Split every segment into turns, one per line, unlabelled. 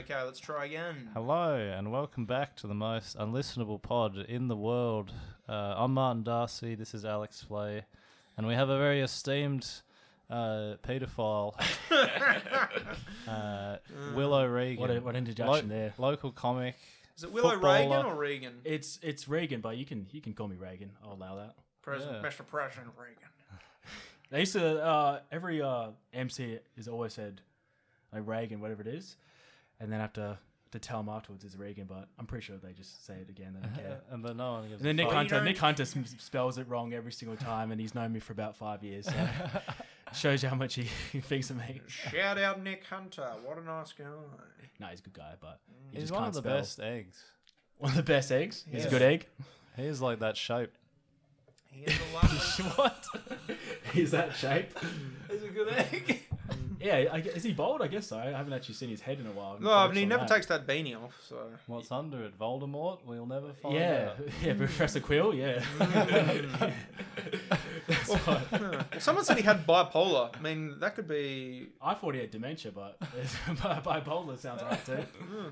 Okay, let's try again.
Hello and welcome back to the most unlistenable pod in the world. Uh, I'm Martin Darcy. This is Alex Flay, and we have a very esteemed uh, paedophile, uh, Will O'Regan.
What, a, what an interjection
Lo-
there.
Local comic.
Mm. Is it Willow Reagan
footballer.
or Reagan?
It's it's Reagan, but you can you can call me Reagan. I'll allow that.
President,
Yeah.
Mr. President Reagan.
They used to uh, every uh, MC is always said like Reagan, whatever it is, and then I have to to tell them afterwards it's Reagan. But I'm pretty sure they just say it again. They don't
Yeah,
care.
and then no one gives
And then
a
Nick
Oh, you
fuck.
Hunter,
don't-
Nick Hunter sm- spells it wrong every single time, and he's known me for about five years. So shows you how much he, he thinks of me.
Shout out Nick Hunter. What a nice guy.
No, he's a good guy, but he
Mm. He's
just
one
can't
of the
spell.
best eggs.
One of the best eggs. He's
Yeah.
a good egg.
He's like that shape.
He is a lovely.
what? He's that shape.
He's a good egg.
Yeah, I, gue- is he bald? I guess so. I haven't actually seen his head in a while.
No, I mean, he
Focus on
never
that.
takes that beanie off, so.
What's under it? Voldemort? We'll never find
Yeah,
out.
yeah, Professor Quill. Yeah.
Mm.
That's what-
Huh. Well, someone said he had bipolar. I mean, that could be.
I thought he had dementia, but it's- bi- bipolar sounds right too.
hmm.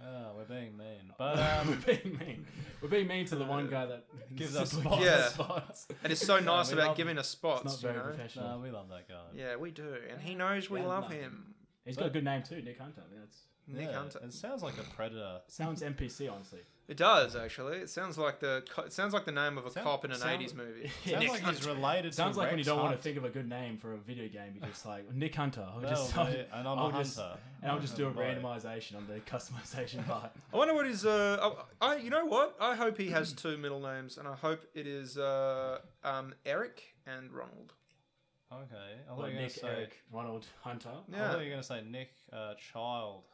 uh,
Oh, we're being mean. But um,
we're being mean. We're being mean to the one guy that
Gives us
gives
spots.
Yeah.
spots. It's
And it's so
No,
nice
we
about
love-
giving us
not
spots, you
very
know?
professional.
no, we love that guy.
Yeah, we do. And he knows we
Yeah,
love
no.
him.
He's got a good name too, Nick Hunter. I mean, that's
Nick
Yeah,
Hunter.
It sounds like a predator.
sounds NPC, honestly.
It does actually. It sounds like the co- it sounds like the name of a
Sound-
cop in an
sound-
eighties movie.
Yeah.
Sounds
Nick
like he's
Hunter.
related.
It sounds
to
like when you
Rex
don't want
Hunt.
to think of a good name for a video game, you just like Nick Hunter. I'll
That'll
just,
be- and I'm
I'll
a
just-
hunter.
and I'll just do a
Right.
randomization on the customization part.
I wonder what his uh. oh, I you know what? I hope he has two middle names, and I hope it is uh um Eric and Ronald.
Okay. I thought you
Like
were going
Nick,
to say.
Eric, Ronald, Hunter.
I thought
Yeah.
you were going to say Nick uh, Child.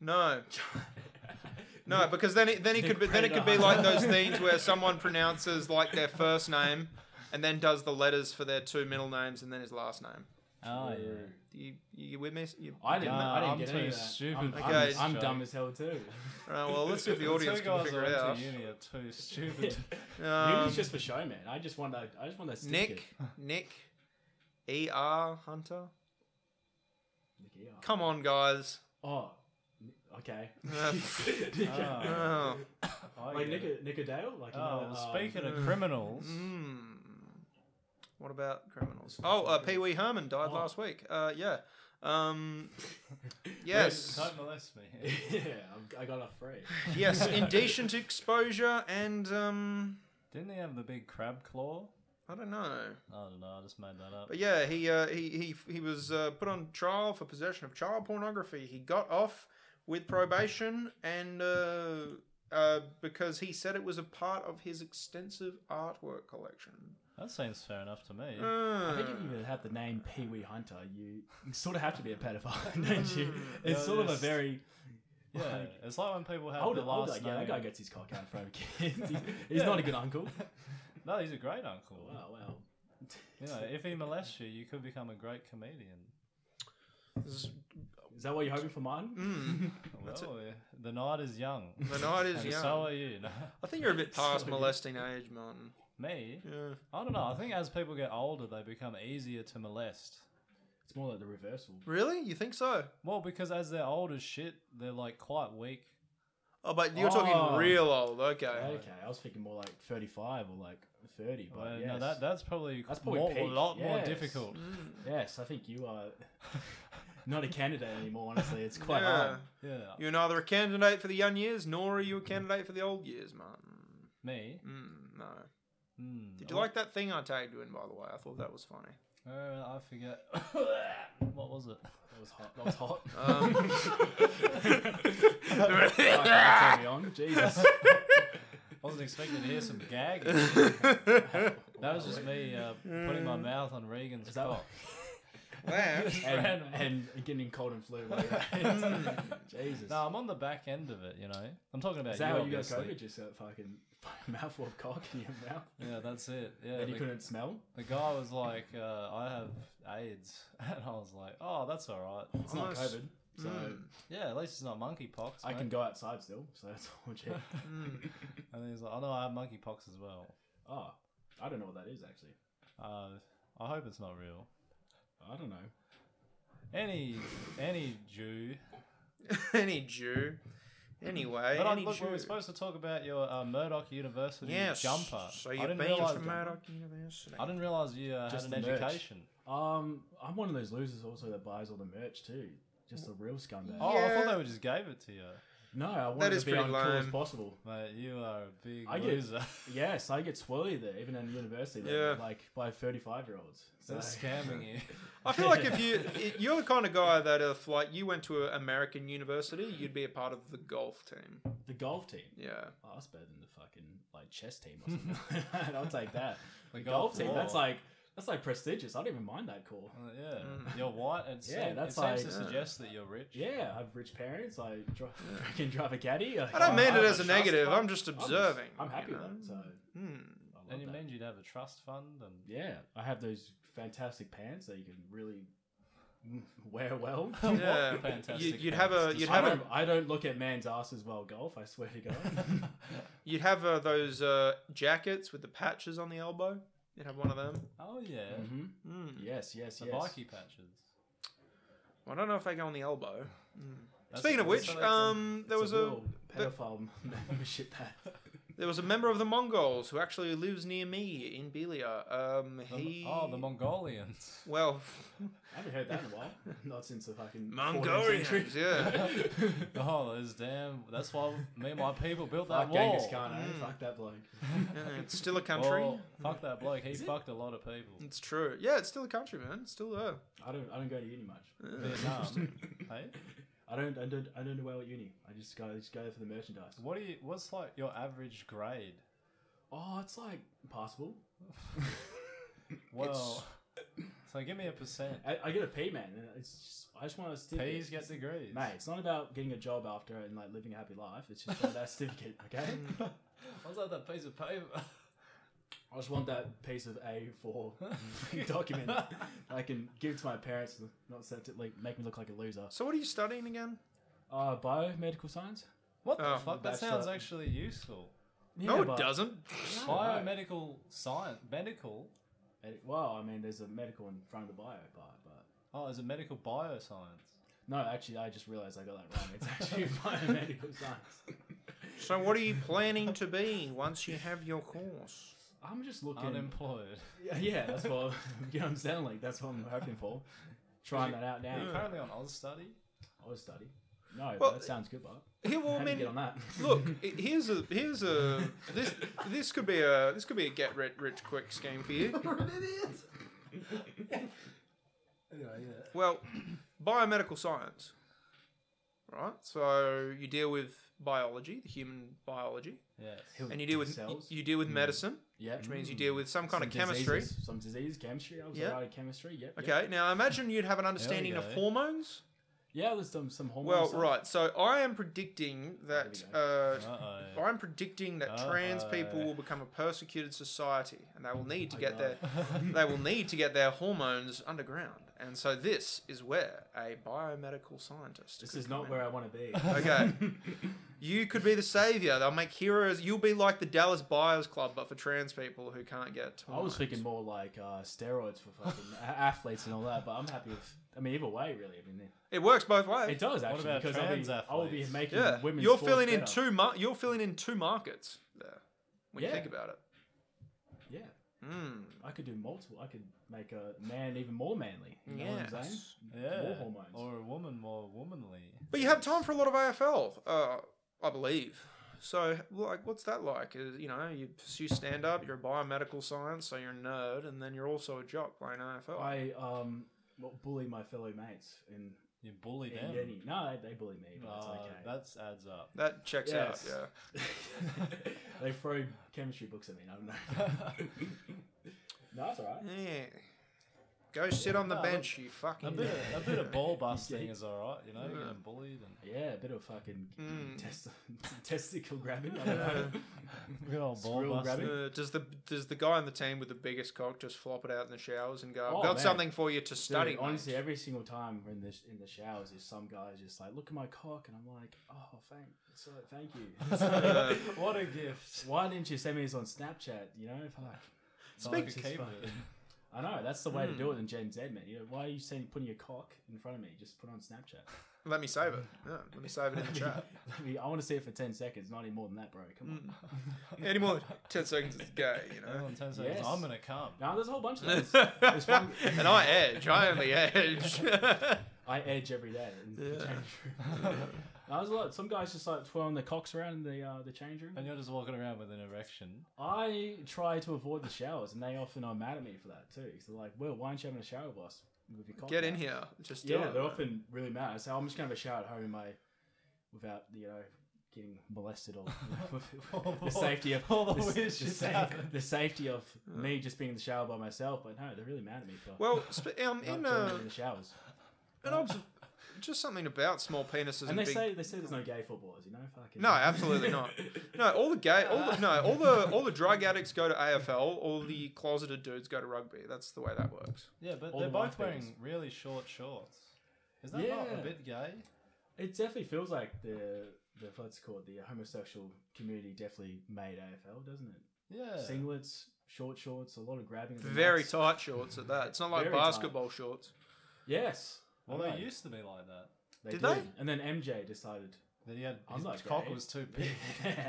No, no, because then it then he could be then it could be like those things where someone pronounces like their first name, and then does the letters for their two middle names and then his last name.
Ah,
Oh yeah.
You you with me? You,
I didn't. know, I didn't
I'm
get
too
any of that.
stupid
I'm,
for
I'm-
this
I'm
joke.
dumb as hell too.
Alright, well, let's see if the audience
two
can
guys
figure
that
it
went
out.
to uni are too
Maybe
stupid.
Um,
it's just for show, man. I just want that. I just want that. sticker.
Nick Nick, E R Hunter.
Nick, yeah.
Come on, guys.
Oh, n- okay.
Uh,
Nick,
Ah.
Oh.
I
like
get it.
Nick, Nickadale. Like you
Oh,
know,
well,
um,
speaking
mm.
of criminals,
Mm. What about criminals? Oh, uh, Pee Wee Herman died
Oh.
last week. Uh, yeah. Um, yes.
don't molest me.
yeah, I'm, I got off free.
yes, indecent exposure and, um,
Didn't he have the big crab claw?
I don't know.
I don't know. I just made that up.
But yeah, he, uh, he, he, he was uh, put on trial for possession of child pornography. He got off with probation and uh, uh, because he said it was a part of his extensive artwork collection. Ah.
That seems fair enough to me.
Mm.
I think if you even have the name Pee Wee Hunter, you sort of have to be a pedophile, don't
Hmm.
you? It's sort of a
Yes.
very
yeah,
like,
it's like when people have
older,
the last
older. Yeah, that
name.
guy gets his cock out in front of kids. He's, he's not a good uncle.
No, he's a great uncle.
Wow, wow.
You know, if he molests you, you could become a great comedian.
Z-
Is that what you're hoping for,
mm.
Martin?
That's
Well, Oh, yeah, the night is young.
The night is
and
young.
So are you. No,
I think you're a bit past
Sorry.
molesting age, Martin.
me?
Yeah.
I don't know. I think as people get older, they become easier to molest.
It's more like the reversal.
Really? You think so?
Well, because as they're old as shit, they're like quite weak.
Oh, but you're
Oh.
talking real old. Okay.
Okay, I was thinking more like 35 or like 30, but
Well,
Oh, yes.
Uh, No, that that's probably
That's probably
more- a
peak,
lot more
yes.
difficult.
Mm.
yes, I think you are not a candidate anymore, honestly. It's quite
Yeah.
hard.
Yeah,
You're neither a candidate for the young years, nor are you a candidate for the old years, Martin.
me.
Mm, no.
Hmm.
Did you like that thing I tagged you in, by the way? I thought that was funny.
Uh, I forget. what was it?
That was hot. That was hot.
Um,
Fuck, that turned me on. Jesus.
I wasn't expecting to hear some gagging. That was just me uh, putting my mouth on Regan's
Mm. Is that
cock.
laugh.
and,
Random.
and getting cold and flu. like, Jesus.
No, I'm on the back end of it. You know, I'm talking about
Is
Mm.
that
you.
how you got
obviously.
COVID? Just a fucking, fucking mouthful of cock in your mouth.
Yeah, that's it. Yeah,
and you
the,
couldn't smell?
the guy was like, uh, "I have AIDS," and I was like, "Oh, that's all right.
It's not
Almost-
COVID. So
Mm.
Yeah, at least it's not monkeypox."
I
mate."
can go outside still, so that's all cheap.
Mm.
And then he's like, "Oh no, I have monkeypox as well.
Oh, I don't know what that is actually.
Uh, I hope it's not real."
I don't know.
Any any Jew
any Jew. Anyway,
But I,
any
look,
Jew.
we were supposed to talk about your uh, Murdoch University
yes.
jumper.
So
I
you're
didn't
banned
realize,
from Murdoch University.
I didn't realize you uh,
Just
had an
the merch.
education.
Um, I'm one of those losers also that buys all the merch too. Just a real scumbag.
Oh, I
Yeah.
thought they would just gave it to you.
No, I wanted
That is
to be
pretty
on cool as
lame.
possible.
Mate, you are a big
I get-
loser.
Yes, I get swirly there, even in university. There,
Yeah.
Like by 35 year olds.
They're scamming you.
I feel like if you i- you're the kind of guy that if like you went to an American university, you'd be a part of the golf team.
The golf team.
Yeah.
Oh, that's better than the fucking like chess team or something. I'll take that.
The
The golf,
golf
team.
war.
That's like that's like prestigious. I don't even mind that call.
Uh, yeah, you're white. And
Mm. Yeah,
seem-
that's
it
like-
seems to suggest that you're rich.
Yeah, I have rich parents. I dri- freaking drive a caddy.
I don't mean
Oh,
I
it
have
as
a
a
trust
negative.
fund.
I'm just observing.
I'm happy
you
with that. So
know? Hmm.
I
and
love
you
that.
mean you'd have a trust fund and
yeah, I have those fantastic pants that you can really wear well.
Hmm. Yeah.
fantastic
You'd have a
parents.
you'd
I
have a
don't, I don't look at man's asses while golf. I swear to God.
You'd have uh, those uh, jackets with the patches on the elbow. You'd have one of them.
oh yeah,
hmm
Mm.
Yes, yes,
the
yes.
bikey patches.
Well, I don't know if they go on the elbow.
That's-
Speaking of which,
so that's a-
um, there was
It's a,
a
real pedophile membership. That
there was a member of the Mongols who actually lives near me in Belia. Um,
the-
he
oh the Mongolians.
well,
I haven't heard that in a while. Not since the fucking 14th century.
Mongolians, yeah.
oh, those damn. That's why me and my people built that
Fuck
wall.
Genghis Khan. eh? Fuck that bloke.
Mm. Yeah, It's still a country. Mm-hmm.
Well, fuck that bloke. He fucked a lot of people.
It's true. Yeah, it's still a country, man. It's still there.
I don't. I don't go to uni much.
Vietnam. hey,
I don't. I don't. I don't do well at uni. I just go. I just go there for the merchandise.
what do you? What's like your average grade?
Oh, it's like passable.
Well, so give me a percent.
I, I get a P man. and It's just, I just want a certificate.
P's get degrees.
Mate, it's not about getting a job after and like living a happy life. It's just about that certificate, okay?
What's that? That piece of paper.
I just want that piece of A4 document that I can give to my parents, and not send it like make me look like a loser.
So, what are you studying again?
Uh, biomedical science?
What the
Oh,
fuck? That
that's
sounds
that.
actually useful.
no, it
but-
doesn't.
Biomedical science, medical.
Medi- Well, I mean, there's a medical in front of the bio part, but
Oh, is it medical bioscience?
no, actually, I just realized I got that wrong. It's actually biomedical science.
So, what are you planning to be once you have your course?
I'm just looking.
Unemployed.
Yeah, yeah, that's what you know. What I'm saying like that's what I'm hoping for. Trying that out now.
Hmm.
Are you currently on Oz study?
I was study. No,
Well,
that sounds good, but
Here, well, I
how do you
mean,
get on that?
Look, i- here's a here's a this this could be a this could be a get rich rich quick scheme for you. Well, biomedical science, right? So you deal with biology, the human biology,
Yes.
and you deal with
cells.
you deal with medicine,
yeah,
which means you deal with some kind of
Some
chemistry.
diseases- some disease chemistry. I was
Yeah.
yeah. alright at chemistry. Yep. yep.
Okay, now imagine you'd have an understanding of
go.
hormones.
Yeah, there's some some hormones.
Well, right. So I am predicting that
There we Uh-huh.
uh,
Uh oh.
I'm predicting that trans people
Uh-oh.
will become a persecuted society, and they will need to
Oh,
get
no.
their they will need to get their hormones underground. And so this is where a biomedical scientist.
This
could
is
come
not
in.
where I want to be.
Okay, you could be the savior. They'll make heroes. You'll be like the Dallas Buyers Club, but for trans people who can't get.
I was
Hormones.
thinking more like uh, steroids for fucking a- athletes and all that, but I'm happy with. I mean, either way, really. I mean,
It works both
it
ways.
does actually
about
because I'll
trans
be, I will be
athletes?
making
Yeah,
women.
you're filling in two. Mar- you're filling in two markets there. When you
Yeah.
think about it.
Yeah,
Mm.
I could do multiple. I could make a man even more manly. You know what I'm saying?
Yes.
Yeah.
More hormones.
Or a woman more womanly.
But you have time for a lot of AFL, uh, I believe. So, like, what's that like? Is, you know, you pursue stand up, you're a biomedical science, so you're a nerd, and then you're also a jock playing AFL.
I um well, bully my fellow mates in,
You bully
in
them.
uni. No, they, they bully me, but
Uh,
it's
That adds up.
that checks
Yes.
out,
okay. they throw chemistry books at me. and I don't know. no, that's all right.
yeah. Yeah. Go sit on the
no,
bench, you
A
fucking.
bit, of, a bit of ball busting
Yeah.
is alright, you know, getting bullied and
Yeah, a bit of fucking
Hmm.
Mm.
test, testicle grabbing. I don't know.
Uh,
good old
ball Squirrel busting. grabbing.
uh, does the does the guy on the team with the biggest cock just flop it out in the showers and go, "I've
Oh,
got
man.
something for you to
Dude,
study"? mate."
honestly, every single time we're in the in the showers, there's some guys just like, "Look at my cock," and I'm like, "Oh, thank, so, thank you." It's like,
what a gift.
Why didn't you send me this on Snapchat? You know, fuck.
Speaking
It's just
of
fucking- I know that's the way to
Hmm.
do it in Gen Z, man. You know, why are you saying putting your cock in front of me? Just put it on Snapchat.
Let me save it. Yeah, let me save it in the chat. Mm.
I, mean, I want to see it for ten seconds, not any more than that, bro. Come
Hmm.
on.
Any more than ten seconds is gay, you know.
Everyone turns around and says,
Yes.
I'm gonna come.
No, there's a whole bunch of those. There's one-
and I edge. I only edge.
I edge every day in the
Yeah.
change room. I was like, some guys just like twirling their cocks around in the uh, the change room.
And you're just walking around with an erection.
I try to avoid the showers, and they often are mad at me for that too. 'Cause they're like, "Well, why aren't you having a shower, boss? With your cock
Get
out?"
in here. Just do
Yeah,
it.
they're often really mad. I say, "I'm just gonna have a shower at home in my, without you know, getting molested or the safety of
all the
the,
weird
the,
shit's
sa-
happened.
the safety of me just being in the shower by myself." But no, they're really mad at me for
Well, sp- um,
not
in
joining
uh,
me in the showers.
an obs- just something about small penises and,
And they
big.
say they say there's no gay footballers, you know? Fucking
no, absolutely not. No, all the gay, all the, no, all the all the drug addicts go to AFL. All the closeted dudes go to rugby. That's the way that works.
Yeah, but
All
they're
the
both
wife
wearing
beaters.
really short shorts. Is that not a
Yeah.
bit gay?
It definitely feels like the the what's it called the homosexual community definitely made AFL, doesn't it?
Yeah.
Singlets, short shorts, a lot of grabbing. of the
Very
nuts.
tight shorts at that. It's not like
Very tight.
basketball shorts.
Yes.
well,
I
they
know.
used to be like that.
They
Did
did.
they?
And then MJ decided.
That he had
I'm
his
not
cock
gay.
was too big.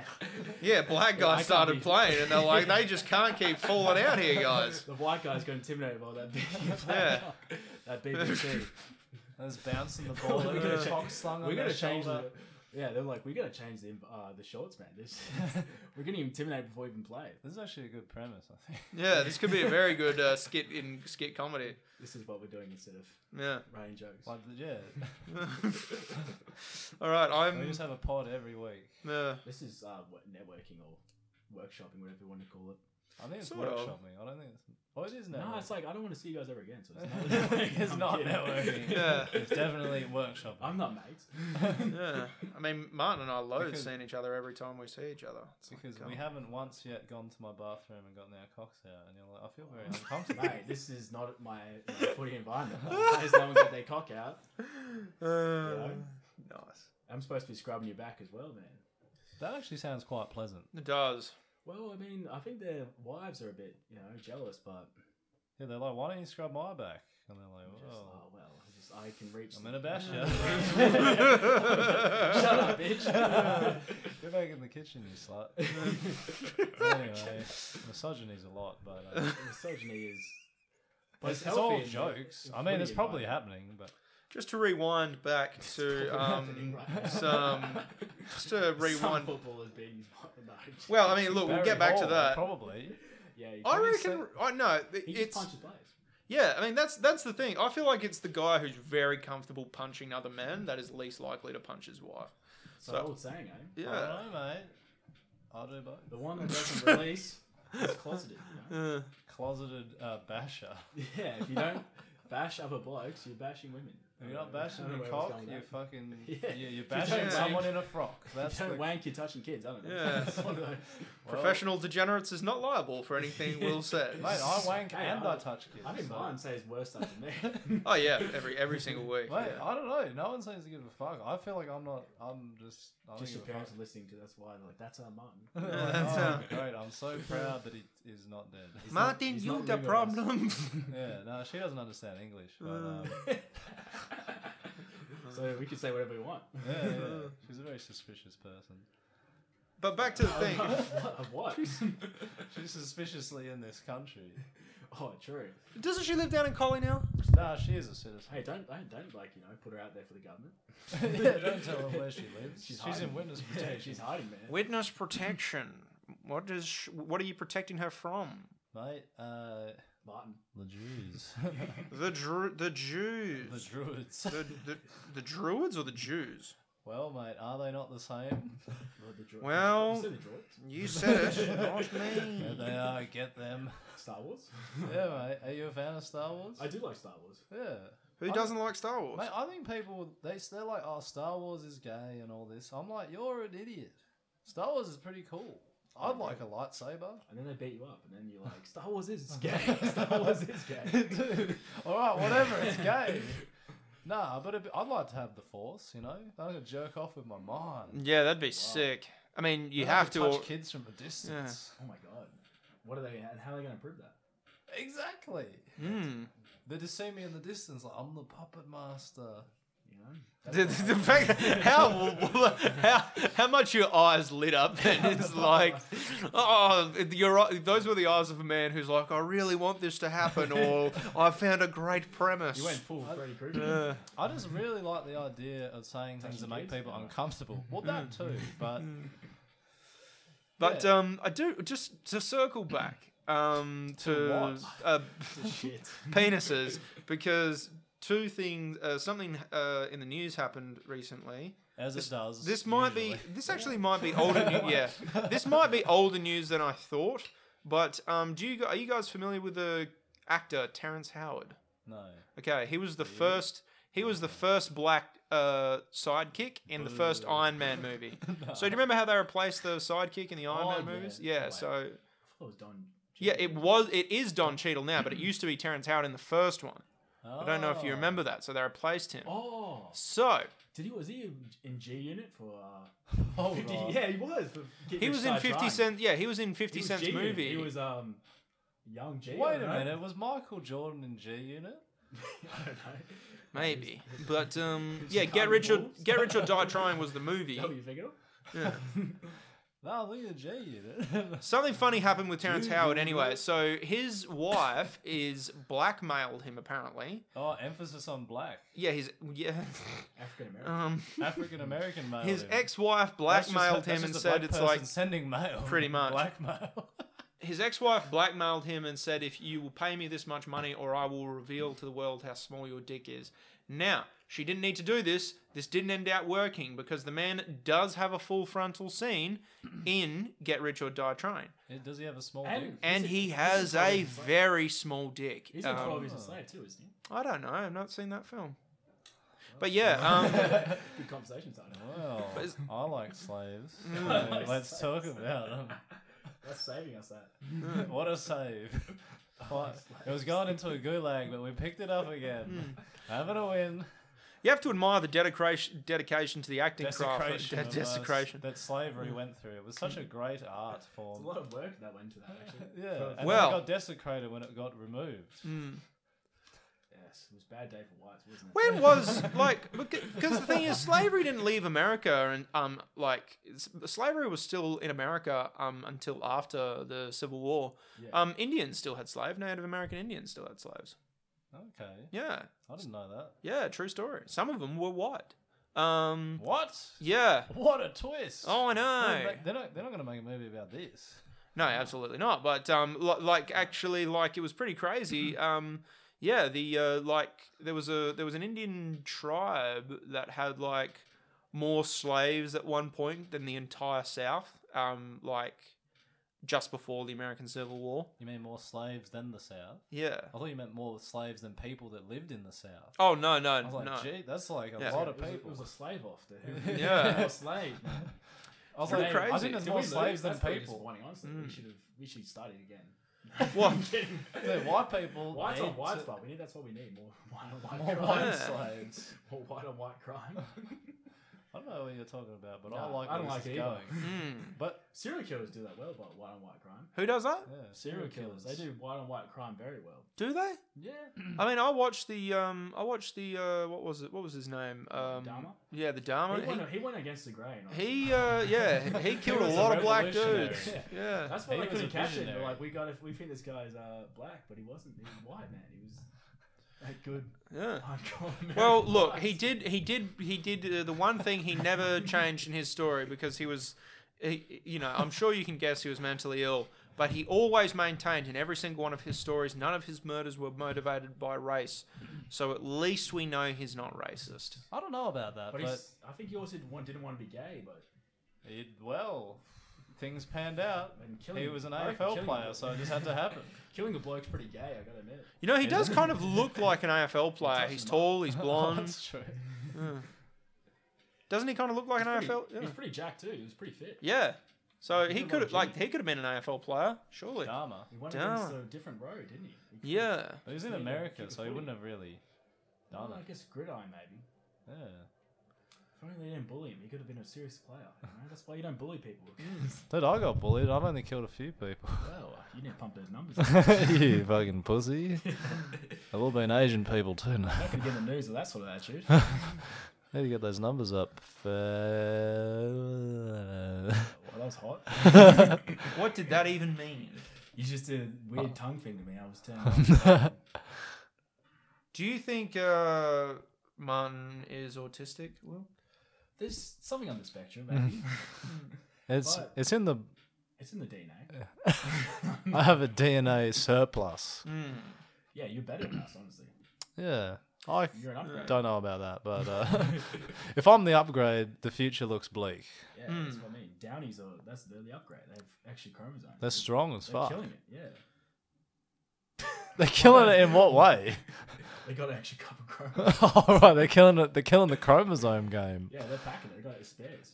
Yeah, black guy
I can't
started
be-
playing, and they're like, they just can't keep falling out here, guys.
the white guys got intimidated by that. Big,
Yeah.
That BBC.
And was bouncing the ball. We're
We're
gonna
gonna
ch-
cock slung
We're
on their
gonna change
shoulder.
the. Yeah, they're like, we gotta change the uh, the shorts, man. This, we're gonna intimidate before we even play.
This is actually a good premise, I think.
Yeah, this could be a very good uh, skit in skit comedy.
This is what we're doing instead of
Yeah.
writing jokes.
Like, yeah,
All right,
we
I'm.
just have a pod every week.
Uh,
This is uh, what, networking or workshopping, whatever you want to call it.
I think it's
Sort of.
workshop me. I don't think it's. Oh, it is now.
No, it's like I don't want to see you guys ever again. So it's not
networking. it's
I'm
not
kidding.
networking.
Yeah.
It's definitely workshop.
I'm not mates.
yeah. I mean, Martin and I loathe
Because-
seeing each other every time we see each other. It's like,
Because
come
we
on.
haven't once yet gone to my bathroom and gotten our cocks out, and you're like, I feel very uncomfortable.
Mate, this is not my, my footy environment. There's no one got their cock out.
Uh,
Yeah.
Nice.
I'm supposed to be scrubbing your back as well, man.
That actually sounds quite pleasant.
It does.
Well, I mean, I think their wives are a bit, you know, jealous, but
Yeah, they're like, why don't you scrub my back? And they're like,
just,
oh,
oh well, I just I can reach.
I'm gonna
the-
bash you.
Shut up, bitch.
Get back in the kitchen, you slut. anyway, misogyny's a lot, but uh,
Misogyny is. But
it's, it's all
healthy in the-
jokes.
in
I mean,
footy
it's probably
environment.
happening, but
Just to rewind back to
happening
um,
right now.
some. Just to
Some
rewind.
footballers being. No,
Well, I mean, look, we'll
Barry
get back to
Hall,
that.
Probably.
yeah, you
I
can't-
reckon. I no,
he just
it's
punches players.
yeah. I mean, that's that's the thing. I feel like it's the guy who's very comfortable punching other men that is least likely to punch his wife.
So,
So-
old saying, eh?
Yeah.
I don't know, mate. I'll do both.
The one that doesn't release is closeted. You know?
Uh,
Closeted uh, basher.
Yeah, if you don't bash other blokes, you're bashing women.
If you're not
I
bashing
don't know
your
where I was
cock,
going
you're
with
fucking.
Yeah.
You're, you're
don't
bashing
wank-
someone in a frock. That's
that.
the.
You don't wank, you're touching kids, I don't know.
Yeah.
It's one of those-
well,
Professional degenerates is not liable for anything Will says.
Mate, I wank
Hey,
and
I-
I, touch kids.
I think
so-
mine says worse stuff than me.
Oh yeah, every every single week.
Mate,
yeah.
I don't know. No one seems to give a fuck. I feel like I'm not. I'm just. I don't
Just your
give a fuck.
parents are listening to that's why they're like, that's our mum.
Like,
Yeah, that's
oh,
how-
great! I'm so proud that he is not dead.
Martin,
he's
you
not
the
legalised.
problem.
Yeah, no, she doesn't understand English, but um,
so we can say whatever we want.
yeah, yeah, she's a very suspicious person.
but back to the thing.
Of what?
She's suspiciously in this country.
oh, true.
Doesn't she live down in Collie now?
Nah, she is a citizen.
Hey, don't, don't, don't, like, you know, put her out there for the government.
yeah, don't tell her where she lives. She's, in
hiding.
witness
Yeah,
protection.
she's hiding, man.
Witness protection. What is? sh- What are you protecting her from?
Mate, uh,
Martin.
the Jews,
The dru- the
the
Jews.
Druids.
The, the, the Druids or the Jews?
Well, mate, are they not the same?
Lord, the droid.
Well-
You said the droids?
You said it, not
Yeah,
me.
they are. Get them.
Star Wars?
Yeah, mate. Are you a fan of Star Wars?
I do like Star Wars.
yeah.
Who doesn't like Star Wars?
Mate, I think people they they're like, oh, Star Wars is gay and all this. I'm like, you're an idiot. Star Wars is pretty cool. I'd like a lightsaber.
And then they beat you up, and then you're like, Star Wars is gay. Star Wars is gay.
Dude, all right, whatever. It's gay. Nah, but it, I'd like to have the force. You know, I'm gonna jerk off with my mind.
Yeah, that'd be sick. I mean, you
I'd
have
like
to.
touch kids from a distance.
Oh my god. What are they? And how are they going to prove that?
Exactly.
Mm.
They just see me in the distance, like I'm the puppet master.
You know?
The, the- the fact how how how much your eyes lit up and it's like oh your eye- those were the eyes of a man who's like I really want this to happen or I found a great premise.
You went full Freddy Krueger.
Uh,
I just really like the idea of saying things that make
kids?
people uncomfortable. Well, that
Mm.
too, but
but
Yeah.
um I do just to circle back um to,
To
uh,
Shit.
penises because two things uh, something uh, in the news happened recently
as it does,
This might
usually.
be. This actually might be older. new, yeah, this might be older news than I thought. But um, do you gu- are you guys familiar with the actor Terrence Howard?
no.
Okay, he was the first. He was the first black uh, sidekick in the first
Boo.
Iron Man movie. So do you remember how they replaced the sidekick in the Iron
Oh,
Man
yeah.
movies? Yeah.
Wait.
So
I thought it was Don.
yeah, it was. It is Don Cheadle now, but it used to be Terrence Howard in the first one. I don't know if you
Oh.
remember that. So they replaced him.
Oh,
So
did he was he in G Unit for? Uh,
Oh,
50,
right.
yeah, he was. for Get
he
Rich
was in
Die
Fifty
Trying.
Cent. Yeah, he was in Fifty
He was
Cent's
G Unit.
movie.
He was um, young G. I
Wait a
don't know.
minute, was Michael Jordan in G Unit?
I don't know.
Maybe, but um,
Is
yeah,
it
get rich or
Carnival?
get rich or die trying was the movie.
Is that what you figured of?
Yeah.
No, I think it's G Unit.
Something funny happened with Terrence Howard anyway. So his wife is blackmailed him apparently.
oh, emphasis on black.
Yeah, his yeah,
African American.
um,
African American male.
his
even.
ex-wife
That's just-
blackmailed
that's
him
just
and
a
said
black
it's
person
like
sending mail.
Pretty much.
blackmail.
his ex-wife blackmailed him and said if you will pay me this much money or I will reveal to the world how small your dick is. Now she didn't need to do this. This didn't end out working because the man does have a full frontal scene in Get Rich or Die Trying.
Yeah, Does he have a small
And-
dick?
and
He's in-
he
he's in
has
Twelve
a
Years a Slave.
very small dick.
He's in
Um,
Twelve Years a Slave too, isn't he?
I don't know. I've not seen that film. But yeah, um,
Good conversation starter.
Well,
But-
I like slaves.
Mm.
so
I like
let's talk
slaves.
about
That's saving us that.
them. what a save. What? It was going into a gulag, but we picked it up
Hmm.
again. Having a win.
you have to admire the dedication dedication to the acting craft.
Desecration.
De-
of us
desecration.
That slavery went through. It was such a great art
Hmm. It's a
form.
lot of work that went into that actually.
Yeah. And then
Well-
it got desecrated when it got removed.
Mm.
Yes, it was a bad day for whites, wasn't it?
When was like because the thing is slavery didn't leave America and um like s- slavery was still in America um until after the Civil War.
Yeah.
Um, Indians still had slaves. Native American Indians still had slaves.
Okay.
Yeah,
I didn't know that.
yeah, true story. Some of them were white. Um,
What?
yeah.
What a twist.
Oh, I
They're
know.
not- They're not, they're not going to make a movie about this.
No, absolutely not. But um, li- like actually, like it was pretty crazy. Um, yeah, the uh, like there was a there was an Indian tribe that had like more slaves at one point than the entire South. Um, like just before the American Civil War.
You mean more slaves than the South?
Yeah.
I thought you meant more slaves than people that lived in the South.
Oh no no
I was like,
no.
gee, that's like a
Yeah.
lot
it
of
was, a-
people.
It was a slave off there.
Yeah.
More slaves, man.
I was
Pretty
like,
crazy.
I think there's
Did
more
lose?
slaves than
That's probably just
people.
Wanting, honestly,
Mm.
Hmm. we should have we should start it again.
What?
I'm kidding.
Yeah, white people.
Whites on
need
whites,
to-
but we need that's what we need more white on
more
white
white
crime.
Yeah.
slaves.
More white on white crime.
I don't know what you're talking about, but I
Nah,
like.
I don't
where
like
this
it
is
either.
going.
Mm.
But
Serial killers do that well, but white on white crime.
Who does that?
yeah,
Serial killers, they do white on white crime very well.
Do they?
Yeah.
I mean, I watched the um, I watched the uh, what was it? What was his name? Um,
Dharma?
Yeah, the Dharma.
he, went, he went against the grain. honestly.
He uh yeah, he killed a
was a
lot of black
revolutionary.
dudes.
Yeah.
Yeah.
That's why
He
they
was
couldn't
a
catch it. They're
visionary.
like, we got if we think this guy's uh, black, but he wasn't. He was white man. He was a good
Yeah.
hardcore. American
Well, look,
white.
he did he did he did uh, the one thing he never changed in his story because he was he, you know, I'm sure you can guess he was mentally ill, but he always maintained in every single one of his stories none of his murders were motivated by race. So at least we know he's not racist.
I don't know about that,
But,
but,
he's, I think he also didn't want, didn't want to be gay, but
it, well, things panned out.
and killing
He was an
I reckon
AFL
killing a
player,
bloke-
so it just had to happen.
killing a bloke's pretty gay. I gotta admit.
You know, he does kind of look like an AFL player. He's tall, he's blonde.
That's true.
Doesn't he kind of look like an
Pretty,
AFL? Yeah.
He's pretty jacked too. He was pretty fit.
Yeah. So
He's
he
a
could have
longevity.
like he could have been an AFL player, surely.
Dharma.
He went
Yeah.
against a different road, didn't he? He-
Yeah.
He was in
Yeah,
America,
kick a
so he
footy.
wouldn't have really
Well,
done
I
it.
guess gridiron maybe.
Yeah.
From only they didn't bully him. He could have been a serious player. You know? That's why you don't bully people.
Dude, I got bullied. I've only killed a few people.
well, you didn't pump those numbers.
you fucking pussy. I've all been Asian people too now.
Not gonna get in the news with that sort of attitude.
Need to get those numbers up. Uh,
well, that was hot.
What did that even mean?
You just did a weird tongue thing to me. I was telling. you.
Do you think uh, Martin is autistic? Well,
There's something on the spectrum, maybe.
It's
But-
it's in the.
it's in the DNA.
I have a DNA surplus.
Hmm.
Yeah, you're better than us, honestly.
Yeah, I
You're an upgrade.
don't know about that, but uh, if I'm the upgrade, the future looks bleak.
Yeah, that's what I mean. Downies are that's they're the upgrade. They have extra chromosomes.
They're strong as
They're
fuck.
killing it. Yeah,
They're killing it in what way?
they got an extra couple chromosomes.
All right, they're killing it. They're killing the chromosome game.
yeah, they're packing it. They got it as spares.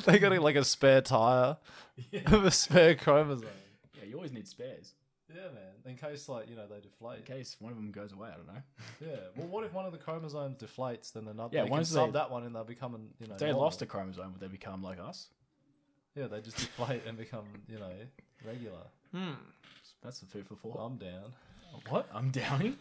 They got like a spare tire
Yeah.
of a spare chromosome.
yeah, you always need spares
Yeah, man. In case like you know they deflate.
in case one of them goes away. I don't know.
Yeah. Well, what if one of the chromosomes deflates? Then another.
Yeah,
Yeah, they can
once
sub
they-
that one and they'll become an, you know.
If they
normal.
lost a chromosome, would they become like us?
Yeah, they just deflate and become you know regular.
Hmm.
That's the food for thought.
I'm down.
what? I'm downing.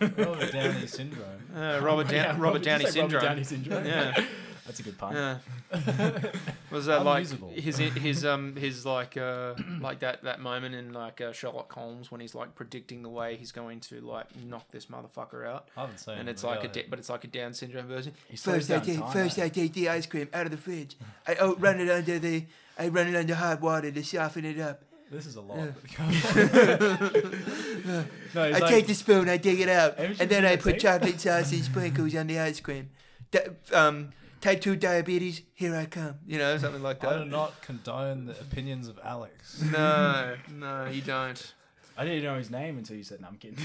Robert Downey syndrome.
uh, Robert,
Yeah,
Down- Robert
did you
Downey
say Robert
syndrome.
Downey syndrome.
Yeah.
that's a good pun.
Yeah. Was that like
Unusable.
his his um his like uh like that that moment in like uh, Sherlock Holmes when he's like predicting the way he's going to like knock this motherfucker out,
I haven't seen.
and
it,
it's
but
like a
yeah,
da- but it's like a Down syndrome version.
He slows
First I
down
take
time,
first
eh?
I take the ice cream out of the fridge. I outrun it under the I run it under hot water to soften it up.
This is a lot.
I
no, he's like,
take the spoon, I dig it out,
Everything
and then
you
I put
take?
chocolate sauce and sprinkles on the ice cream. Di um, type two diabetes, here I come.
You know, something like
I do
that.
not condone the opinions of Alex.
No, no, you don't.
I didn't know his name until you said, "No, I'm kidding."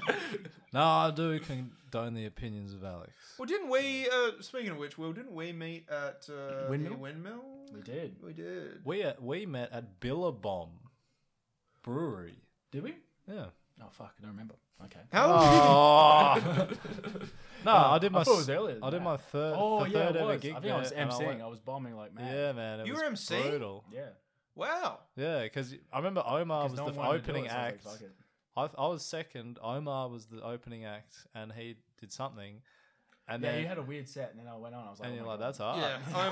No, I do condone the opinions of Alex.
Well, didn't we? Uh, speaking of which, Will, didn't we meet at uh,
Windmill?
The windmill?
we did.
We did.
We uh, we met at Billabong Brewery.
Did we?
Yeah.
Oh fuck, I don't remember. Okay.
How?
Oh. no, I did my.
I thought it was
s-
earlier than
I did
that.
my third.
Oh
the
yeah,
third
it
ever
was.
gig
I think I was
there, and
MCing.
went-
I, was bombing like mad.
Yeah, man, it
You
was
were MCing?
brutal.
yeah.
Wow.
Yeah, because I remember Omar was
'Cause no
the
one
f-
wanted to do
opening
it, so I was
act.
like, fuck it.
I, I was second. Omar was the opening act, and he did something, and
Yeah,
then
you had a weird set, and then I went on. I was like,
and
oh
you're
my
like,
God.
that's hard.
Yeah,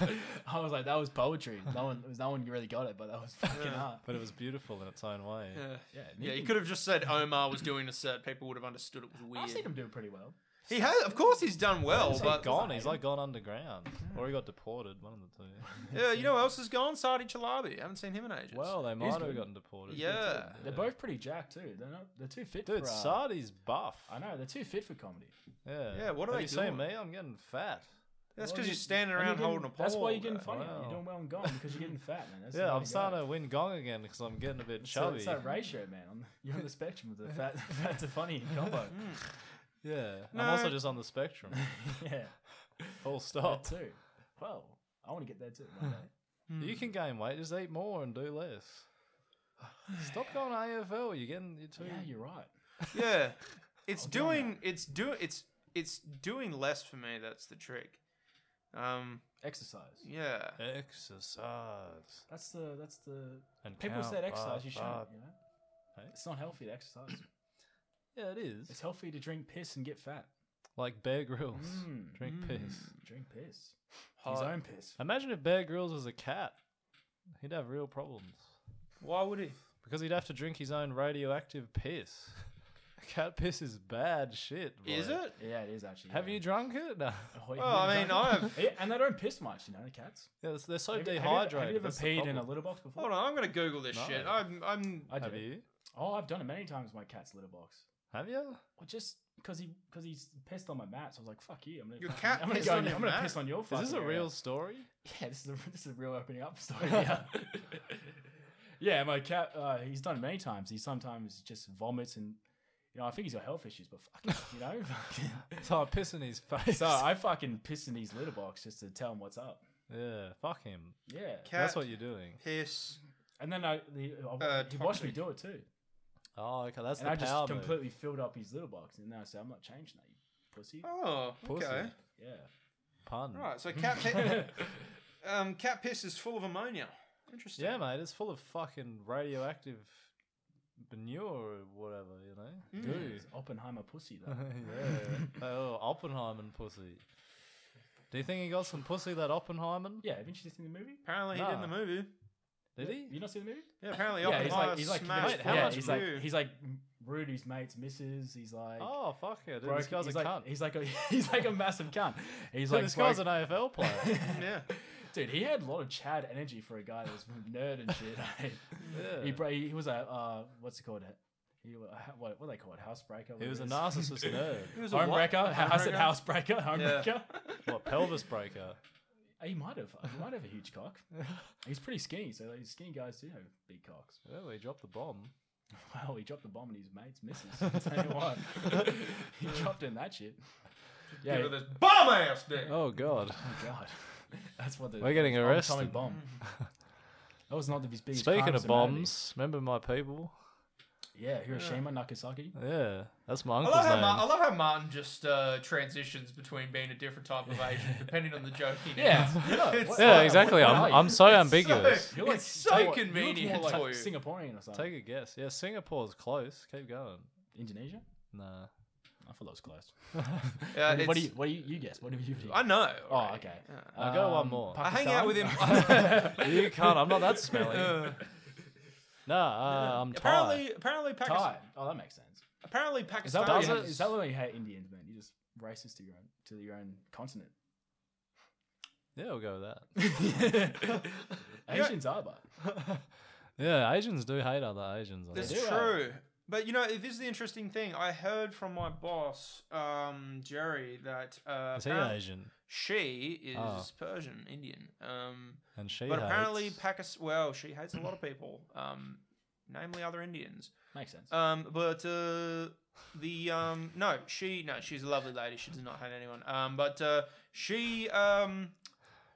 Omar.
I was like, that was poetry. No one, no one really got it, but that was fucking
Yeah.
hard.
But it was beautiful in its own way.
Yeah.
Yeah,
Yeah, you
Nick-
could have just said Omar was doing a set. People would have understood it was weird.
I've seen him do pretty well.
He has, of course, he's done well,
He's
but
like gone. He's like gone underground, or he got deported. One of the two.
yeah, you know who else is gone? Sadi Chalabi. haven't seen him in ages.
well, they
He's
might have
good.
gotten deported.
Yeah.
They're both pretty jacked too. They're not. They're too fit.
Dude,
for, uh,
Sardi's buff.
I know they're too fit for comedy.
Yeah.
Yeah, what are
Have
they
you
doing?
seen me? I'm getting fat.
that's
Well,
because
you-
you're standing
and
around
you're
holding a
getting-
pole.
That's why you're getting
though.
funny.
Wow.
You're doing well and gone because you're getting fat, man. That's the
Yeah,
way
I'm
to
starting
go.
to win gong again because I'm getting a bit
So
chubby.
it's that ratio, man. On the, you're on the spectrum of the fat, fat to funny combo.
Mm.
yeah.
No.
I'm also just on the spectrum.
yeah,
Full
that
stop.
too. Well, I want to get there too. One day. Hmm.
You can gain weight. Just eat more and do less. Stop going AFL. You're getting you're too.
Yeah, you're right.
yeah, it's
do on
doing it's doing it's it's doing less for me. That's the trick. Um,
Exercise.
yeah,
Exercise.
That's the that's the
And
people
count
said exercise.
by
You shouldn't.
five.
You know,
Hey?
it's not healthy to exercise.
Yeah, it is.
it's healthy to drink piss and get fat.
Like Bear Grylls.
Mm.
Drink piss.
Drink piss. His
Hot.
own piss.
Imagine if Bear Grylls was a cat. He'd have real problems.
Why would he?
Because he'd have to drink his own radioactive piss. Cat piss is bad shit.
Is
bloke.
it?
Yeah, it is actually.
Have
yeah.
you drunk it? No.
Oh, you
Well, I
really
mean,
don't?
I've
Yeah, and they don't piss much, you know, the cats.
Yeah, they're so
Have you- have you ever-
dehydrated.
Have you ever
that's the
peed in a
problem.
litter box before?
hold on. I'm gonna Google this shit.
No.
I'm I'm
I
Have
do.
you?
Oh, I've done it many times with my cat's litter box.
Have you?
Well, just because he because he's pissed on my mat, so I was like, "Fuck you!" I'm gonna
Your
fucking-
cat
I'm gonna
pissed
go.
on
and-
your
I'm gonna
mat?
piss on your.
Is this
fucking
a
area.
real story?
Yeah, this is a, this is a real opening up story. Yeah, yeah my cat. Uh, he's done it many times. He sometimes just vomits and. You know, I think he's got health issues, but fuck, it, you know. fucking-
So I piss in his face.
so I fucking piss in his litter box just to tell him what's up.
yeah, fuck him.
Yeah,
That's
cat
what you're doing.
piss.
and then I, the, I
Uh,
he watched me
toxic.
do it too.
Oh, okay, that's
and
the
I just
power move.
completely filled up his litter box, and then I said, "I'm not changing that, you pussy." Mm.
Oh,
Pussy.
okay.
Yeah.
Pun.
Right, so cat pi- um, cat piss is full of ammonia. Interesting.
Yeah, mate, it's full of fucking radioactive manure or whatever, you know? Goo.
It's Oppenheimer pussy
Uh-huh.
though.
yeah. Oh, Oppenheimer pussy. Do you think he got some pussy, that Oppenheimer?
yeah, haven't you seen the movie?
Apparently he did in
Nah.
the movie.
Did
You
he?
not seen the movie?
Yeah, apparently Oppenheimer smashed
Wait, how
yeah,
much
he's like he's like rude to his mates, misses. He's like
Oh, fuck yeah, dude.
broke-
this guy's
he's
a
like,
cunt.
He's like a he's like a massive cunt. He's
Dude,
like
this guy's
broke-
an AFL player.
yeah.
dude. He had a lot of Chad energy for a guy that was a nerd and shit. eh?
yeah.
He bra- he was a uh, what's it called? He wa- what what do they call it? Housebreaker.
He was a
whatever it
narcissist nerd.
is. homebreaker. I said housebreaker. Homebreaker.
What, pelvis breaker?
He might have. He might have a huge cock. He's pretty skinny, so these skinny guys do have big cocks.
Yeah, well, he dropped the bomb.
Wow, he dropped the bomb and his mates misses. I'll tell you what, he dropped in that shit. Yeah.
Give her this bomb ass dick.
Oh, God.
oh God, that's what the
We're getting
atomic
arrested.
bomb.
Mm-hmm.
That was not the his biggest.
Speaking
crimes
of
in humanity.
bombs, remember my people?
yeah, Hiroshima, Nagasaki.
Yeah, that's my
I
uncle's
love, how
name.
Mar- I love how Martin just uh, transitions between being a different type of Asian depending on the joke he
Yeah,
does.
What-
yeah,
what-
exactly.
what
I'm,
are
I'm
you?
so ambiguous.
You're like
it's so
Taiwan- you look more
convenient
like
for you.
Singaporean or something.
Take a guess. Yeah, Singapore's close. Keep going.
Indonesia.
Nah.
I thought that was close.
Yeah,
what do
it's-
you? What do you, you guess? What do you? Think?
I know.
Oh, okay.
I'll go one
Um,
more.
I hang out with him.
you can't. I'm not that smelly. nah, uh, I'm Thai.
Apparently, apparently, Pakistan.
Thai. Oh, that makes sense.
Apparently,
Is that, why
Pakistan.
you,
Does it?
is that why you hate Indians, man? You just racist to your own to your own continent.
Yeah, we'll go with that.
Asians are, but
Yeah, Asians do hate other Asians. I
That's
think.
Do they?
eh?
true. But you know, this is the interesting thing. I heard from my boss, um, Jerry, that uh,
Is he
apparent-
Asian?
she is
Oh.
Persian Indian. Um,
And she
but apparently,
hates-
Pakistan. Well, she hates a lot of people, um, namely other Indians.
makes sense.
Um, but uh, the um, no, she no, she's a lovely lady. She does not hate anyone. Um, but uh, she um,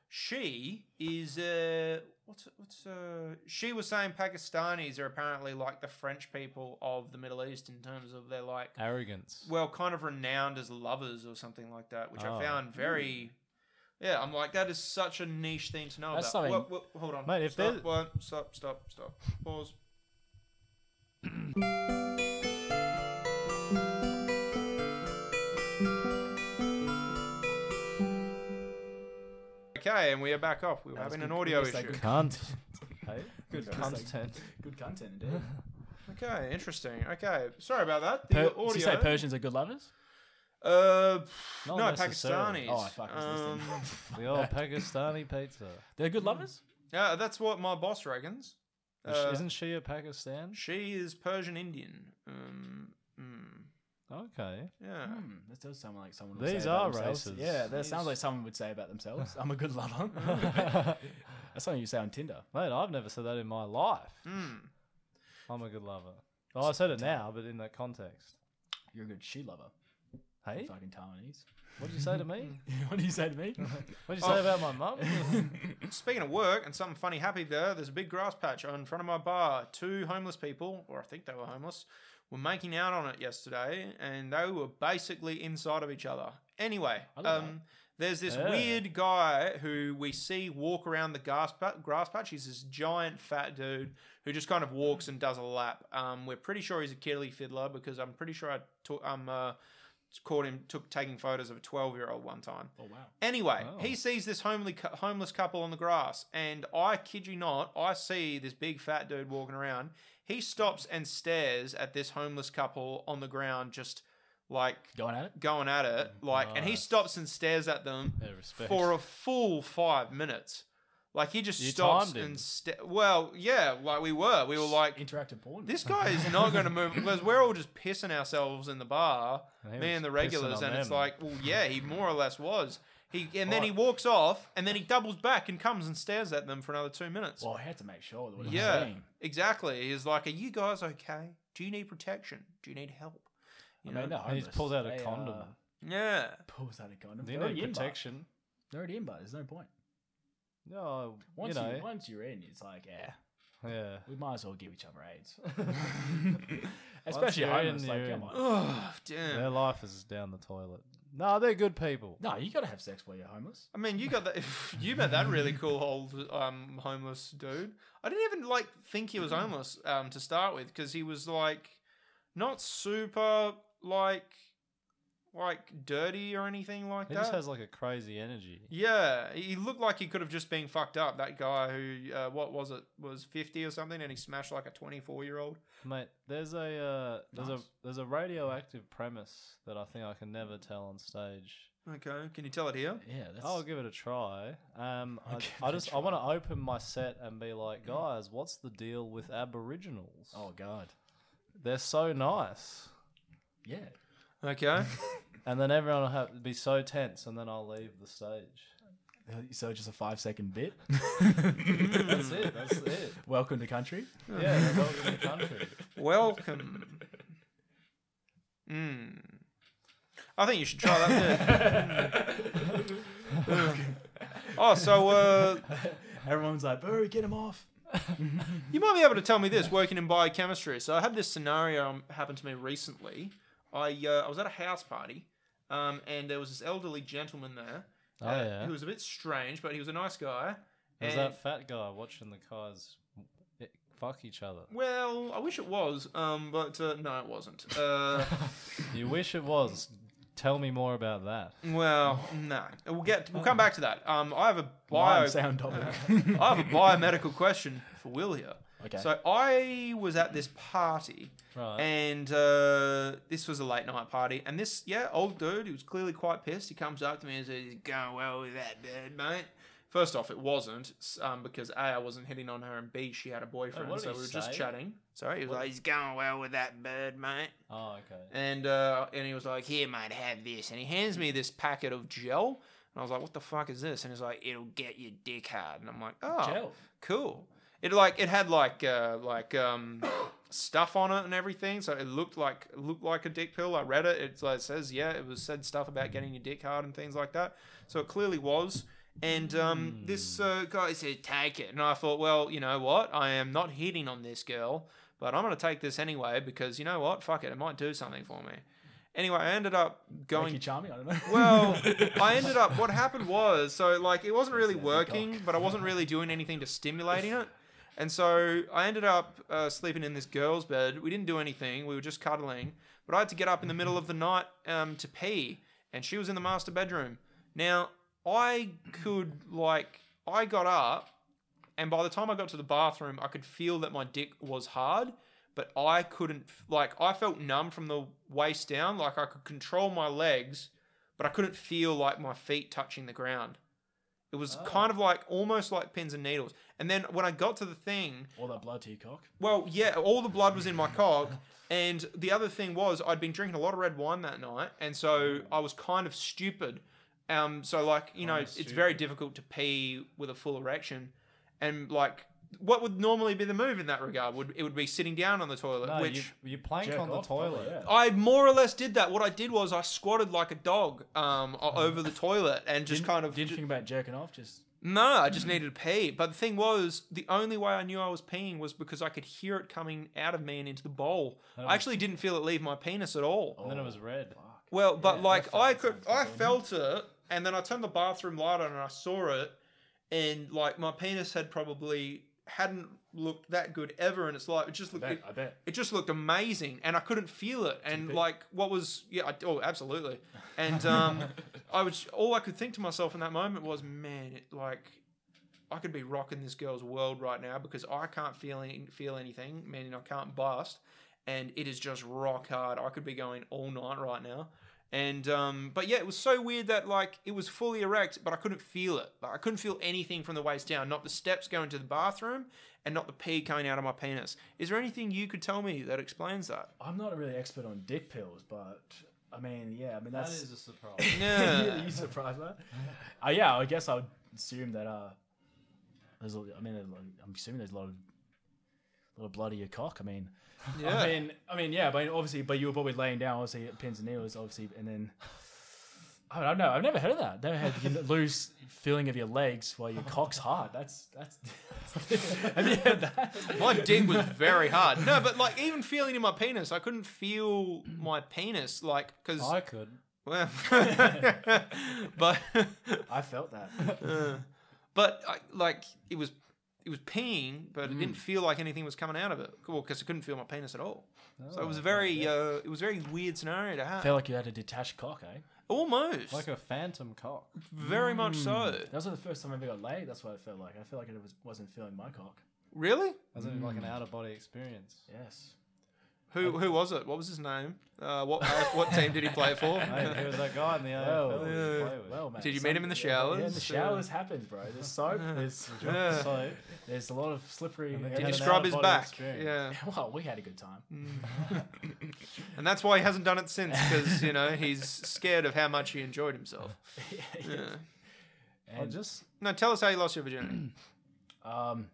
she is uh, what's what's uh, she was saying Pakistanis are apparently like the French people of the Middle East in terms of their like
arrogance.
well, kind of renowned as lovers or something like that, which
Oh.
I found very. Yeah, I'm like that is such a niche thing to know
That's
about.
something-
Whoa, whoa, hold on,
Mate, if
stop,
there's-
whoa, stop, stop, stop, pause. Okay, and we are back off. We were
That was
having
good-
an audio
yes, that
issue.
Cunt. hey,
Good
content.
Good content, dude.
Okay, interesting. Okay, sorry about that. The
Per-
audio.
Did you say Persians are good lovers?
uh,
Not
no,
necessarily.
Pakistanis.
Oh, fuck, I was listening.
Um,
The old Pakistani pizza.
They're good lovers.
Yeah, that's what my boss reckons.
Is-
Uh,
Isn't she a Pakistan?
she is Persian Indian. Um, mm,
Okay.
yeah.
Hmm, that does sound like someone. Would
These
say about
are
themselves.
races.
Yeah, that
These-
sounds like someone would say about themselves. I'm a good lover. That's something you say on Tinder.
Mate, I've never said that in my life.
Hmm.
Mm.
I'm a good lover. Well, I said it now, but in that context.
You're a good she lover.
Hey,
Fucking Taiwanese.
what did you say to
Hmm.
me?
what do you say to me?
What did you
Oh.
say about my mum?
Speaking of work and something funny happy there, there's a big grass patch in front of my bar. Two homeless people, or I think they were homeless, were making out on it yesterday, and they were basically inside of each other. Anyway,
love
um, there's this
Yeah.
weird guy who we see walk around the grass, pa- grass patch. He's this giant fat dude who just kind of walks and does a lap. Um, we're pretty sure he's a Kelly fiddler because I'm pretty sure I took um uh, caught him took taking photos of a 12 year old one time.
oh wow.
Anyway,
Wow.
he sees this homely cou- homeless couple on the grass, and I kid you not, I see this big fat dude walking around. He stops and stares at this homeless couple on the ground, just like
Going at it.
going at it, like, and he
Nice.
stops and stares at them
Yeah, respect.
for a full five minutes. Like he just
You
stops
timed him.
and sta- well, yeah, like we were, we were like,
interactive porn.
this guy is not going to move because we're all just pissing ourselves in the bar,
he
me
was
and the
pissing
regulars,
on
and it's
them.
like, well, yeah, he more or less was. He and then he walks off, and then he doubles back and comes and stares at them for another two minutes.
Well, I had to make sure that what he was
yeah,
saying.
exactly. He's like, are you guys okay? Do you need protection? Do you need help? You
I mean, they're
He
homeless.
just pulls out a
They,
condom.
uh,
Yeah.
pulls out a condom.
Do
They're
you need
already in, but-
protection?
They're already in, but there's no point.
No, you
Once you,
know.
once you're in, it's like, yeah,
yeah.
we might as well give each other AIDS. Especially
you're in,
homeless. Like,
you're in.
come on.
Oh damn.
Their life is down the toilet. No, they're good people.
No, you gotta have sex while you're homeless.
I mean, you got that. You met that really cool old um, homeless dude. I didn't even like think he was
Mm-hmm.
homeless um, to start with because he was like not super like like dirty or anything like
He
that.
just has like a crazy energy.
yeah, he looked like he could have just been fucked up. That guy who uh, what was it was fifty or something, and he smashed like a twenty four year old.
Mate, there's a uh, there's a
Nice.
there's a radioactive premise that I think I can never tell on stage.
Okay, can you tell it here?
Yeah, that's
I'll give it a try. Um, I,
I'll give
I
it a
just I want to open my set and be like, guys, what's the deal with Aboriginals?
Oh god.
They're so nice,
Yeah.
Okay,
and then everyone will have be so tense, and then I'll leave the stage.
So just a five second bit.
That's it. That's it.
Welcome to country.
Yeah, they're welcome to country.
welcome. Mm. I think you should try that. Yeah. Oh, so uh,
Everyone's like, "Boo, get him off."
you might be able to tell me this working in biochemistry. So I had this scenario um, happen to me recently. I uh, I was at a house party, um, and there was this elderly gentleman there
Oh
uh,
yeah.
who was a bit strange, but he was a nice guy.
There's
And,
that fat guy watching the cars eh, fuck each other.
well, I wish it was, um, but uh, no, it wasn't. Uh,
You wish it was. Tell me more about that.
well, no, we'll get we'll
Oh.
come back to that. Um, I have a bio
Wild sound topic.
I have a biomedical question for Will here.
Okay.
So I was at this party.
Right.
And uh, this was a late night party. And this, yeah, old dude, he was clearly quite pissed. He comes up to me and says, "It's going well with that bird, mate. First off, it wasn't s- um, because A, I wasn't hitting on her, and B, she had a boyfriend.
did
so
he
we were just
say?
chatting. Sorry, he was like, it's going well with that bird, mate.
oh okay.
And, uh, and he was like, here, mate, have this. And he hands me this packet of gel. And I was like, what the fuck is this? And he's like, it'll get your dick hard. And I'm like, oh,
Gel.
cool. It like it had like uh, like um, stuff on it and everything, so it looked like it looked like a dick pill. I read it. It's like it says yeah, it was said stuff about getting your dick hard and things like that. So it clearly was. And um, this uh, guy said take it, and I thought, well, you know what? I am not hitting on this girl, but I'm gonna take this anyway because you know what? Fuck it, it might do something for me. Anyway, I ended up
Thank
going
you, Charmy. I don't know.
well, I ended up. What happened was, so like it wasn't really working, but I wasn't really doing anything to stimulating it, and so I ended up uh, sleeping in this girl's bed. We didn't do anything; we were just cuddling. But I had to get up in the middle of the night um, to pee, and she was in the master bedroom. Now I could like I got up, and by the time I got to the bathroom, I could feel that my dick was hard. But I couldn't, like, I felt numb from the waist down. Like, I could control my legs, but I couldn't feel like my feet touching the ground. It was kind of like almost like pins and needles. And then when I got to the thing,
All that blood to your cock.
well, yeah, all the blood was in my cock. And the other thing was, I'd been drinking a lot of red wine that night, and so I was kind of stupid. Um, so like you know, it's very difficult to pee with a full erection, and like what would normally be the move in that regard would it would be sitting down on the toilet,
No,
which
you you plank
Jerk
on the
off,
toilet. Oh,
probably, yeah.
I more or less did that. What I did was I squatted like a dog um, o- over the toilet and just
Didn't-
kind of
Didn't think about jerking off. Just
no, I
Mm-hmm.
just needed to pee. But the thing was, the only way I knew I was peeing was because I could hear it coming out of me and into the bowl.
Oh.
I actually didn't feel it leave my penis at all.
And then it was red.
Well, but
Yeah,
like
that
I
fucking
could,
sounds
I
good.
felt it, and then I turned the bathroom light on and I saw it, and like my penis had probably hadn't looked that good ever, and it's like it just
I
looked.
bet.
it-
I bet.
it just looked amazing and I couldn't feel it. And
big?
like, what was, yeah, I, oh, absolutely. And um, I was, all I could think to myself in that moment was, man, it, like, I could be rocking this girl's world right now because I can't feel, any, feel anything, meaning I can't bust. And it is just rock hard. I could be going all night right now. And, um, but yeah, it was so weird that like it was fully erect, but I couldn't feel it. Like, I couldn't feel anything from the waist down, not the steps going to the bathroom and not the pee coming out of my penis. Is there anything you could tell me that explains that?
I'm not a really expert on dick pills, but I mean, yeah. I mean,
That
that's
is a surprise.
Yeah.
you surprised by that? Uh, yeah, I guess I would assume that. Uh, there's, a, I mean, there's a lot- I'm assuming there's a lot of, a lot of blood in your cock. I mean,
Yeah.
I mean, I mean, yeah, but obviously, but you were probably laying down, obviously, pins and needles, obviously, and then. I don't know. I've never heard of that. Never had you lose feeling of your legs while your cock's hard. That's that's. have you heard that?
my dick was very hard. No, but like even feeling in my penis, I couldn't feel my penis like because
I could.
Well, but
I felt that.
uh, but I, like it was it was peeing, but it didn't feel like anything was coming out of it. Well, because I couldn't feel my penis at all. so
Oh,
it was a very uh, it was a very weird scenario to have.
felt like you had a detached cock, eh?
Almost,
Like a phantom cock.
very much so.
That was the first time I ever got laid. That's what it felt like. I felt like it was, wasn't feeling my cock.
Hmm.
Really?
As in
Mm.
like an out of body experience.
Yes.
Who who was it? What was his name? Uh, what what team did he play for?
Mate, there was that guy in the
Oh,
AFL that you play with.
Well, mate.
Did you
some-
meet him in the
Yeah,
showers?
in the showers happens, bro. There's soap. There's
Yeah.
So,
there's a lot of slippery.
And they
Did
had
you
an
scrub his
out-of-body
back?
experience.
Yeah.
Well, we had a good time.
And that's why he hasn't done it since, because you know he's scared of how much he enjoyed himself. Yeah.
I
And
just
No, tell us how you lost your virginity.
um,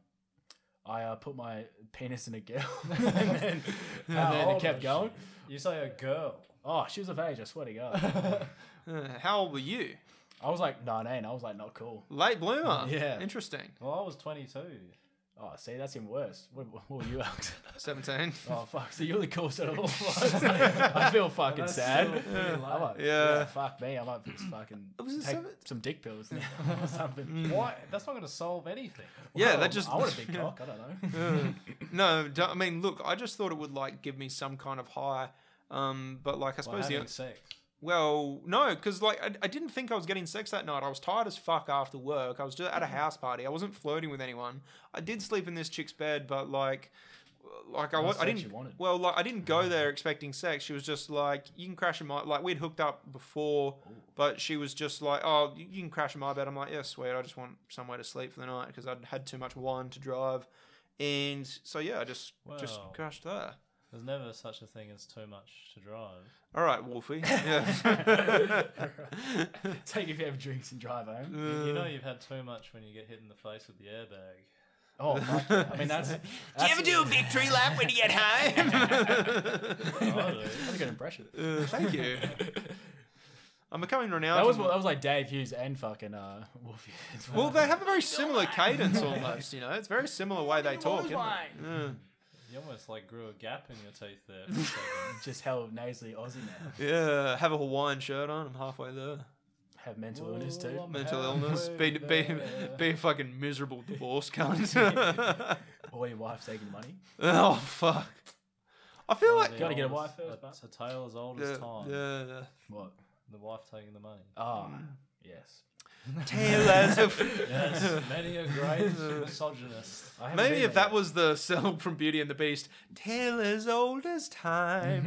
I uh, put my penis in a girl, and then, and then
old
it kept
was
going.
you say a girl.
Oh, she was of age. I swear to God.
Uh, how old were you?
I was like 19. I was like, not cool.
Late bloomer.
Yeah.
Interesting.
Well, I was 22.
Oh, see, that's even worse. What, what were you, Alex?
Seventeen.
oh, fuck. So you're the coolest out of all of us. I feel fucking
That's
sad.
still pretty
I
low.
might,
Yeah.
Fuck me. I might just fucking
Was it
take
seven-
some dick pills now or something.
Why? That's not going to solve anything.
Yeah,
Well,
that just.
I want a big cock. I don't know.
Uh, no, d- I mean, look, I just thought it would like give me some kind of high. Um, but like, I
By
suppose
having
the
sex.
well, no, because like I, I didn't think I was getting sex that night. I was tired as fuck after work. I was just at a house party. I wasn't flirting with anyone. I did sleep in this chick's bed, but like, like I,
No
was, I
sex
didn't.
you wanted.
Well, like I didn't go there expecting sex. She was just like, "You can crash in my." Like we'd hooked up before, but she was just like, "Oh, you you can crash in my bed." I'm like, "Yeah, sweet. I just want somewhere to sleep for the night because I'd had too much wine to drive." And so yeah, I just just
Wow.
crashed there.
There's never such a thing as too much to drive.
All right, Wolfie. Yeah.
Take if you have drinks and drive home.
Mm.
you know you've had too much when you get hit in the face with the airbag.
Oh, fuck yeah. I mean, that's.
Do you ever do a victory lap when you get home?
I do.
That's a good impression.
Uh, thank you. I'm becoming renowned.
That was
for-
that was like Dave Hughes and fucking uh, Wolfie. as well.
well, they have a very similar cadence almost, you know. It's a very similar way they talk. Isn't it?
You almost like grew a gap in your teeth there. for a second.
Just hell nasally Aussie now.
Yeah, have a Hawaiian shirt on. I'm halfway there.
Have mental illness too.
Well, I'm
Mental
halfway
illness. Be, be,
there.
be a fucking miserable divorce cunt.
Or your wife's taking money.
oh, fuck. I feel like.
The
Gotta get a
oldest-
wife first,
It's a tale as old
Yeah,
as time.
yeah,
What?
The wife taking the money.
Ah, yes.
yeah. Tale as of-
Yes, many a great misogynist.
I haven't
Maybe
been
if
there
that was the song from Beauty and the Beast, tale as old as
Mm-hmm.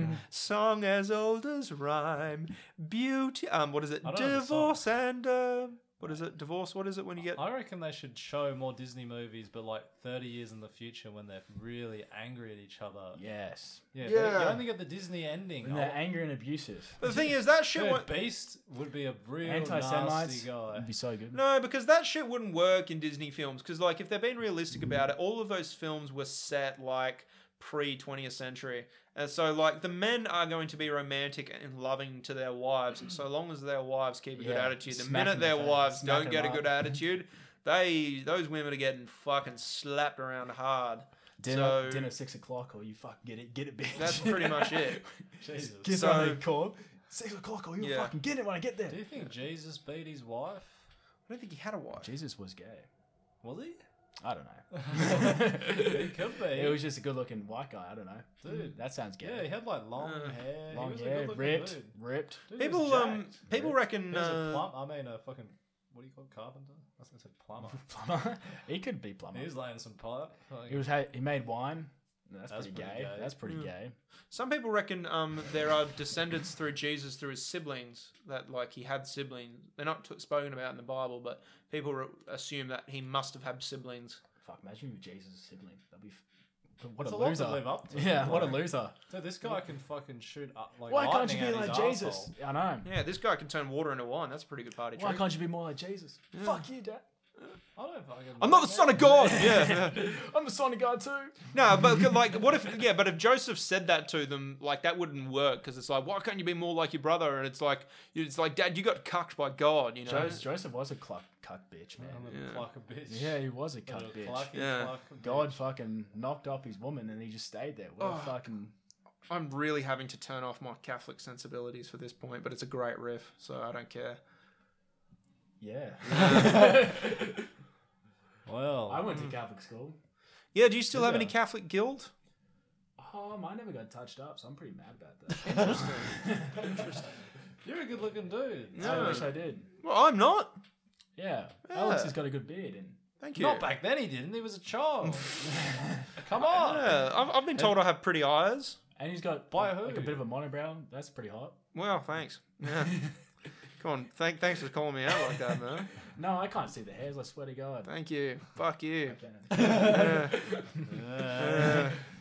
time, song as old as rhyme, beauty. Um, what is it?
I don't know the
Divorce and uh, what is it? Divorce. What is it when you get?
I reckon they should show more Disney movies, but like 30 years in the future when they're really angry at each other.
yet. Yes.
Yeah,
Yeah.
They, you only get the Disney ending.
And
Oh,
they're angry and abusive.
The thing is that shit.
dude,
Won't,
Beast would be a real
Anti-Semites
nasty guy.
would be so good.
no, because that shit wouldn't work in Disney films. Because like, if they're being realistic about it, all of those films were set like pre 20th century. And so like the men are going to be romantic and loving to their wives. And so long as their wives keep a good
Yeah,
attitude, the
smack
minute
in the
their
face,
wives
smack
don't
'em
get a
up.
good attitude, they those women are getting fucking slapped around hard.
Dinner,
so
dinner six o'clock, or you fuck get it, get it, bitch.
that's pretty much it.
Jesus.
Give
So-
her a call. Six o'clock, or you'll
Yeah.
fucking get it when I get there.
Do you think Jesus beat his wife?
I don't think he had a wife.
Jesus was gay.
Was he?
I don't know.
He could be.
It was just a good-looking white guy. I don't know.
Dude.
that sounds gay.
yeah, he had like long hair. he
Long
was a
hair,
good-looking
ripped,
dude.
ripped.
Dude, he was
Uh, People um
jacked.
people
Ripped.
reckon
He was a
uh,
plum. I mean, a fucking what do you call it? carpenter? I think I said plumber.
Plumber. he could be plumber.
he was laying some pipe. Like,
He was ha- he made wine. That's,
That's
pretty,
pretty
gay.
gay.
That's pretty gay.
Some people reckon um, there are descendants through Jesus through his siblings that like he had siblings. They're not t- spoken about in the Bible, but people re- assume that he must have had siblings.
Fuck, imagine you were Jesus' sibling. That'd be. F- what
It's
a
a lot to
loser!
live up to,
yeah, what a
like-
loser!
so this guy can fucking shoot up like
Why can't you be
lightning out
like
his
Jesus?
arsehole.
I know.
Yeah, this guy can turn water into wine. That's a pretty good party
Why
trick.
can't you be more like Jesus? Fuck you, Dad.
I don't fucking.
I'm not the son of God. yeah.
I'm a son of God too.
No, but like, what if? Yeah, but if Joseph said that to them, like that wouldn't work because it's like, why can't you be more like your brother? And it's like, it's like, Dad, you got cucked by God. You know.
Joseph, Joseph was a cluck, cuck bitch, man.
I'm a pluck a bitch.
Yeah, he was a
I'm
cuck
a
bitch.
plucky
Yeah.
pluck bitch. Oh.
God fucking knocked up his woman and he just stayed there. What a fucking
I'm really having to turn off my Catholic sensibilities for this point, but it's a great riff, so I don't care.
Yeah.
Well,
I went to Catholic school.
Yeah, do you still have any
Yeah.
Catholic guild?
Oh, mine never got touched up, so I'm pretty mad about that.
You're a good looking dude.
I wish I did.
Well, I'm not.
Yeah. Alex
Yeah.
has got a good beard and
Thank you.
Not back then he didn't. He was a child. Come on.
Yeah, I've, I've been told I have pretty eyes.
and he's got
By
like,
who?
a bit of a monobrow. That's pretty hot.
Well, thanks. Yeah. Come on, thank, thanks for calling me out like that, man.
No, I can't see the hairs. I swear to God.
Thank you. Fuck you.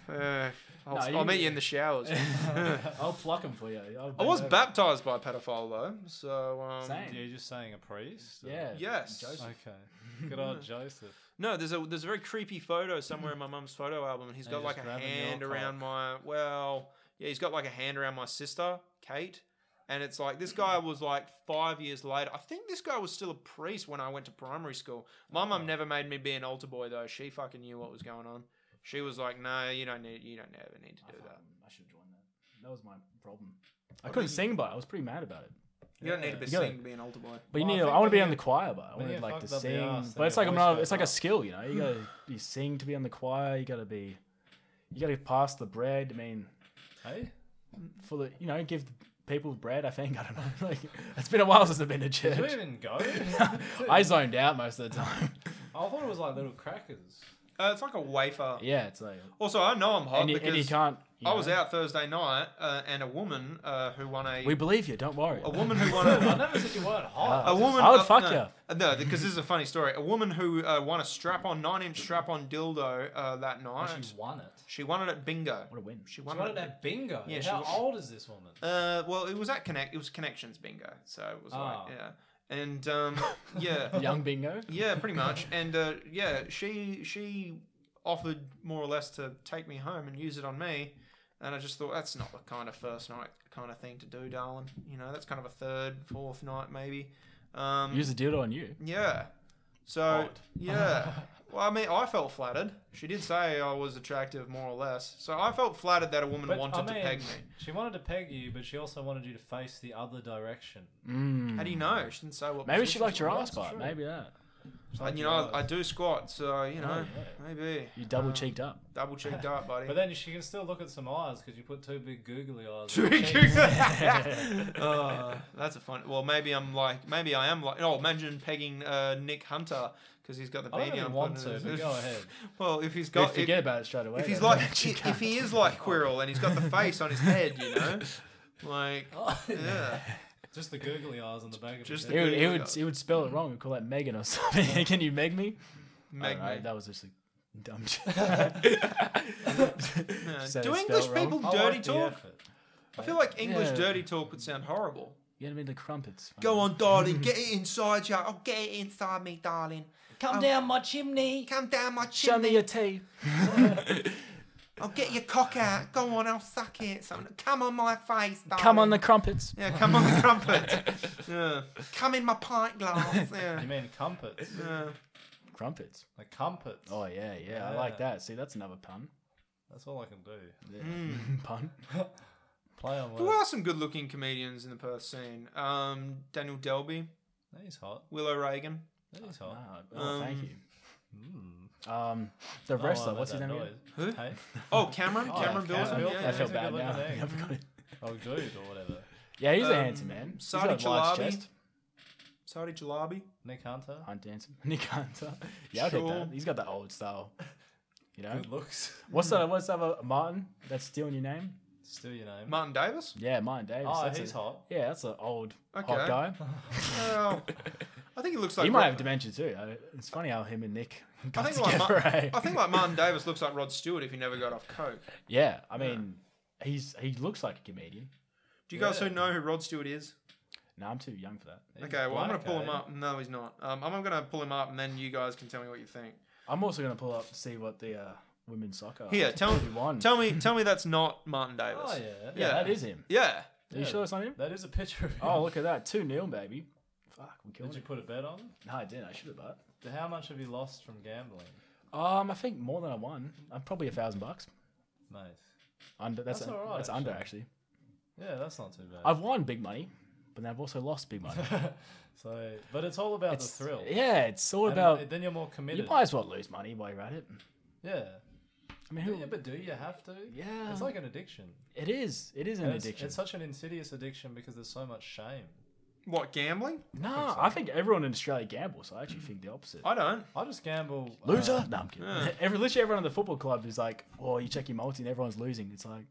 Uh, uh, uh, I'll,
No, you-
I'll meet you in the showers.
I'll pluck them for you. I'll
I was
bend over.
baptized by a pedophile though, so um,
Same.
you're just saying a priest? or-
Yeah.
Yes.
Joseph.
Okay. Good old Joseph.
no, there's a there's a very creepy photo somewhere in
Mm.
my mum's photo album, and he's
And
got
he's
like a
just grabbing your
hand around my well, yeah, he's got like a hand around my sister Kate, and it's like this guy was like five years later. I think this guy was still a priest when I went to primary school. My mum never made me be an altar boy though. She fucking knew what was going on. She was like, no, you don't need, you don't ever need to do that.
I fucking- I should join that. That was my problem. I couldn't sing, but I was pretty mad about it.
You don't need to be
Yeah.
singing to be an altar boy.
But you
Well, I
need. I,
think
want to
when
be on
you-
the choir, but I
when
wanted
you
like to
fucked up the
sing.
arse, then
but it's
your
like I'm
voice
not.
goes
It's like a
up.
skill, you know. You gotta be sing to be on the choir. You gotta be. You gotta pass the bread. I mean,
Hey?
for the you know, give the people bread. I think I don't know. Like it's been a while since I've been to
Did you
church.
even go?
I zoned out most of the time.
I thought it was like little crackers.
Uh, it's like a wafer.
yeah, it's like
Also, I know I'm hot
and you,
Oh, because
and you can't. you
I was
know.
out Thursday night, uh, and a woman uh, who won a
We believe you. Don't worry.
a woman who won a,
I never said you weren't hot.
a woman.
I would
uh,
fuck
no,
ya.
uh, No, because this is a funny story. A woman who uh, won a strap-on nine-inch strap-on dildo uh, that night.
She
She,
won it.
won it at bingo.
What a win.
She
She
won
won
it.
it at bingo.
Yeah, she
How
won-
old is this woman?
uh, well, it was at connect. It was connections bingo, so it was
Ah.
like yeah, and um, yeah,
Young bingo.
Yeah, pretty much. And uh, yeah, she she offered more or less to take me home and use it on me, and I just thought that's not the kind of first night kind of thing to do, darling. You know, that's kind of a third, fourth night maybe. Um,
Use the dildo on you.
yeah. So
Odd.
yeah. Well, I mean, I felt flattered. She did say I was attractive, more or less. So I felt flattered that a woman
But,
wanted
I mean,
to peg me.
She wanted to peg you, but she also wanted you to face the other direction.
How do
hmm.
you know? She didn't say what.
Mm. Maybe she
position
liked your
Yeah, that's
ass part.
true.
Maybe that.
I, you know, I, I do squat, so
Oh,
you know,
yeah.
maybe Um,
You double cheeked up.
double cheeked up, buddy.
But then she can still look at some eyes because you put two big googly eyes.
Two
on her cheeks.
Oh, that's a fun. Well, maybe I'm like, maybe I am like. Oh, imagine pegging uh, Nick Hunter because he's got the
I
beanie
don't really
on.
want
putting
to,
it-
but go ahead.
Well, if he's
Go
got,
forget about it straight away.
if, if he's
though.
like, i- if he is like Quirrell and he's got the face on his head, you know, like, yeah,
Just the googly eyes on the back of
Just the
her head.
It would, it
Google
would,
does.
it would spell it wrong. We'd call that Megan or something. Can you Meg me?
Meg
Alright,
me.
That was just a dumb
Yeah.
said
Do
it's
English
spelled wrong.
people
I like
dirty
the
talk?
effort.
I feel like English
Yeah.
dirty talk would sound horrible.
You gotta be the crumpets.
Go on, darling, get it inside you. I'll get it inside me, darling. Oh.
Come down my chimney.
Come down my
Show me
chimney.
your tea.
I'll get your cock out. Go on, I'll suck it. Something. Come on my face, darling.
Come on the crumpets.
Yeah, come on the trumpet. yeah. Come in my pint glass. Yeah.
You mean comfits?
yeah.
Crumpets.
Like comfits.
Oh yeah, yeah, I like
Yeah.
that. See, that's another pun.
That's all I can do.
Mm.
Pun.
Play on
There
words.
are some good-looking comedians in the Perth scene. Um, Daniel Delby,
He's hot.
Willow Reagan.
He's
Oh,
hot.
oh, thank you. Um, the
Oh, I
wrestler.
made
What's his
that
name? again?
noise.
Who?
Hey?
Oh, Cameron. Cameron
Cameron
Bilson.
Bilson.
Yeah,
I
yeah,
feel
yeah.
he's a
bad
good
now.
looking
I forgot it.
Oh, dude, or whatever.
Yeah, he's
Um,
a handsome man. He's
Sadi
got a large
Chalabi.
chest.
Saudi Jalabi.
Nick Hunter.
Hunt handsome. Nick Hunter. Yeah, I'll take
Sure.
that. He's got that old style. You know.
Good looks.
What's that? What's that? other- Martin? That's stealing your name?
Still your name.
Martin Davis.
Yeah, Martin Davis.
oh,
that's
he's
a,
hot.
Yeah, that's an old
Okay.
hot guy.
Well, I think he looks like
he might
Rod-
have dementia too. I- It's funny how him and Nick
I
got
think, like
together.
Mar-
eh?
I think like Martin Davis looks like Rod Stewart if he never got off coke.
yeah, I mean, he's he looks like a comedian.
Do you guys who know who Rod Stewart is?
No, I'm too young for that.
He's
okay, well I'm gonna
black,
pull him
eh?
up. No, he's not. Um, I'm gonna pull him up and then you guys can tell me what you think.
I'm also gonna pull up to see what the uh, women's soccer.
Here, tell
who won.
tell me tell me that's not Martin Davis.
Oh, yeah.
Yeah.
that is him.
Yeah.
Are you
Yeah.
sure it's not him?
That is a picture of him.
Oh, look at that, two 0 baby. Fuck, we
Did
killed
you
it.
put a bet on?
No, I didn't. I should have bet.
How much have you lost from gambling,
Uh, Um, I think more than I won. I'm probably a thousand bucks.
mate?
Under that's
That's
a-
alright,
that's under
actually.
actually.
Yeah, that's not too bad.
I've won big money, but then I've also lost big money.
so, but it's all about the thrill.
Yeah, it's all
And
about
then you're more committed.
you might as well lose money while you're at it.
yeah.
I mean,
Do
who,
you, but do you have to?
Yeah.
It's like an addiction.
it is it is an
And it's-
addiction.
It's, such an insidious addiction because there's so much shame.
What gambling?
no, I think everyone in Australia gambles. I actually think the opposite.
I don't.
I just gamble. uh,
Loser? no, I'm kidding.
Yeah.
Every literally everyone in the football club is like, "Oh, you check your multi and everyone's losing." It's like,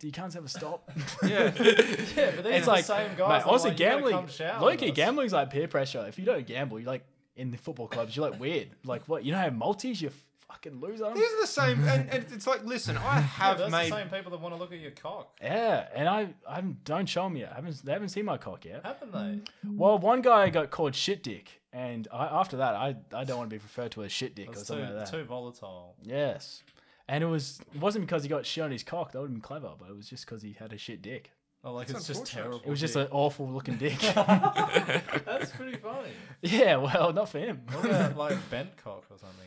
"Do you can't have a stop?"
Yeah.
yeah, but they're
it's
the
like,
same guys.
mate,
that are
honestly,
like, "You gotta
gambling,
come shower
low
with
key,
us."
gambling's like peer pressure. If you don't gamble, you're like in the football clubs, you're like weird. Like, what? You don't have multis, you fucking loser.
These are the same, and, and it's like, listen, I
Yeah,
have
but that's
made.
the same people that want to look at your cock,
Yeah, and I, I haven't, don't show me yet. I haven't, they haven't seen my cock yet.
haven't they?
Well, one guy got called shit dick, and I, after that, I, I don't want to be referred to as shit dick or
It's
something
too,
like that.
too volatile.
Yes, and it was, it wasn't because he got shit on his cock. That would have been clever, but it was just because he had a shit dick.
Oh, like
It's
it's just
unfortunate.
terrible.
It was just
dick.
an awful looking dick.
That's pretty funny.
yeah, well, not for him.
What about like bent cock or something?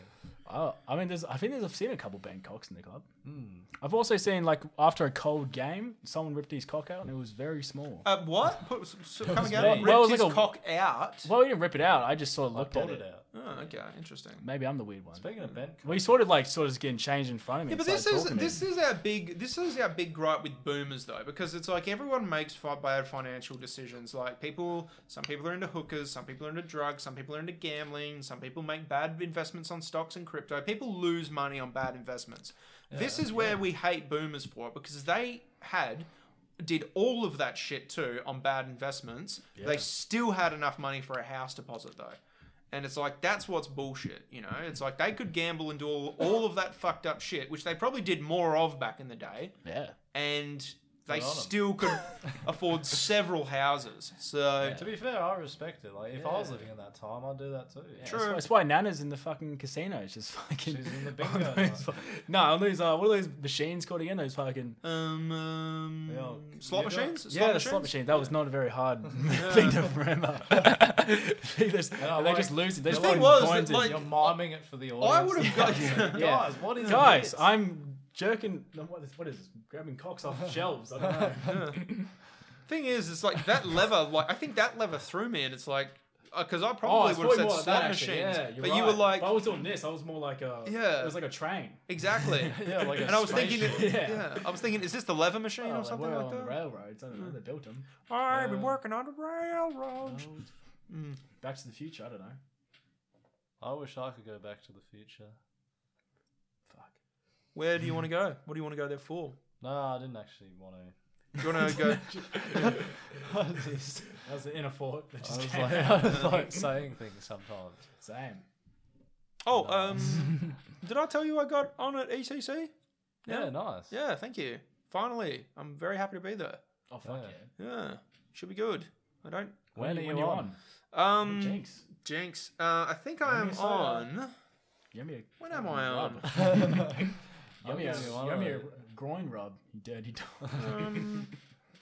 Oh, I mean, there's. I think there's. I've seen a couple Bangkoks in the club.
Hmm.
I've also seen like after a cold game, someone ripped his cock out and it was very small.
Uh, what? Put, s- s- come
was
again?
me.
Ripped
Well, it was
his
like a-
cock out.
well, he didn't rip it out. I just sort of
I
looked
pulled
at
it
it.
out.
Oh, okay, interesting.
Maybe I'm the weird one.
Speaking of bent cock,
We sort of like sort of getting changed in front of me.
Yeah, but this is this is our big this is our big gripe with boomers though, because it's like everyone makes fi- bad financial decisions. Like people, some people are into hookers, some people are into drugs, some people are into gambling, some people make bad investments on stocks and crypto. People lose money on bad investments. this is where we hate boomers for it because they had did all of that shit too on bad investments. They still had enough money for a house deposit though. And it's like that's what's bullshit, you know. It's like they could gamble and do all, all of that fucked up shit, which they probably did more of back in the day,
yeah.
and they
Good on 'em.
still could afford several houses. So
to be fair, I respect it. Like if I was living in that time, I'd do that too.
True.
That's why, that's why Nana's in the fucking casino. It's just fucking.
She's in the
on
bingo.
those- no, on these uh, what are those machines called again? Those fucking
um, um
Yeah.
slot
Yeah.
machines, slot
yeah, the
machines?
slot machine. That was not a very hard thing to remember. they just,
I
they
like-
just lose it. They
The
just
thing
throwing
was that,
coins in.
like,
You're miming it for the audience.
I would have got.
Yeah.
Guys, what is
Guys,
this?
I'm jerking. no, What is, what is this? Grabbing cocks off shelves. I don't know.
Thing is, it's like that lever. Like I think that lever threw me, and it's like because I
Oh,
probably
it's
would have
probably
said
more like
slot
that, actually.
machines,
Yeah, you're
but
right.
you were like
If I was doing this. I was more like a.
Yeah.
It was like a train.
exactly.
yeah, like a
And I was
spaceship.
thinking, yeah.
spaceship. Yeah.
I was thinking, is this the lever machine
Oh,
or
like,
something
we're
like
on
that? Hmm.
the railroads. I don't know. They built them.
I've been
Uh,
working on the railroad. Hmm.
Back to the Future. I don't know.
I wish I could go back to the future.
Fuck.
Where do you want to go? What do you want to go there for?
No, I didn't actually want to.
Do you want to go?
I was just,
That was the inner thought that
I
just
was
came
like,
out.
I was like saying things sometimes.
Same.
Oh, um, did I tell you I got on at ECC?
Yeah,
Yeah.
nice.
Yeah, thank you. Finally, I'm very happy to be there.
Oh fuck
Yeah.
yeah.
Yeah, should be good. I don't.
When, are you,
you
on?
Um, Jinx.
Jinx.
Uh, I think I am
say that. Oh,
on.
Yummy.
When am I on?
Yummy.
gonna be on
Yummy.
it.
Groin rub. You dirty dog.
Um,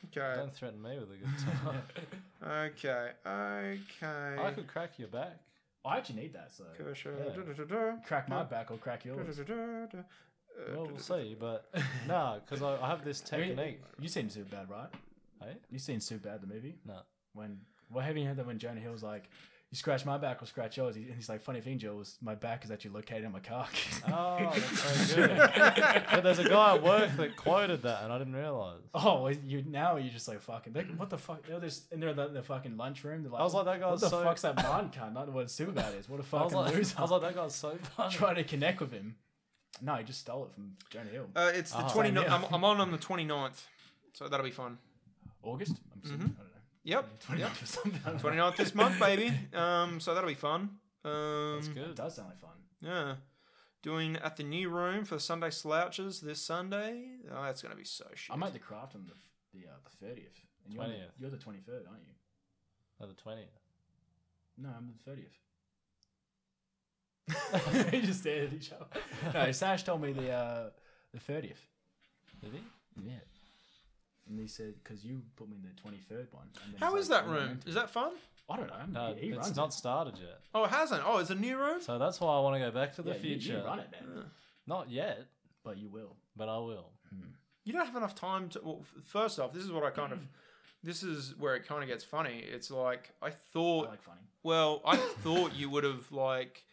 okay.
Don't threaten me with a good time.
Okay.
I
Okay.
could crack your back.
I actually need that. So
Kosher.
Yeah.
Da-da-da-da.
crack my back or crack yours.
Da-da-da-da. Uh,
Well, we'll see, but nah, because I, I have this technique.
You seen Super Bad, right?
eh?
You seen Super Bad the movie?
No.
When what haven't you heard that when Jonah Hill's like, you scratch my back, I'll scratch yours, and he's like, funny thing, Jules, my back is actually located on my cock.
Ah.
Oh, that's so good. but there's a guy at work that quoted that, and I didn't realize.
oh, well, you now you're just like fucking. They, what the fuck? They're just and they're in the, the fucking lunchroom. They're like,
I was like, that
what
guy's
the
so.
fuck's that mind cunt? Not what Super Bad is. What a
I was
fucking
like,
loser.
I was like, that guy's so funny.
trying to connect with him. No, he just stole it from Jonah Hill.
Uh, it's the
Oh.
29th.
Yeah.
I'm, I'm on on the 29th, so that'll be fun.
August. I'm
Mm-hmm.
assuming, I don't know.
Yep.
29
yep.
or something. I don't know.
29th this month, baby. Um, so that'll be fun. Um,
That's
It
good.
does sound like fun.
Yeah. Doing at the new room for Sunday Slouches this Sunday. Oh, that's gonna be so shit.
I'm at the craft on the the uh, the thirtieth. And you're, on the-
20th.
you're the twenty third, aren't you?
Oh, the twentieth.
No, I'm the thirtieth. we just stared at each other. No, Sash told me the uh, the thirtieth.
Did he?
Yeah. And he said, "Cause you put me in the twenty third one." And then
How
he's
is
like,
that
"Oh,
room?
meant to."
Is that fun?
I don't know. I'm-
No,
he runs
Uh, it's
it.
not started yet.
Oh, it hasn't. Oh, it's a new room.
So that's why I want to go back to the
Yeah, you-
future.
You, run it, man.
Not yet,
But you will.
but I will.
you don't have enough time to. Well, f- first off, this is what I kind of. This is where it kind of gets funny. It's like I
I
thought.
like funny.
Well, I thought you would have like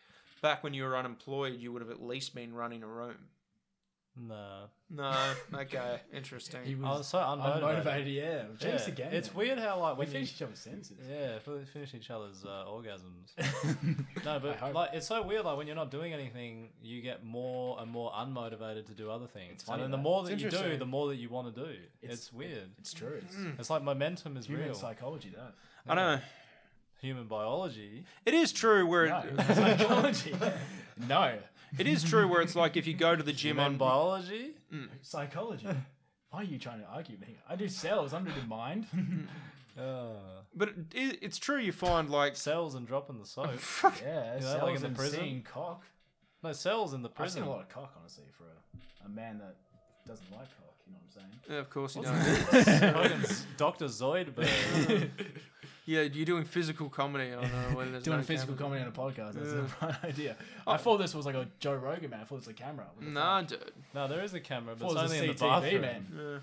back when you were unemployed, you would have at least been running a room.
No.
No, okay, interesting.
He
I
was
was so unmotivated.
unmotivated. Yeah,
Yeah.
James again.
It's
man.
weird how like
We
when you
finished each other's senses.
Yeah, fin- finish each other's uh, orgasms. no, but
hope.
like it's so weird. Like when you're not doing anything, you get more and more unmotivated to do other things.
funny,
and then the
though.
more that
It's
you do,
interesting.
the more that you want to do. It's,
It's-
weird.
It's true. It's
Mm. It's like momentum is
human
real.
psychology, that.
I don't know.
Human biology.
It is true where
No,
it,
human psychology. no,
it is true where it's like if you go to the gym
Human
on
biology.
psychology. Why are you trying to argue with me? I do cells. I'm doing mind.
Uh,
but it, it, it's true you find like
cells and dropping the soap.
yeah,
You know, like
cells
in the
and
prison?
seeing cock.
no cells in the
I've seen
prison.
a lot of cock, honestly, for a, a man that doesn't like cock. You know what I'm saying?
Yeah, of course you don't.
Doctor Zoidberg.
yeah, you're doing physical comedy. I don't know when there's
Doing
no
physical
camera.
comedy on a podcast. That's the right idea. I thought this was like a Joe Rogan man. I thought it was a camera. What the
Nah, dude.
no, there is a camera, but
fuck? I thought
it's
it was
only
a
in the
CTV
bathroom.
man.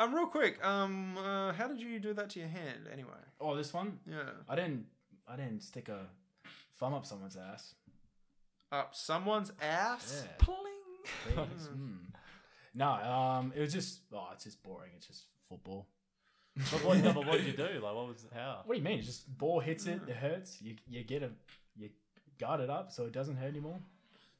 Yeah. Um, real quick. Um, uh, how did you do that to your hand anyway?
Oh, this one?
Yeah.
I didn't. I didn't stick a thumb up someone's ass.
Up someone's ass.
Yeah.
Pling.
Please. mm. No, um, it was just. Oh, it's just boring. It's just football.
But what, no, but what did you do? Like, what was how?
What do you mean? It's just ball hits it. It hurts. You you get a you guard it up so it doesn't hurt anymore.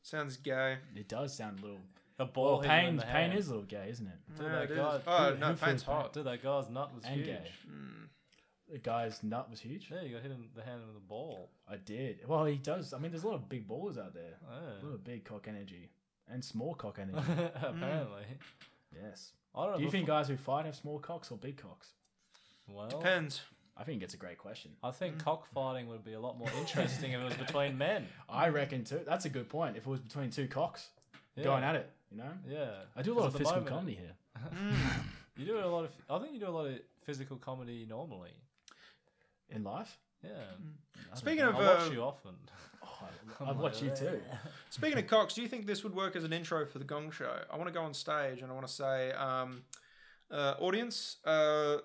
Sounds gay.
It does sound a little.
The
Well,
ball hit you in
pain
the
pain
hand.
is a little gay, isn't it?
Dude,
Yeah,
that
it is.
guy-
Oh,
who-
no,
who
pain's
feels
hot.
Dude, that guy's nut was
And
huge.
gay. The guy's nut was huge.
Yeah, you got hit in the hand with a ball.
I did. Well, he does. I mean, there's a lot of big ballers out there. A lot
Yeah.
of big cock energy and small cock energy.
Apparently.
yes.
I don't know.
Do you
befo-
think guys who fight have small cocks or big cocks?
Well,
Depends.
I think it's a great question.
I
Mm.
think cockfighting would be a lot more interesting if it was between men.
I reckon too. That's a good point. If it was between two cocks
Yeah.
going at it, you know.
Yeah.
I do a
'Cause
lot
at
of
the
physical
moment-
comedy here.
You do a lot of. I think you do a lot of physical comedy normally.
In life,
Yeah.
Mm. Speaking of
I watch
uh,
you often.
I, I watch you too.
Speaking of Cox, do you think this would work as an intro for the Gong Show? I want to go on stage and I want to say, um, uh, audience, uh,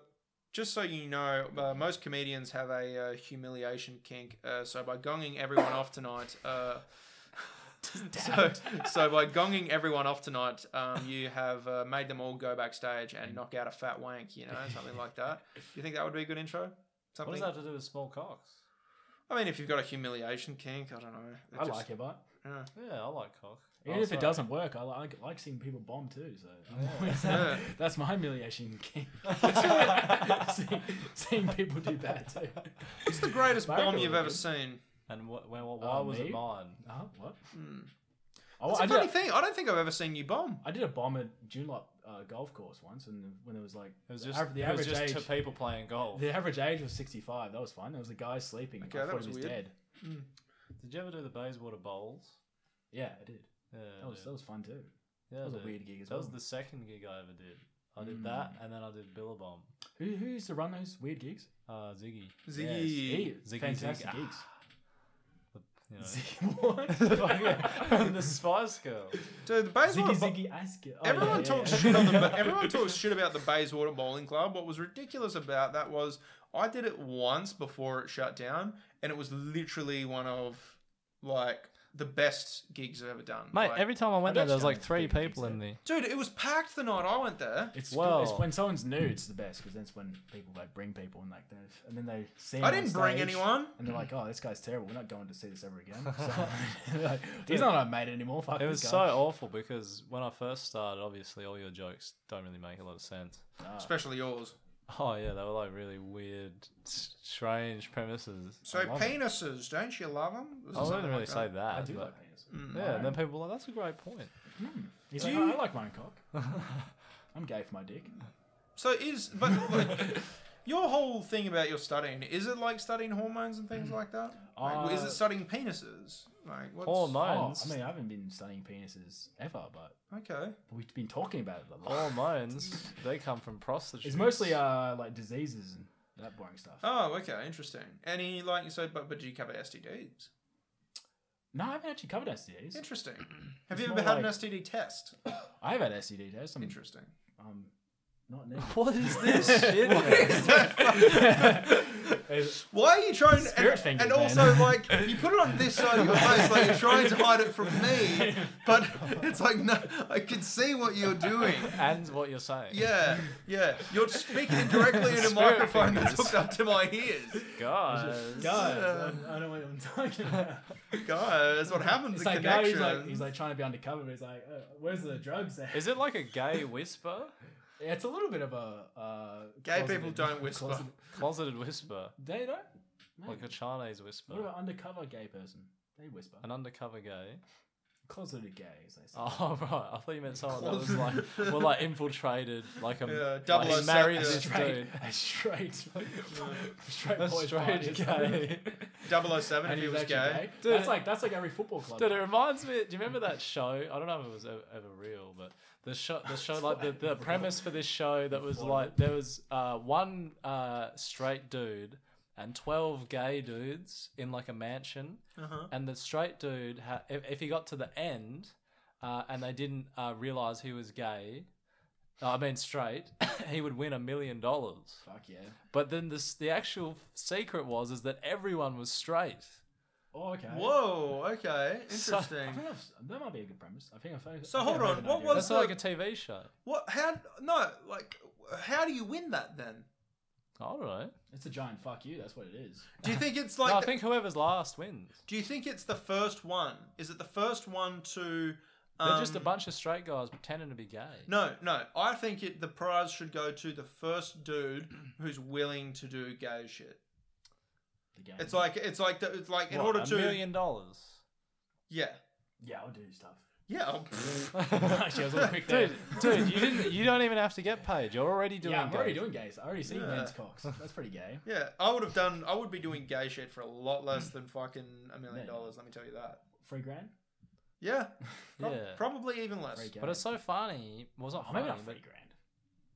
just so you know, uh, most comedians have a uh, humiliation kink. Uh, so by gonging everyone off tonight, uh, so, so by gonging everyone off tonight, um, you have uh, made them all go backstage and knock out a fat wank, you know, something like that. Do you think that would be a good intro?
What
Something.
does that have to do with small cocks?
I mean, if you've got a humiliation kink, I don't know. It
I
just-
like it, but
yeah.
Yeah, I like cock.
even
Oh,
if
sorry.
it doesn't work, I like, like seeing people bomb too. So I'm always-
Yeah.
that's my humiliation. kink. seeing, seeing people do bad too.
It's the greatest
Barracuda
bomb you've
would
ever
be
seen.
And wh- when, why
Uh,
was
me?
it mine?
Uh, what?
It's
Oh,
a
I, did
funny
a,
thing. I don't think I've ever seen you bomb.
I did a bomb at Dunlop uh, golf course once, and when there was like
It was
the
just,
aver- the
it was
average
just
age.
two people playing golf.
the average age was 65. That was fun. There was a guy sleeping.
Okay,
I
that
thought
was
he was
weird.
dead.
Did you ever do the Bayswater Bowls?
Yeah, I did.
Yeah,
That was,
dude.
that was fun too.
Yeah,
That was a
dude.
weird gig as
That was
well. Hmm.
the second gig I ever did. I did that, and then I did Billabong.
Who, who used to run those weird gigs?
Uh, Ziggy.
Ziggy.
Yes,
Ziggy,
he- fantastic
Ziggy. Ah.
gigs.
You know.
Ziggy what?
Fucking- the Spice Girl.
Dude, the Bayswater.
Ziggy
bo-
Ziggy Ask it. Oh,
everyone
yeah, yeah,
talks
yeah.
shit on the. Ba- Everyone talks shit about the Bayswater Bowling Club. What was ridiculous about that was I did it once before it shut down, and it was literally one of like the best gigs I've ever done.
Mate,
Like-
every time I went there, there was like three
Big gigs
people in there.
dude, it was packed the night I went there.
It's
Well-
well, it's when someone's new, it's the best because that's when people like bring people and like they and then they see. him
I
on
didn't bring
stage,
anyone.
And they're like,
Mm.
"Oh, this guy's terrible. We're not going to see this ever again." So, like, he's not our mate anymore. Fuck
It
this
was
guy.
so awful because when I first started, obviously all your jokes don't really make a lot of sense.
Especially yours.
Oh yeah, they were like really weird, s- strange premises.
So penises, don't you love them?
I wouldn't really say that.
Oh, I do
but-
like penis.
yeah,
Mm.
and then people were like, "That's a great point."
He's
Do
like,
you-
"Oh, I like my own cock. I'm gay for my dick.
Mm.
So is but like, your whole thing about your studying is it like studying hormones and things like that? Like, is
Mm. Uh,
it studying penises? Like what's
Hormones.
Oh, I mean, I haven't been studying penises ever, but
Okay,
we've been talking about it a lot.
Oh hormones they come from prostitutes.
It's mostly uh like diseases and that boring stuff.
oh okay, interesting. And he like you said, but but do you cover STDs?
No, I haven't actually covered STDs.
Interesting. Have you
It's
ever
more
had an
like-
STD test?
I have had STD tests. I'm,
Interesting.
I'm not negative.
What is this shit? man?
Why are you trying to,
Spirit
and,
fingers,
and
man.
also like you put it on this side of your face like you're trying to hide it from me, but it's like no, I can see what you're doing.
and what you're saying.
Yeah, yeah. You're speaking directly into a
Spirit
microphone that's
fingers.
hooked up to my ears.
Guys.
Guys, I'm- I don't know what I'm talking about.
Guys, that's what happens
It's
in
like guy,
connection.
he's like he's like trying to be undercover, but he's like, uh, "Where's the drugs?" At?
Is it like a gay whisper?
Yeah, it's a little bit of a uh,
Gay
closeted-
people don't whisper.
closeted-
Closeted whisper.
They don't. Mate,
Like a Chinese whisper.
what about undercover gay person? They whisper.
An undercover gay.
Closeted gay, as they say.
Oh right, I thought you meant someone that was like, well, like infiltrated, like a
Yeah,
like,
007,
married
yeah.
this
straight,
dude,
a straight, straight,
a
boys
straight
party.
gay.
007
And
if he
he's
was
actually
gay.
gay.
Dude.
That's like that's like every football club.
Dude, it reminds me. Do you remember that show? I don't know if it was ever, ever real, but the show, the show, like the, the premise for this show that was like there was uh, one uh, straight dude and twelve gay dudes in like a mansion, and the straight dude, ha- if, if he got to the end, uh, and they didn't uh, realize he was gay. uh, I mean, straight. he would win a million dollars.
Fuck yeah.
But then this, the actual secret was is that everyone was straight.
Oh, okay.
Whoa, okay,
So-
interesting.
I think I've, that might be a good premise. I think I've.
So
I think
hold
I've
on,
an
what
idea.
was-
That's not like a TV show.
What? How? No, like, how do you win that then?
All right.
It's a giant fuck you. That's what it is.
Do you think it's like?
no, I
the-
think whoever's last wins.
do you think it's the first one? Is it the first one to?
They're
Um,
just a bunch of straight guys pretending to be gay.
No, no. I think it, the prize should go to the first dude who's willing to do gay shit.
The game.
It's like it's like the, it's like in
Mm. What,
order
a
to
million dollars.
yeah
yeah, I'll do stuff.
yeah oh, pfft.
Actually, I was on a quick there.
Dude, dude, you didn't. You don't even have to get paid. You're already doing.
yeah, I'm already
gay.
doing gays. I already see
Yeah.
men's cocks. That's pretty gay.
yeah. I would have done. I would be doing gay shit for a lot less
Mm.
than fucking a million dollars. Let me tell you that.
Three grand.
Yeah, prob-
Yeah.
probably even
Three
less.
grand.
But it's so funny. Well, it's not
oh, maybe
funny.
not three grand.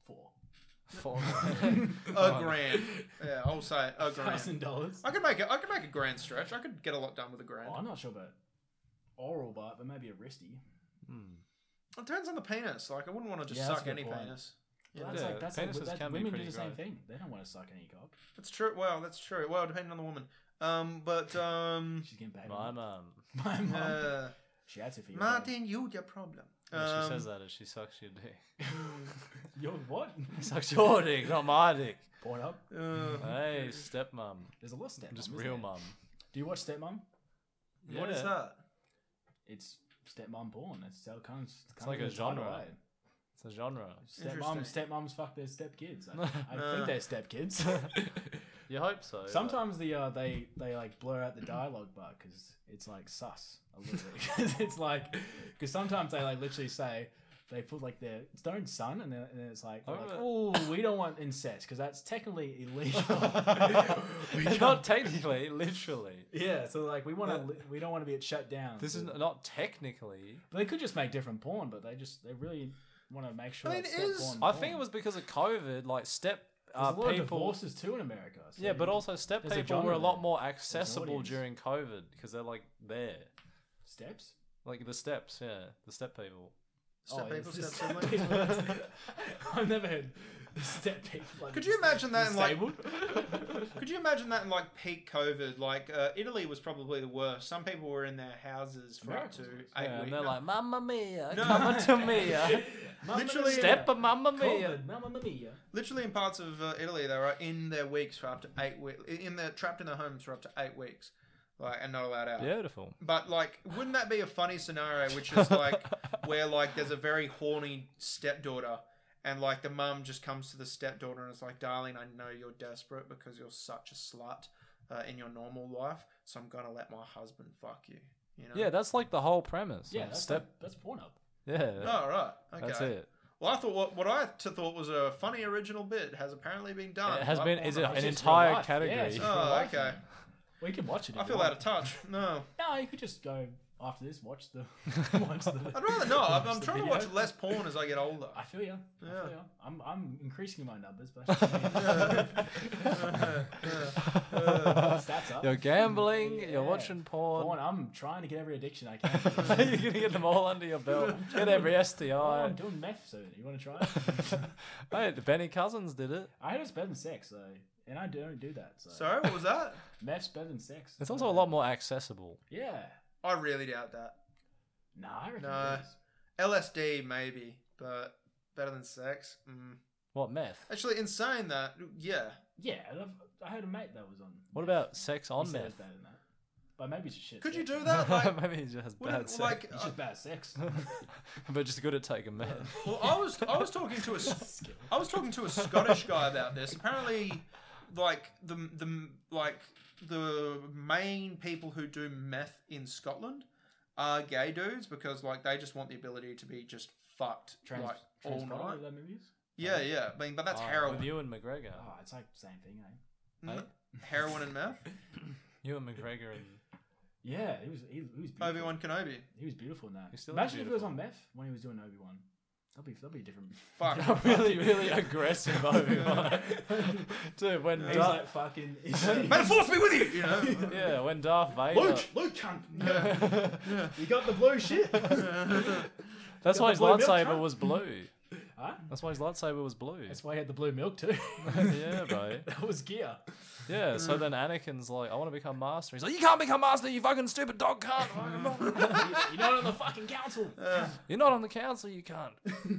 Four
but
A grand. Yeah, I'll say it. A grand.
thousand dollars.
I could make a, I could make a grand stretch. I could get a lot done with a grand.
Oh, I'm not sure about oral bite, but maybe a wristy.
It depends on the penis. Like I wouldn't want to just
Yeah, that's
suck
a good
any
point.
penis.
But
Yeah,
that's like that's like,
penises
that's,
can be
women do
pretty
the same
great.
thing. They don't want to suck any cock.
That's true. Well, that's true. Well, depending on the woman. Um, but um,
She's getting paid.
My
My,
mum.
my mom.
uh,
she had to for you.
Martin, you your problem.
when
Um,
she says that as she sucks your dick.
Yo, what?
Sucks your dick, not my dick.
Porn up.
uh,
Hey, stepmum.
There's a lot of step.
Just real mum.
Do you watch stepmom?
What is
Yeah.
that?
Oh, It's stepmom porn. That's how it comes. It's
like a genre. It's a genre.
Stepmom, stepmoms fuck their stepkids. I, I
Uh.
think they're stepkids.
You hope so. but-
Sometimes the uh, they they like blur out the dialogue part because it's like sus a little bit. 'Cause it's like because sometimes they like literally say they put like their it's their own son and then, and then it's like, they're like oh we don't want incest because that's technically illegal. we
not
can't.
technically, literally.
Yeah, so like we want to we don't want to be shut down.
This
so-
is not technically.
But they could just make different porn, but they just they really want to make sure.
I mean,
that
it
step
is-
porn-
I think it
porn.
was because of COVID, like step uh,
Oh. There's a lot of
people.
divorces too in America. so
Yeah, but
you-
also step
There's a
people were a
genre
lot
there.
more accessible
audience.
during COVID because they're like there,
steps.
like the steps. Yeah, the step people.
Step
Oh,
yeah,
people,
it's just
step siblings.
step people. I've never heard the step people. Like
Could you imagine that in like?
disabled?
Could you imagine that in like peak COVID? Like uh, Italy was probably the worst. Some people were in their houses for up
America's
to
worse.
eight
Yeah,
weeks.
and they're
No,
like, "Mamma mia,
No.
come to me, uh,
Mamma
Literally-
mia,
step, mamma mia."
COVID, Mamma mia.
Literally, in parts of uh, Italy, they were in their weeks for up to eight weeks. In their trapped in their homes for up to eight weeks, like and not allowed out.
Beautiful.
But like, wouldn't that be a funny scenario? Which is like, where like there's a very horny stepdaughter, and like the mum just comes to the stepdaughter and is like, "Darling, I know you're desperate because you're such a slut uh, in your normal life, so I'm gonna let my husband fuck you." You know?
Yeah, that's like the whole premise.
Yeah,
of
that's
step.
step. That's porn up.
Yeah,
Oh right. Okay.
that's it.
Well, I thought what, what I t- thought was a funny original bit has apparently been done.
It has
by
been- is it
Pornhub.
An
It's just
entire
real life.
category.
Yeah, it's just real
Oh,
life.
okay.
We can watch it.
I feel out of touch. No.
No, you could just go after this, watch the. watch the
I'd rather not. I'm,
watch
I'm
the
trying to
video.
watch less porn as I get older.
I feel you. I
Yeah.
feel you. I'm I'm increasing my numbers, but stats up.
You're gambling.
Yeah.
You're watching porn.
Porn, I'm trying to get every addiction I can.
you're gonna get them all under your belt. Get every
Oh, I'm
STI.
doing meth soon. You want to try it?
Hey, the Benny Cousins did it.
I heard it's better than sex, though, and I don't do that. So,
Sorry, what was that?
meth's better than sex.
It's also a lot more accessible.
Yeah.
I really doubt that.
Nah, I reckon.
Nah.
it is.
LSD maybe, but better than sex. Mm.
What meth?
Actually, in saying that, yeah,
Yeah, and I've, I heard a mate that was on.
What about sex on
he said it's
meth?
better than that. But maybe it's just shit.
could you
sex.
do that? Like,
Maybe he just has bad
wouldn't,
sex.
like,
It's
uh,
just bad sex.
but just good at taking meth.
well, I was I was talking to a s- I was talking to a Scottish guy about this. Apparently, like the the like the main people who do meth in Scotland are gay dudes because like they just want the ability to be just fucked
Trans,
like all
Transport,
night.
were there movies?
Yeah, yeah. I mean, but that's
Oh,
heroin.
With Ewan McGregor.
Oh, it's like the same thing, eh?
N-
eh?
Heroin and meth.
Ewan McGregor and
Yeah, he was he, he was beautiful.
Obi Wan Kenobi.
He was beautiful in that.
He's still
Imagine if he was
beautiful.
on meth when he was doing Obi Wan. That'd be that'd be a different.
Fuck.
really, really aggressive Obi Wan. Dude, when
He's
Dar-
like fucking. He's like,
Man, force me with you. You know.
yeah, when Darth Vader.
Luke, Luke, cunt. you got the blue shit.
That's
Got
why
the
his
blue milk
lightsaber
truck?
was blue.
huh?
That's why his lightsaber was blue.
That's why he had the blue milk too.
yeah, bro.
that was gear.
Yeah. So then Anakin's like, I want to become master. He's like, you can't become master, you fucking stupid dog cunt.
You're not on the fucking council.
Uh,
You're not on the council, you can't.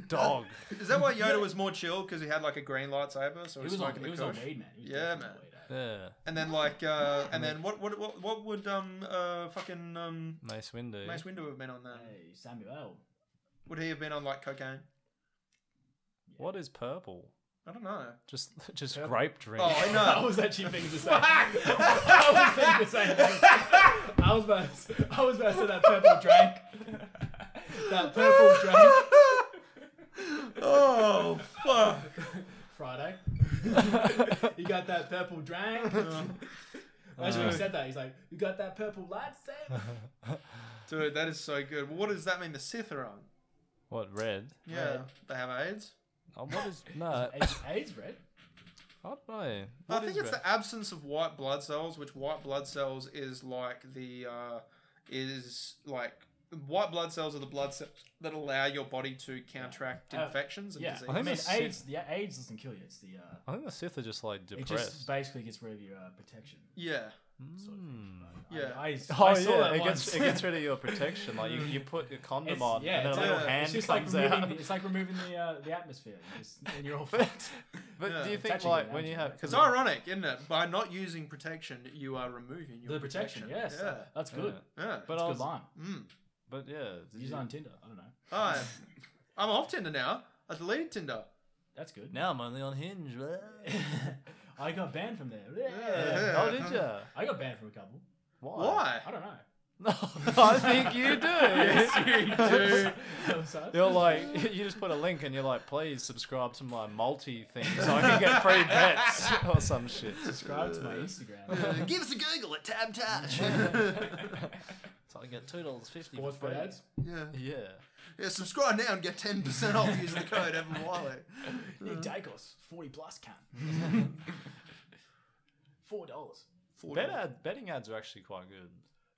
Dog.
Is that why Yoda was more chill because he had like a green lightsaber, so he was
he was on.
smoking
He was
the
on
kush?
weed, man. He was
Yeah,
definitely
man.
on weed, eh?
Yeah.
And then like, uh, and then what, what, what, what would um, uh, fucking um,
Mace Windu.
Mace Windu have been on that?
eh? Hey, Samuel.
Would he have been on like cocaine?
What is purple?
I don't know.
Just, just grape drink.
Oh, I
That
know.
was actually thinking the same. I was thinking the same thing. I was about to, I was about to say that purple drink. that purple drink.
oh fuck!
Friday. you got that purple drink. Uh. Imagine he said that. He's like, you got that purple lightsaber.
Dude, that is so good. What does that mean? The Sith are on?
What red?
Yeah,
Right.
they have AIDS.
Oh, what is no? I
AIDS, AIDS red.
don't know.
I think it's the absence of white blood cells, which white blood cells is like the uh, is like white blood cells are the blood cells that allow your body to counteract
Uh,
infections and
Yeah,
disease.
I,
think
mean,
that's
AIDS. Yeah, AIDS doesn't kill you. It's the. Uh,
I think the Sith are just like
it
depressed.
just basically gets rid of your uh, protection.
yeah.
Sort of
Hmm.
thing. I-
Mm. Yeah.
I, I,
Oh
I saw
yeah,
that
it
once.
gets it gets rid of your protection. Like you, you put your condom
It's-
on, and then
it's
a
like-
little
yeah,
hand
it's just
comes
like removing,
out.
It's like removing the uh, the atmosphere, You just, and you're all fucked.
but
Yeah.
do you
It's
think
actually
like
good,
when you
actually.
have
It's
because
ironic, isn't it? By not using protection, you are removing your
the protection, yes,
Yeah.
that's good.
Yeah.
yeah.
but
It's
I
a
was,
good line.
Mm.
but yeah, did
Use it
you-
on Tinder. I don't know.
Hi. I'm off Tinder now. I deleted Tinder.
That's good.
now I'm only on Hinge.
I got banned from there.
Yeah.
oh, did you?
I got banned from a couple.
Why?
Why?
I don't know.
No, I think you do.
Dude.
I'm sorry.
You're like, you just put a link and you're like, please subscribe to my multi thing so I can get free bets or some shit.
subscribe to my Instagram.
Uh, Give us a Google at Tab Touch.
So I can get two dollars fifty for
Sports
free.
bet ads.
yeah.
Yeah.
yeah, subscribe now and get 10% off using the code Evan Wiley.
Nick Dacos, forty plus can. Four dollars.
Bet ad, betting ads are actually quite good.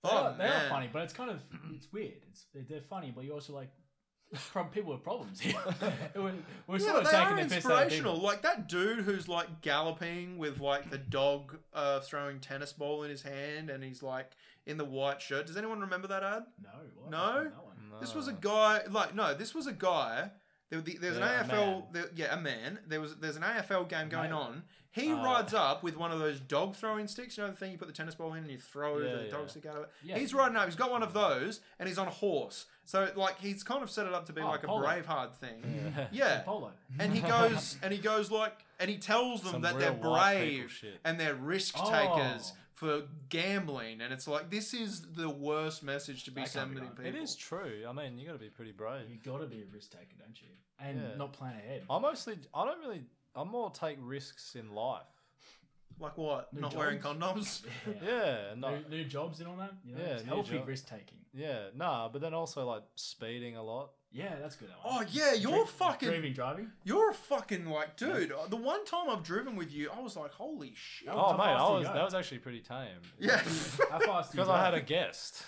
They
Oh,
are- they
man.
are funny, but it's kind of it's weird. It's they're- they're funny, but you also like from people with problems. we're
Yeah,
we're sort
but
of
they
taking
are
the piss out of
inspirational.
people.
Like that dude who's like galloping with like the dog uh, throwing tennis ball in his hand, and he's like in the white shirt. Does anyone remember that ad?
No, what?
No?
I've seen that one.
This was a guy, like no, this was a guy. There, the, there's
Ah. Yeah, a
an AFL,
man.
there, yeah, a man. There was there's an AFL game going
male.
on. He
Ah.
rides up with one of those dog throwing sticks. You know the thing you put the tennis ball in and you throw
Yeah,
the
yeah.
dog stick out of it.
Yeah.
He's riding up. He's got one of those, and he's on a horse. So like he's kind of set it up to be
Oh,
like a
polo.
Braveheart thing. Yeah,
Polo.
and he goes and he goes like and he tells them
Some
that they're
real white people
brave
shit.
and they're risk
Oh.
takers for gambling. And it's like this is the worst message to be
That can't be
sending people.
right.
It is true. I mean, you got to be pretty
You
brave.
gotta be a risk taker, don't you? And
Yeah.
Oh,
not plan ahead.
I mostly, I don't really, I more take risks in life.
Like what?
New
Not wearing
jobs?
condoms.
Yeah, no,
New, new jobs and all that. You know,
Yeah,
it's
new
healthy
job.
risk taking.
yeah, nah. But then also like speeding a lot.
Yeah, that's good. that
Oh
one.
yeah, you're
Drink-
fucking,
driving, driving.
you're a fucking like, dude. uh, The one time I've driven with you, I was like, holy shit.
Oh,
Oh
how
mate,
fast
I
do you
was
go?
that was actually pretty tame.
Yeah.
How fast? do you
Because I had
drive?
a guest.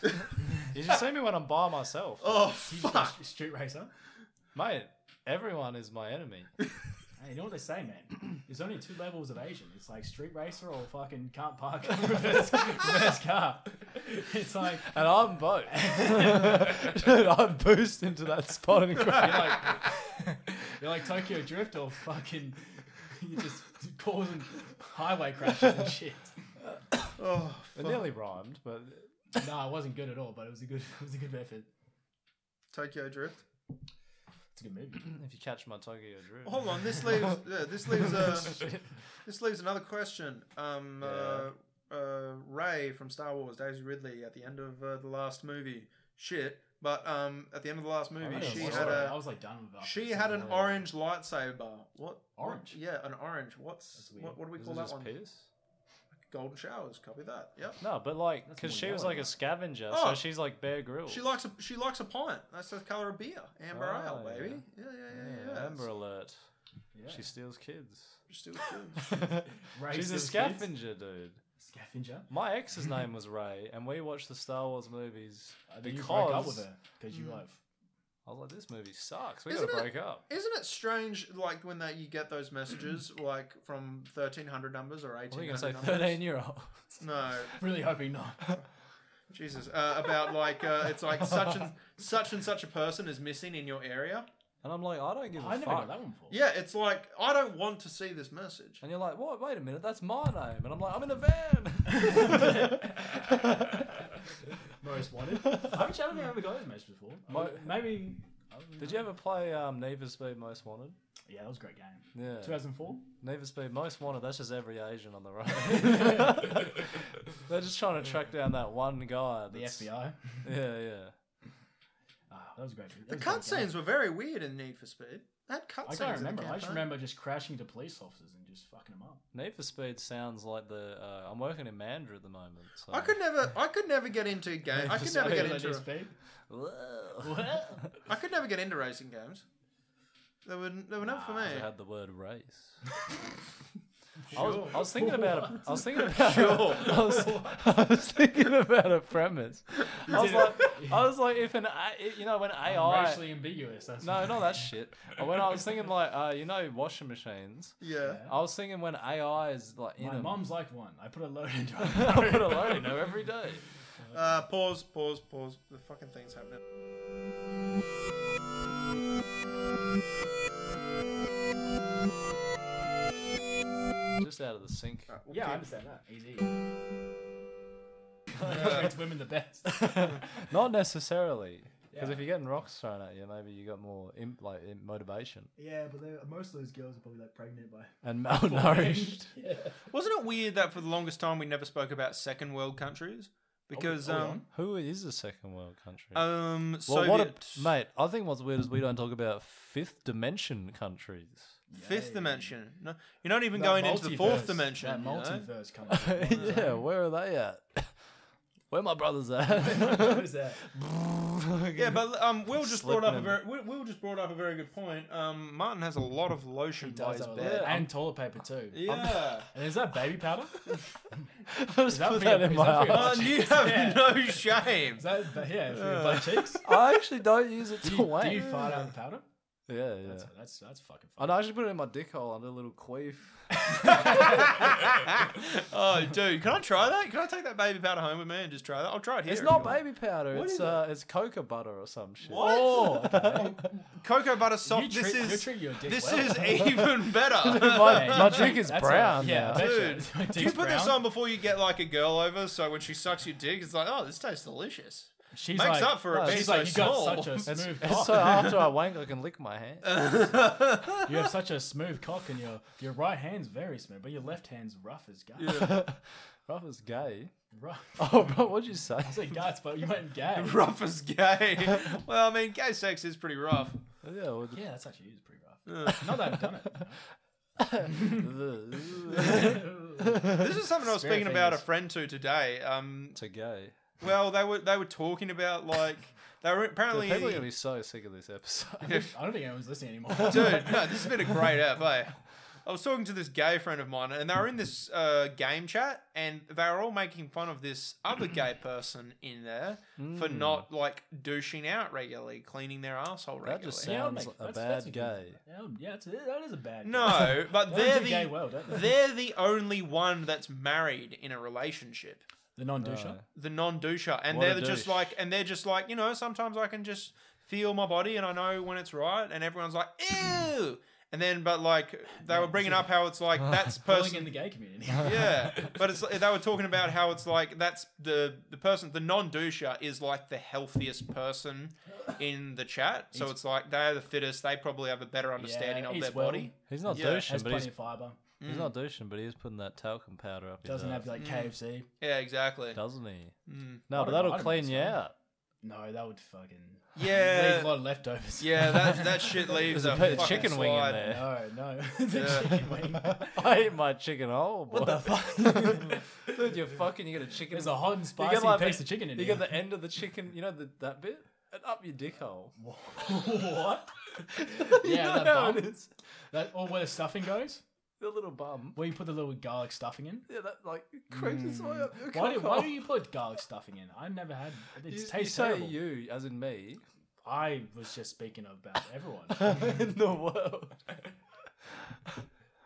Did you see me when I'm by myself?
oh
You just a
fuck.
st- street racer.
Mate, everyone is my enemy.
Hey, you know what they say, man? There's only two levels of Asian. It's like street racer or fucking can't park reverse, reverse car. It's like
And I'm both. Dude, I boost into that spot and
you're
grab
like you're like Tokyo Drift or fucking you just causing highway crashes and shit.
Oh,
It nearly rhymed, but
No, it wasn't good at all, but it was a good it was a good effort.
Tokyo Drift.
It's a good movie.
if you catch my Tokyo drift.
Hold on, this leaves yeah, this leaves uh, this leaves another question. Um, uh, uh, Ray from Star Wars, Daisy Ridley, at the end of uh, the last movie, shit. But um, at the end of the last movie,
I,
she
watched
had
it.
a
I was like done with it.
she had an orange lightsaber. What
Orange?
Yeah, an orange. What's
That's weird.
what, what do we
Is
call
it
that
just
one?
piss?
Golden showers. Copy that. Yep.
No, but like,
That's
because
more
she was
yellow,
like a
right?
scavenger,
Oh.
so she's like Bear Grylls.
She likes a she likes a pint. That's the color of beer. Amber
Oh,
ale,
yeah.
baby. Yeah, yeah, yeah. yeah,
yeah, Amber Alert.
Yeah.
She steals kids.
Still good.
Ray
she's a
steals kids.
scavenger, dude.
Scavenger.
My ex's name was Ray, and we watched the Star Wars movies
Uh, then
because Mm.
you broke up with her because you like
I was like, this movie sucks. We
Isn't
gotta
it-
break up.
Isn't it strange, like when that you get those messages, like from thirteen hundred numbers or
What are
eighteen
you gonna say?
hundred numbers?
Thirteen-year-old.
No,
really hoping not.
Jesus, uh, about like uh, it's like such and such and such a person is missing in your area.
And I'm like, I don't give a
I never got
fuck.
that one before.
Yeah, it's like I don't want to see this message.
And you're like, what? Wait a minute, that's my name. And I'm like, I'm in a van.
Most wanted. I actually haven't ever got those matches before. I
Mo-
would- Maybe.
Did you ever play um, Need for Speed Most Wanted?
Yeah, that was a great game.
Yeah.
2004.
Need for Speed Most Wanted. That's just every Asian on the road. They're just trying to track down that one guy.
The
that's-
FBI.
Yeah, yeah.
Ah, that was a great.
The cutscenes were very weird in Need for Speed. That
I
cutscenes.
can't
in the
remember. I just
campaign.
remember just crashing to police officers and just fucking them up.
Need for Speed sounds like the. Uh, I'm working in Mandra at the moment. So.
I could never. I could never get into games. I could never
Speed,
get
like,
into.
speed.
Whoa.
Well,
I could never get into racing games. They were. They were never for
They
me.
had the word race. I, was, I
Sure.
was thinking about a, I was thinking about
Sure.
I, was, I was thinking about a premise. I was
did
like, I was like, if an A- you know when AI
racially ambiguous. That's
no not that shit. When I was thinking like uh, you know washing machines,
Yeah.
I was thinking when AI is like in
My
'em.
mum's like one. I put a load into
I
it.
put a load in 'em every day.
Uh, pause. Pause. Pause. The fucking thing's happening.
Just out of the sink.
Right, we'll
yeah, I
keep-
understand that. Easy.
Uh,
It's women the best.
Not necessarily. Because
Yeah.
if you're getting rocks thrown at you, maybe you got more imp, like imp motivation
Yeah, but they're- most of those girls are probably like pregnant by.
and malnourished.
Wasn't it weird that for the longest time we never spoke about second world countries because
Oh, hold
um
Who is a second world country?
um
Well,
Soviet
what a, mate! I think what's weird is we don't talk about fifth dimension countries.
fifth
Yay.
dimension. No, you're not even
That
going into the fourth
multiverse,
dimension.
That
you know?
multiverse comes. from.
yeah, where are they at? Where my brothers at?
What is that?
Yeah, but um, Will just brought up a
Slipping
very Will, Will just brought up a very good point. Um, Martin has a lot of lotion by
Does
his
have a
bed.
lot- and toilet paper too.
Yeah,
And is that baby powder?
Just
that
put
for
that
your-
in
is
my
that for your-
eye.
Martin, you have
Yeah.
no shame.
Is that but yeah, for your butt cheeks?
I actually don't use it
Do
to
you,
wank.
do you fart out the powder?
yeah, yeah.
That's that's that's fucking
I
fun.
know, I actually put it in my dick hole under a little queef.
oh, dude, can I try that? Can I take that baby powder home with me and just try that? I'll try it here.
It's
if
not
you want.
baby powder.
What
it's
is it?
uh, it's cocoa butter or some shit.
What? Cocoa butter
you
soft.
treat,
This
you're
is
treating your dick
this
well.
is even better.
my
Yeah,
my
you
dick
drink-
is
that's a-
brown.
yeah, I
now.
bet you-
Dude,
my
Do you
dick's
put this
brown.
on before you get like a girl over? So when she sucks your dick, it's like, oh, this tastes delicious.
She's
Makes
like,
up for it.
no,
being
She's
so
like, you
small.
got such a
It's,
smooth
it's
cock.
so after I wank, I can lick my hand.
Uh. you have such a smooth cock, and your your right hand's very smooth, but your left hand's rough as guts.
Rough as gay.
Rough.
Oh, bro, what'd you say?
I say guts, but you meant gay.
rough as gay. well, I mean, gay sex is pretty rough.
Yeah, well,
Yeah, that's actually is pretty rough. Not that I've done it.
This is something I was
Spirit
speaking about a
fingers.
friend to today. Um,
to gay.
well, they were they were talking about like they were
People
apparently.
are going to be so sick of this episode.
I don't think anyone's listening anymore.
Dude, no, this has been a great app. eh? I was talking to this gay friend of mine, and they were in this uh, game chat, and they were all making fun of this other gay person in there for not like douching out regularly, cleaning their asshole regularly.
That just
Yeah, I'll
sounds
make-
a
that's-
bad
that's a
gay.
good- Yeah, yeah, it's, that is a bad.
No, but
They
they're
do gay
the
well, don't they?
they're the only one that's married in a relationship.
the non-doucher.
The non-doucher, and
What a
they're just
douche.
like, and they're just like, you know, sometimes I can just feel my body, and I know when it's right, and everyone's like, ew. And then, but like, they were bringing up how it's like that's
Falling
person
in the gay community.
yeah, but it's they were talking about how it's like that's the the person the non doucher is like the healthiest person in the chat. So it's like they're the fittest. They probably have a better understanding
Yeah,
of
eats
their
well,
body.
He's not
Yeah,
douching,
Has
but
plenty
he's,
of fiber.
he's not douching, but he is putting that talcum powder up
Doesn't
his
have
ass,
Mm.
like KFC.
Yeah, exactly.
doesn't he?
Mm.
No, but
I don't know,
that'll
I don't
clean
think
you
so.
out.
No, that would fucking leave
Yeah,
a lot of leftovers.
yeah. That that shit leaves a,
There's a bit of
fucking
chicken
slide.
wing in there.
No, no. the
Yeah.
chicken wing.
I eat my chicken whole. Boy.
What the fuck?
Dude, you're fucking. You get a chicken.
There's a hot and
you
spicy
get like
piece
the-
of chicken in
You
here.
get the end of the chicken. You know the, that bit. And up your dick hole.
what? yeah, that
how it
bum.
is.
That, or where the stuffing goes,
The little bum.
where you put the little garlic stuffing in.
Yeah, that like creeps its way up. Your
Mm. Why do,
cock
why
hole.
do you put garlic stuffing in? I never had. It
You, you
tastes
say
terrible.
you as in me
I was just speaking about everyone.
in the world,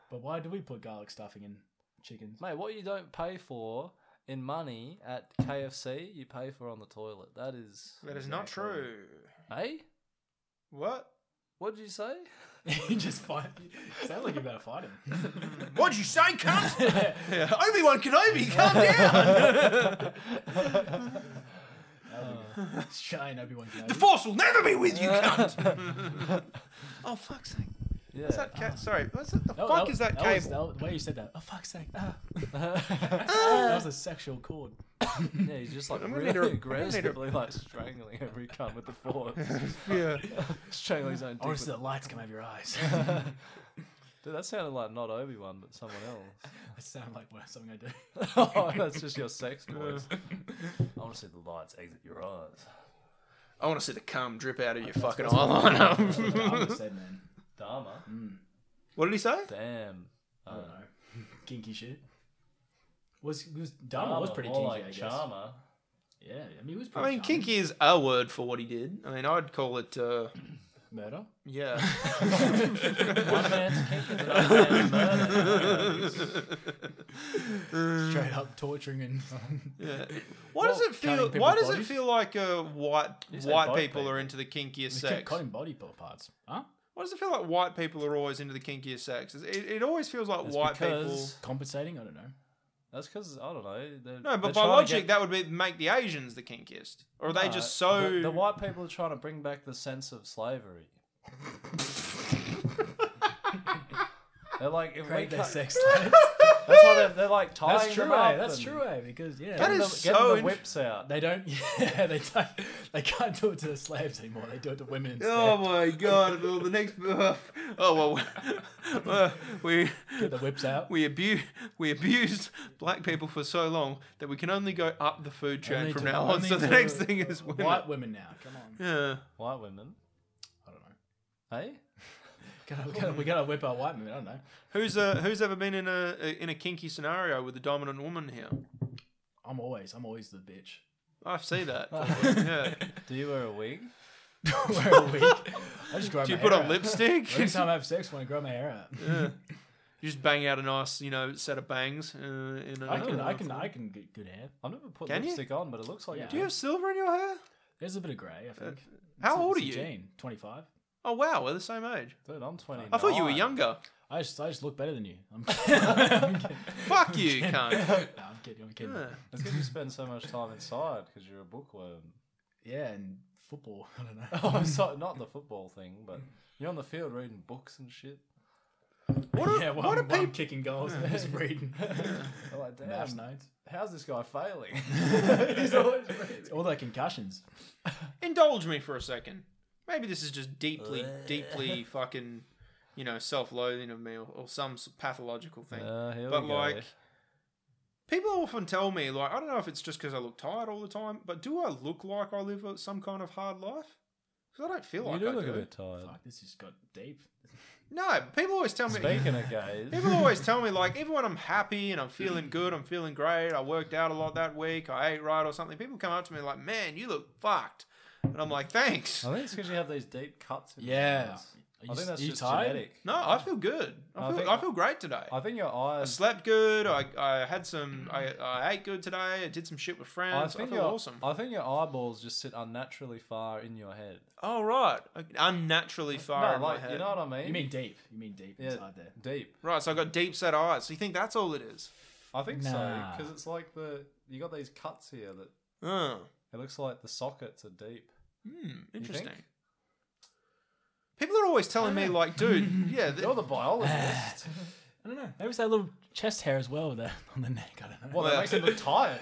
but why do we put garlic stuffing in chickens?
mate. What you don't pay for in money at KFC, you pay for on the toilet. That is
That is not true.
Hey,
What?
what did you say?
you just fight. you Sound like you're about to fight him.
What'd you say, cunt? Obi Wan Kenobi, calm down.
Shane Obi Wan Kenobi.
the Force will never be with you, cunt. oh fuck's sake!
Yeah.
What's that cat? Sorry, what's that, the
No,
fuck is that,
that was-
cable?
that was- the way you said that. Oh fuck's sake! Ah. that was a sexual chord.
Yeah, he's just like
gonna
really
need a- I'm gonna need a-
aggressively like strangling every cunt with the force.
yeah.
strangling his own dick.
Or is
With...
the lights come out of your eyes?
Dude, that sounded like not Obi Wan, but someone else.
that sound like what- something I do.
oh, that's just your sex voice. I want to see the lights exit your eyes.
I want to see the cum drip out of your fucking eyeliner.
I'm a said man.
Dharma.
Mm. what did he say?
Damn.
Uh,
Uh,
I don't know. Kinky shit. Was was Dharma was pretty
more like
kinky, I guess.
Charmer.
Yeah, I mean, he was
I
pretty.
mean,
charming.
kinky is a word for what he did. I mean, I'd call it. Uh,
murder.
yeah.
One man's kink is another man's murder.
Straight up torturing and
Why does it
Well, cutting
feel?
people's
Why does it
bodies?
feel like uh, white
said
white
both
people
people.
are into the kinkiest
Keep
sex?
cutting body parts. Huh?
Why does it feel like white people are always into the kinkiest sex? It, it always feels like
It's
white people.
because-
Compensating? I don't know.
That's because I don't know. They're,
No,
they're
but by
trying to
logic,
get-
that would be make the Asians the kinkiest, or are they
No,
just so?
the, the white people are trying to bring back the sense of slavery. they're like if
Great
we
their
cut-
sex lives.
That's why they're, they're like tying
That's true,
them up.
eh? That's
and
true, eh? Because yeah,
That
Getting,
is
the, getting
so
the
int-
whips out.
they don't. Yeah, they don't. They can't do it to the slaves anymore. They do it to women instead.
Oh my god! Well, the next. oh well, uh, we
Get the whips out.
we abuse we abused black people for so long that we can only go up the food chain
Only
from
to-
now on.
only
So the
to
next thing is women.
White women now. Come on.
Yeah.
White women,
I don't know.
hey?
Gotta, we, gotta, we gotta whip our white women. I don't know.
Who's uh, who's ever been in a in a kinky scenario with a dominant woman here?
I'm always. I'm always the bitch.
I see that. yeah.
Do you wear a wig?
Wear a wig. I just grow
Do
my
you put
hair
on
out.
lipstick?
Every time I have sex, when I grow my hair out,
You just bang out a nice, you know, set of bangs. Uh, in a,
I can, I can, I can get good hair.
I've never put
Can you?
lipstick on, but it looks like
Yeah.
Do you have silver in your hair?
There's a bit of grey, I think.
Uh, How old are
It's a
you?
Gene, 25.
Oh wow, we're the same age.
Dude, I'm 20.
I thought you were younger.
I just, I just look better than you. I'm kidding. I'm kidding.
Fuck you, cunt.
No, I'm kidding. I'm kidding.
Yeah.
It's because you spend so much time inside because you're a bookworm.
Yeah, and football. I don't know.
Oh, so, not the football thing, but you're on the field reading books and shit.
What are,
yeah, well,
what are
I'm, well, I'm
people?
kicking goals and just reading.
I'm like, damn,
Maths nights.
how's this guy failing? He's always reading.
All their concussions.
Indulge me for a second. Maybe this is just deeply, deeply fucking you know, self-loathing of me or, or some s- pathological thing.
Uh, here
But,
we go.
like, People often tell me, like, I don't know if it's just because I look tired all the time, but do I look like I live a- some kind of hard life? Because I don't feel
you
like
do
I
look
do.
a bit tired.
Fuck, this just got deep.
No, people always tell me.
Speaking of gays,
People always tell me, like, even when I'm happy and I'm feeling good, I'm feeling great, I worked out a lot that week, I ate right or something, people come up to me like, man, you look fucked. And I'm like, thanks.
I think it's because you have these deep cuts. In your eyes.
Are you,
I think that's
you
just
tired?
genetic.
No, I feel good. I
I
feel,
think-
I feel great today.
I think your
I
eyes.
slept good. I, I had some. I, I ate good today. I did some shit with
I
friends. I,
think
feel
your
awesome.
I think your eyeballs just sit unnaturally far in your head.
oh right, unnaturally far in
no, like
my head.
you know what I mean.
You mean deep? You mean deep
Yeah.
inside there?
deep?
right, so I got deep set eyes. So you think that's all it is?
I think so. 'Cause
Nah.
so because it's like the you got these cuts here that
Oh,
it looks like the sockets are deep.
hmm,
think?
interesting. People are always telling me like, dude, yeah, th-
You're the biologist.
I don't know. Maybe it's that little chest hair as well with that on the neck. I don't know.
well, that
Well,
makes him look tired.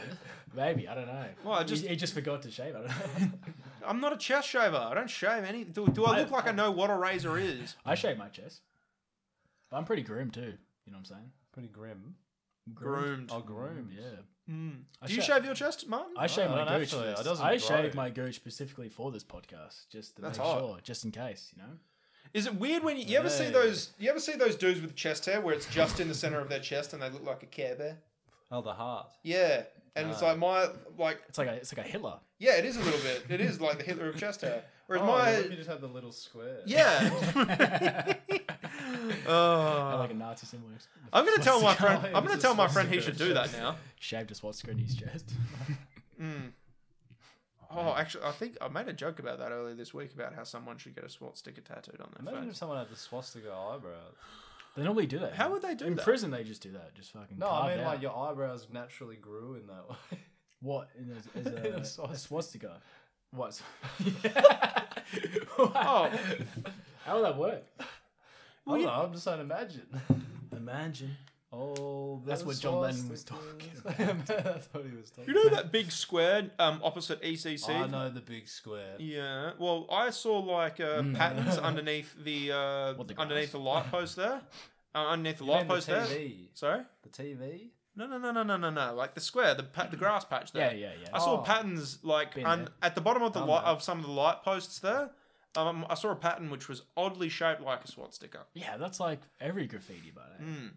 Maybe I don't know.
Well, I
He-
just-
he, just forgot to shave. I don't know.
I'm not a chest shaver. I don't shave any. Do, do I
I-
look like I know what a razor is?
I shave my chest. But I'm pretty grim too. You know what I'm saying?
Pretty grim.
Groomed.
Oh, groomed.
Yeah.
Hmm.
I
Do you
sha-
shave your Oh, chest, Martin?
I shave
I
my
don't
gooch. for
actually.
this.
It doesn't
I
grow.
shave my gooch specifically for this podcast, just to
That's
make
hot.
sure, just in case, you know.
Is it weird when you, you ever see
Yeah.
those? You ever see those dudes with chest hair where it's just in the center of their chest and they look like a Care Bear?
Oh, the heart.
Yeah, and it's
No.
like my like
It's like a, it's like a Hitler.
yeah, it is a little bit. It is like the Hitler of chest hair. Whereas
Oh, yeah, if
my
you just have the little square.
yeah.
Kinda
Oh.
like a Nazi symbol.
I'm gonna tell my friend.
It's
I'm gonna
a
tell my friend he should
swastika.
do that now.
Shaved a swastika in his chest.
Mm. Oh, actually, I think I made a joke about that earlier this week about how someone should get a SWAT sticker tattooed on their
Imagine if
face.
someone had the swastika eyebrows.
they normally do that.
How
man.
would they do
in
that?
prison? They just do that. Just fucking.
No, I
carved
mean
out.
like your eyebrows naturally grew in that way.
what in a, as
In a
a, a
swastika.
swastika? What?
Oh,
How would that work?
I don't know, I'm just saying imagine.
Imagine.
Oh,
That's
those
what John Lennon was
swastikas.
talking
That's what he was talking
you know that big square um, opposite ECC?
I know the big square.
Yeah. Well, I saw like uh, patterns underneath the, uh,
Mm. What, the
underneath
grass?
the light post there. Uh, underneath the
You mean
light post
the
there.
TV.
Sorry.
The TV?
No, no, no, no, no, no, no. Like the square, the pa- the grass patch there.
Mm. Yeah, yeah, yeah.
I saw
Oh.
patterns like
Been
un-
there.
at the bottom of the
Done
light
that.
of some of the light posts there. Um, I saw a pattern which was oddly shaped like a SWAT sticker.
Yeah, that's like every graffiti, but eh?
Mm.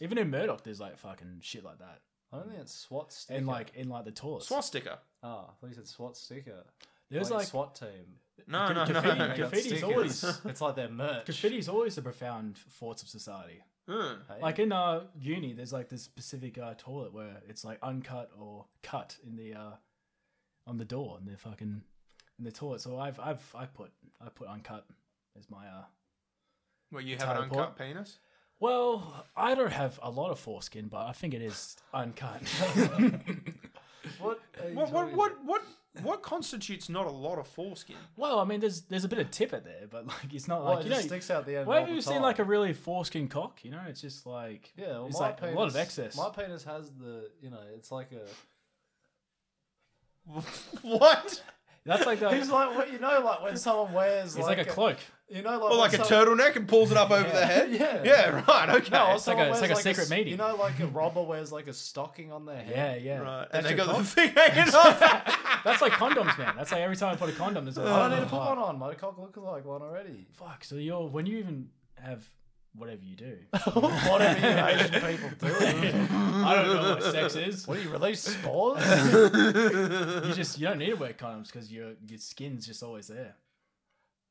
even in Murdoch, there's like fucking shit like that,
I don't think it's SWAT sticker.
and like in like the tours.
SWAT sticker.
oh, I thought you said SWAT sticker.
There's
like,
like
SWAT team.
No, no, no.
Gra- graffiti-
They got
graffiti's
stickers.
always-
it's like their merch.
graffiti is always a profound force of society.
Mm.
Hey?
Like in uh, uni, there's like this specific uh, toilet where it's like uncut or cut in the uh, on the door in the fucking in the toilet. So I've I've I put I put uncut as my uh.
Well, you have an
Teleport.
uncut penis.
Well, I don't have a lot of foreskin, but I think it is uncut.
what? are you
What, what,
talking
what, what, what constitutes not a lot of foreskin?
well, I mean, there's there's a bit of tippet there, but like it's not
Well,
like
it
you
just
know.
sticks out the end.
Well,
all
have you
the
seen
time.
like a really foreskin cock? You know, it's just like
Yeah, well,
it's
my
like
penis,
a lot of excess.
My penis has the, you know, it's like a.
what?
That's like the,
It's
it's
like what you know, like when someone wears
like, a cloak.
you know, like
Or
when
like a
some-
turtleneck and pulls it up over their head?
Yeah.
Yeah, right, okay.
No, or
It's like
Oh, someone
a- it's
wears
like a
s-
secret meeting.
You know, like a robber wears like a stocking on their
Yeah,
head.
yeah.
right.
That's
And they got
your
the
cock?
thing hanging off.
That's like condoms, man. That's like every time I put a condom, it's like,
I
oh,
don't need to put
fuck.
one on. My cock looks like one already.
Fuck. So you're when you even have whatever you do,
Whatever you Asian people do,
I don't know what sex is.
what do you release spores?
You just you don't need to wear condoms because your your skin's just always there,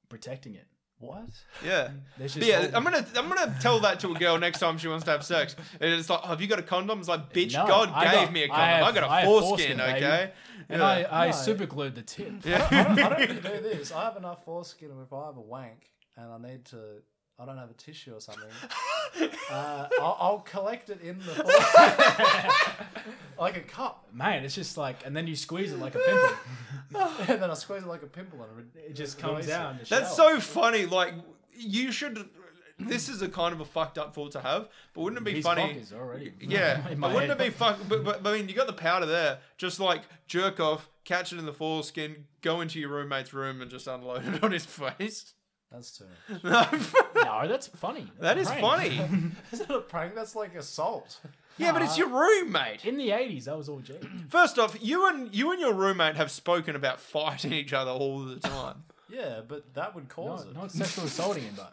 protecting it.
what?
yeah.
There's
But
just
yeah,
all-
I'm gonna I'm gonna tell that to a girl next time she wants to have sex. And it's like, oh, have you got a condom? It's like, bitch,
No,
God
I
gave
got-
me a
I
condom. I,
have-
got a
I have
foreskin,
foreskin, baby.
okay?
and
yeah.
I I
No.
super glued the tip.
I don't, I don't really do this. I have enough foreskin if I have a wank and I need to, I don't have a tissue or something. Uh, I'll, I'll collect it in the foreskin. like a cup.
Man, it's just like, and then you squeeze it like a pimple.
And then I squeeze it like a pimple and re-
It just comes out. in the
That's
shower.
so funny. Like you should this is a kind of a fucked up thought to have, but wouldn't it be
His
funny?
cock is already.
Yeah, but
in my
wouldn't it
head.
be fuck? But, but, but I mean, you got the powder there. Just like jerk off, catch it in the foreskin, go into your roommate's room, and just unload it on his face.
That's too much.
No, that's funny.
That is
Prank.
funny.
Is it a prank? That's like assault.
yeah, but it's your
Uh,
roommate.
In the eighties, that was all G.
First off, you and you and your roommate have spoken about fighting each other all the time.
Yeah, but that would cause
Not,
it.
not sexual assaulting him, but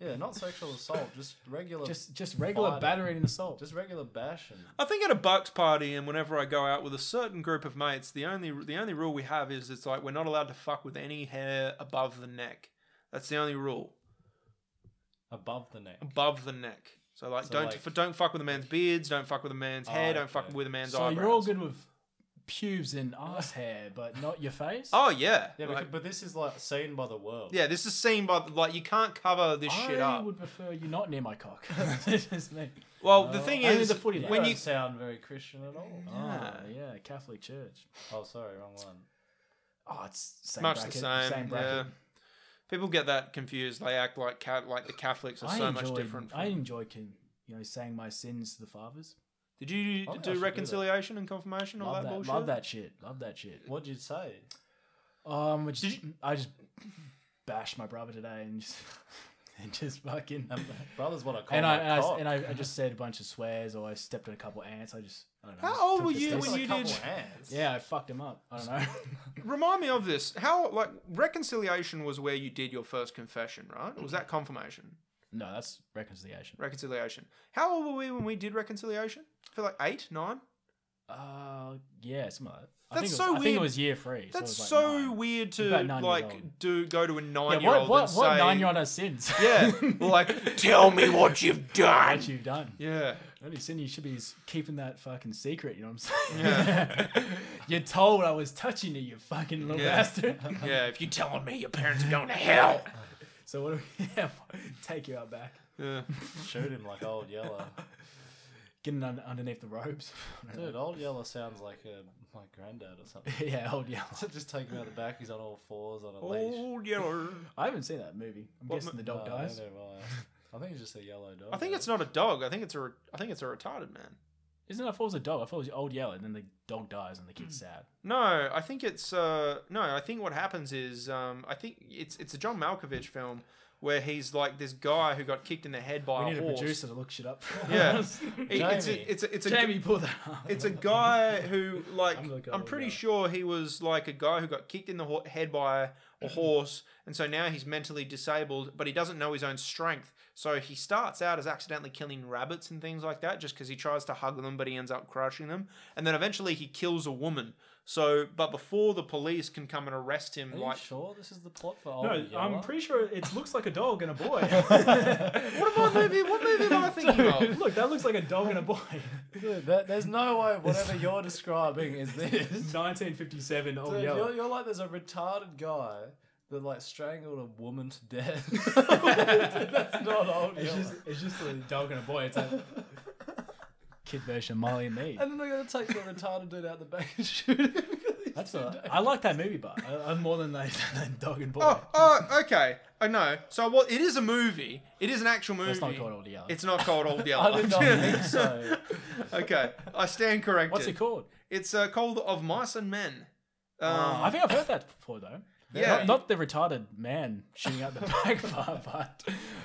yeah, not sexual assault, just regular, just,
just just regular
Fine.
battering and assault. Just
regular bashing.
I think at a Bucks party and whenever I go out with a certain group of mates, the only the only rule we have is it's like we're not allowed to fuck with any hair above the neck. That's the only rule.
Above the neck.
Above the neck. So like
So,
don't
like-
f- don't fuck with a man's beards, don't fuck with a man's
Oh,
hair, don't
okay.
fuck with a man's
so
eyebrows.
you're all good with pubes and ass hair, but not your face.
Oh yeah.
Yeah,
Like,
because, but this is like seen by the world.
yeah, this is seen by the- like you can't cover this
I
shit up.
would prefer you not near my cock. It's just me.
well, the thing
only
is
the footy
when
When
you
you sound very Christian at all.
Ah, yeah, Catholic Church.
Oh, sorry, wrong one.
Oh, it's same
much
bracket,
the same. yeah.
bracket.
People get that confused. They act like cat like the Catholics are
I
so
enjoy,
much different.
I
from-
enjoy, con- you know, saying my sins to the fathers.
Did you
I think I should
do
do that.
reconciliation and confirmation all
Love
that,
that,
bullshit?
love that shit. Love that shit.
What'd you say?
Um, I just, I just bashed my brother today and just, and just fucking.
Um, Brother's what I call
and I,
my
and, I,
cock.
and I, I just said a bunch of swears or I stepped on a couple ants. I just, I don't know.
How old
took
were
the
you
steps.
when
Got a
you
couple
did-
hands.
Yeah, I fucked him up. I don't know.
Remind me of this. How like reconciliation was where you did your first confession, right? Or was that confirmation?
no, that's reconciliation.
Reconciliation. How old were we when we did reconciliation? I feel like eight, nine.
Uh, yeah, something like that. I
That's
think it was,
so
I think
weird.
it was year three.
That's
so, it was
so
like nine.
weird
You're
to
about nine years
like
old.
do go to a nine
Yeah,
year
what,
old
what,
and
what
say,
nine year old has sins?
yeah, like tell me what you've done.
what you've done.
Yeah,
The only sin you should be is keeping that fucking secret, you know what I'm saying?
Yeah.
You're told I was touching you, you fucking little
Yeah.
bastard.
yeah. If you tell on me, your parents are going to hell.
So what do we have? Take you out back.
Yeah.
Shoot him like Old Yeller.
Getting un- underneath the robes.
Dude, Old Yeller sounds like a, my granddad or something.
yeah, old yeah.
Just take him out the back. He's on all fours on a leash.
Old yeller.
I haven't seen that movie. I'm
What
guessing
mo-
the dog
No,
dies.
neither have I. I think he's just a yellow dog.
I think
though.
it's not a dog. I think it's a. re- I think it's a retarded man.
Isn't it? I thought it was a dog. I thought it was old yellow, and then the dog dies, and the kid's sad.
No, I think it's uh no, I think what happens is um I think it's it's a John Malkovich film where he's like this guy who got kicked in the head by
We
a
need a
horse.
producer to look shit up.
Yeah. It- it's
Jamie.
a, it's a, it's a
Jamie, pull that up.
it's a guy who like
I'm
I'm,
gonna go with
pretty
that.
sure he was like a guy who got kicked in the ho- head by a horse and so now he's mentally disabled but he doesn't know his own strength so he starts out as accidentally killing rabbits and things like that just because he tries to hug them but he ends up crushing them and then eventually he kills a woman so but before the police can come and arrest him
Are you
like
sure this is the plot for Old
No,
Yeller?
I'm pretty sure it looks like a dog and a boy.
what movie what movie am I thinking of
Look, that looks like a dog and a boy.
Dude, there- there's no way whatever you're describing is this.
1957 old
Dude,
yellow.
you're, you're like there's a retarded guy that like strangled a woman to death. That's not old.
It's
Yeller.
just, it's just a dog and a boy. It's a kid version of Molly and me.
And then they're gonna take the retarded dude out the back and shoot him.
That's a, I like that movie, but I, I'm more than that than dog and boy.
oh, oh okay I know so what it is a movie it is an actual movie
That's not called old yellow.
it's not called Old Yeller.
I did not think so.
Okay, I stand corrected.
What's it called?
It's uh, called Of Mice and Men. Um,
Oh,
I think I've heard that before though.
Yeah.
Not, not the retarded man shooting out the back part, but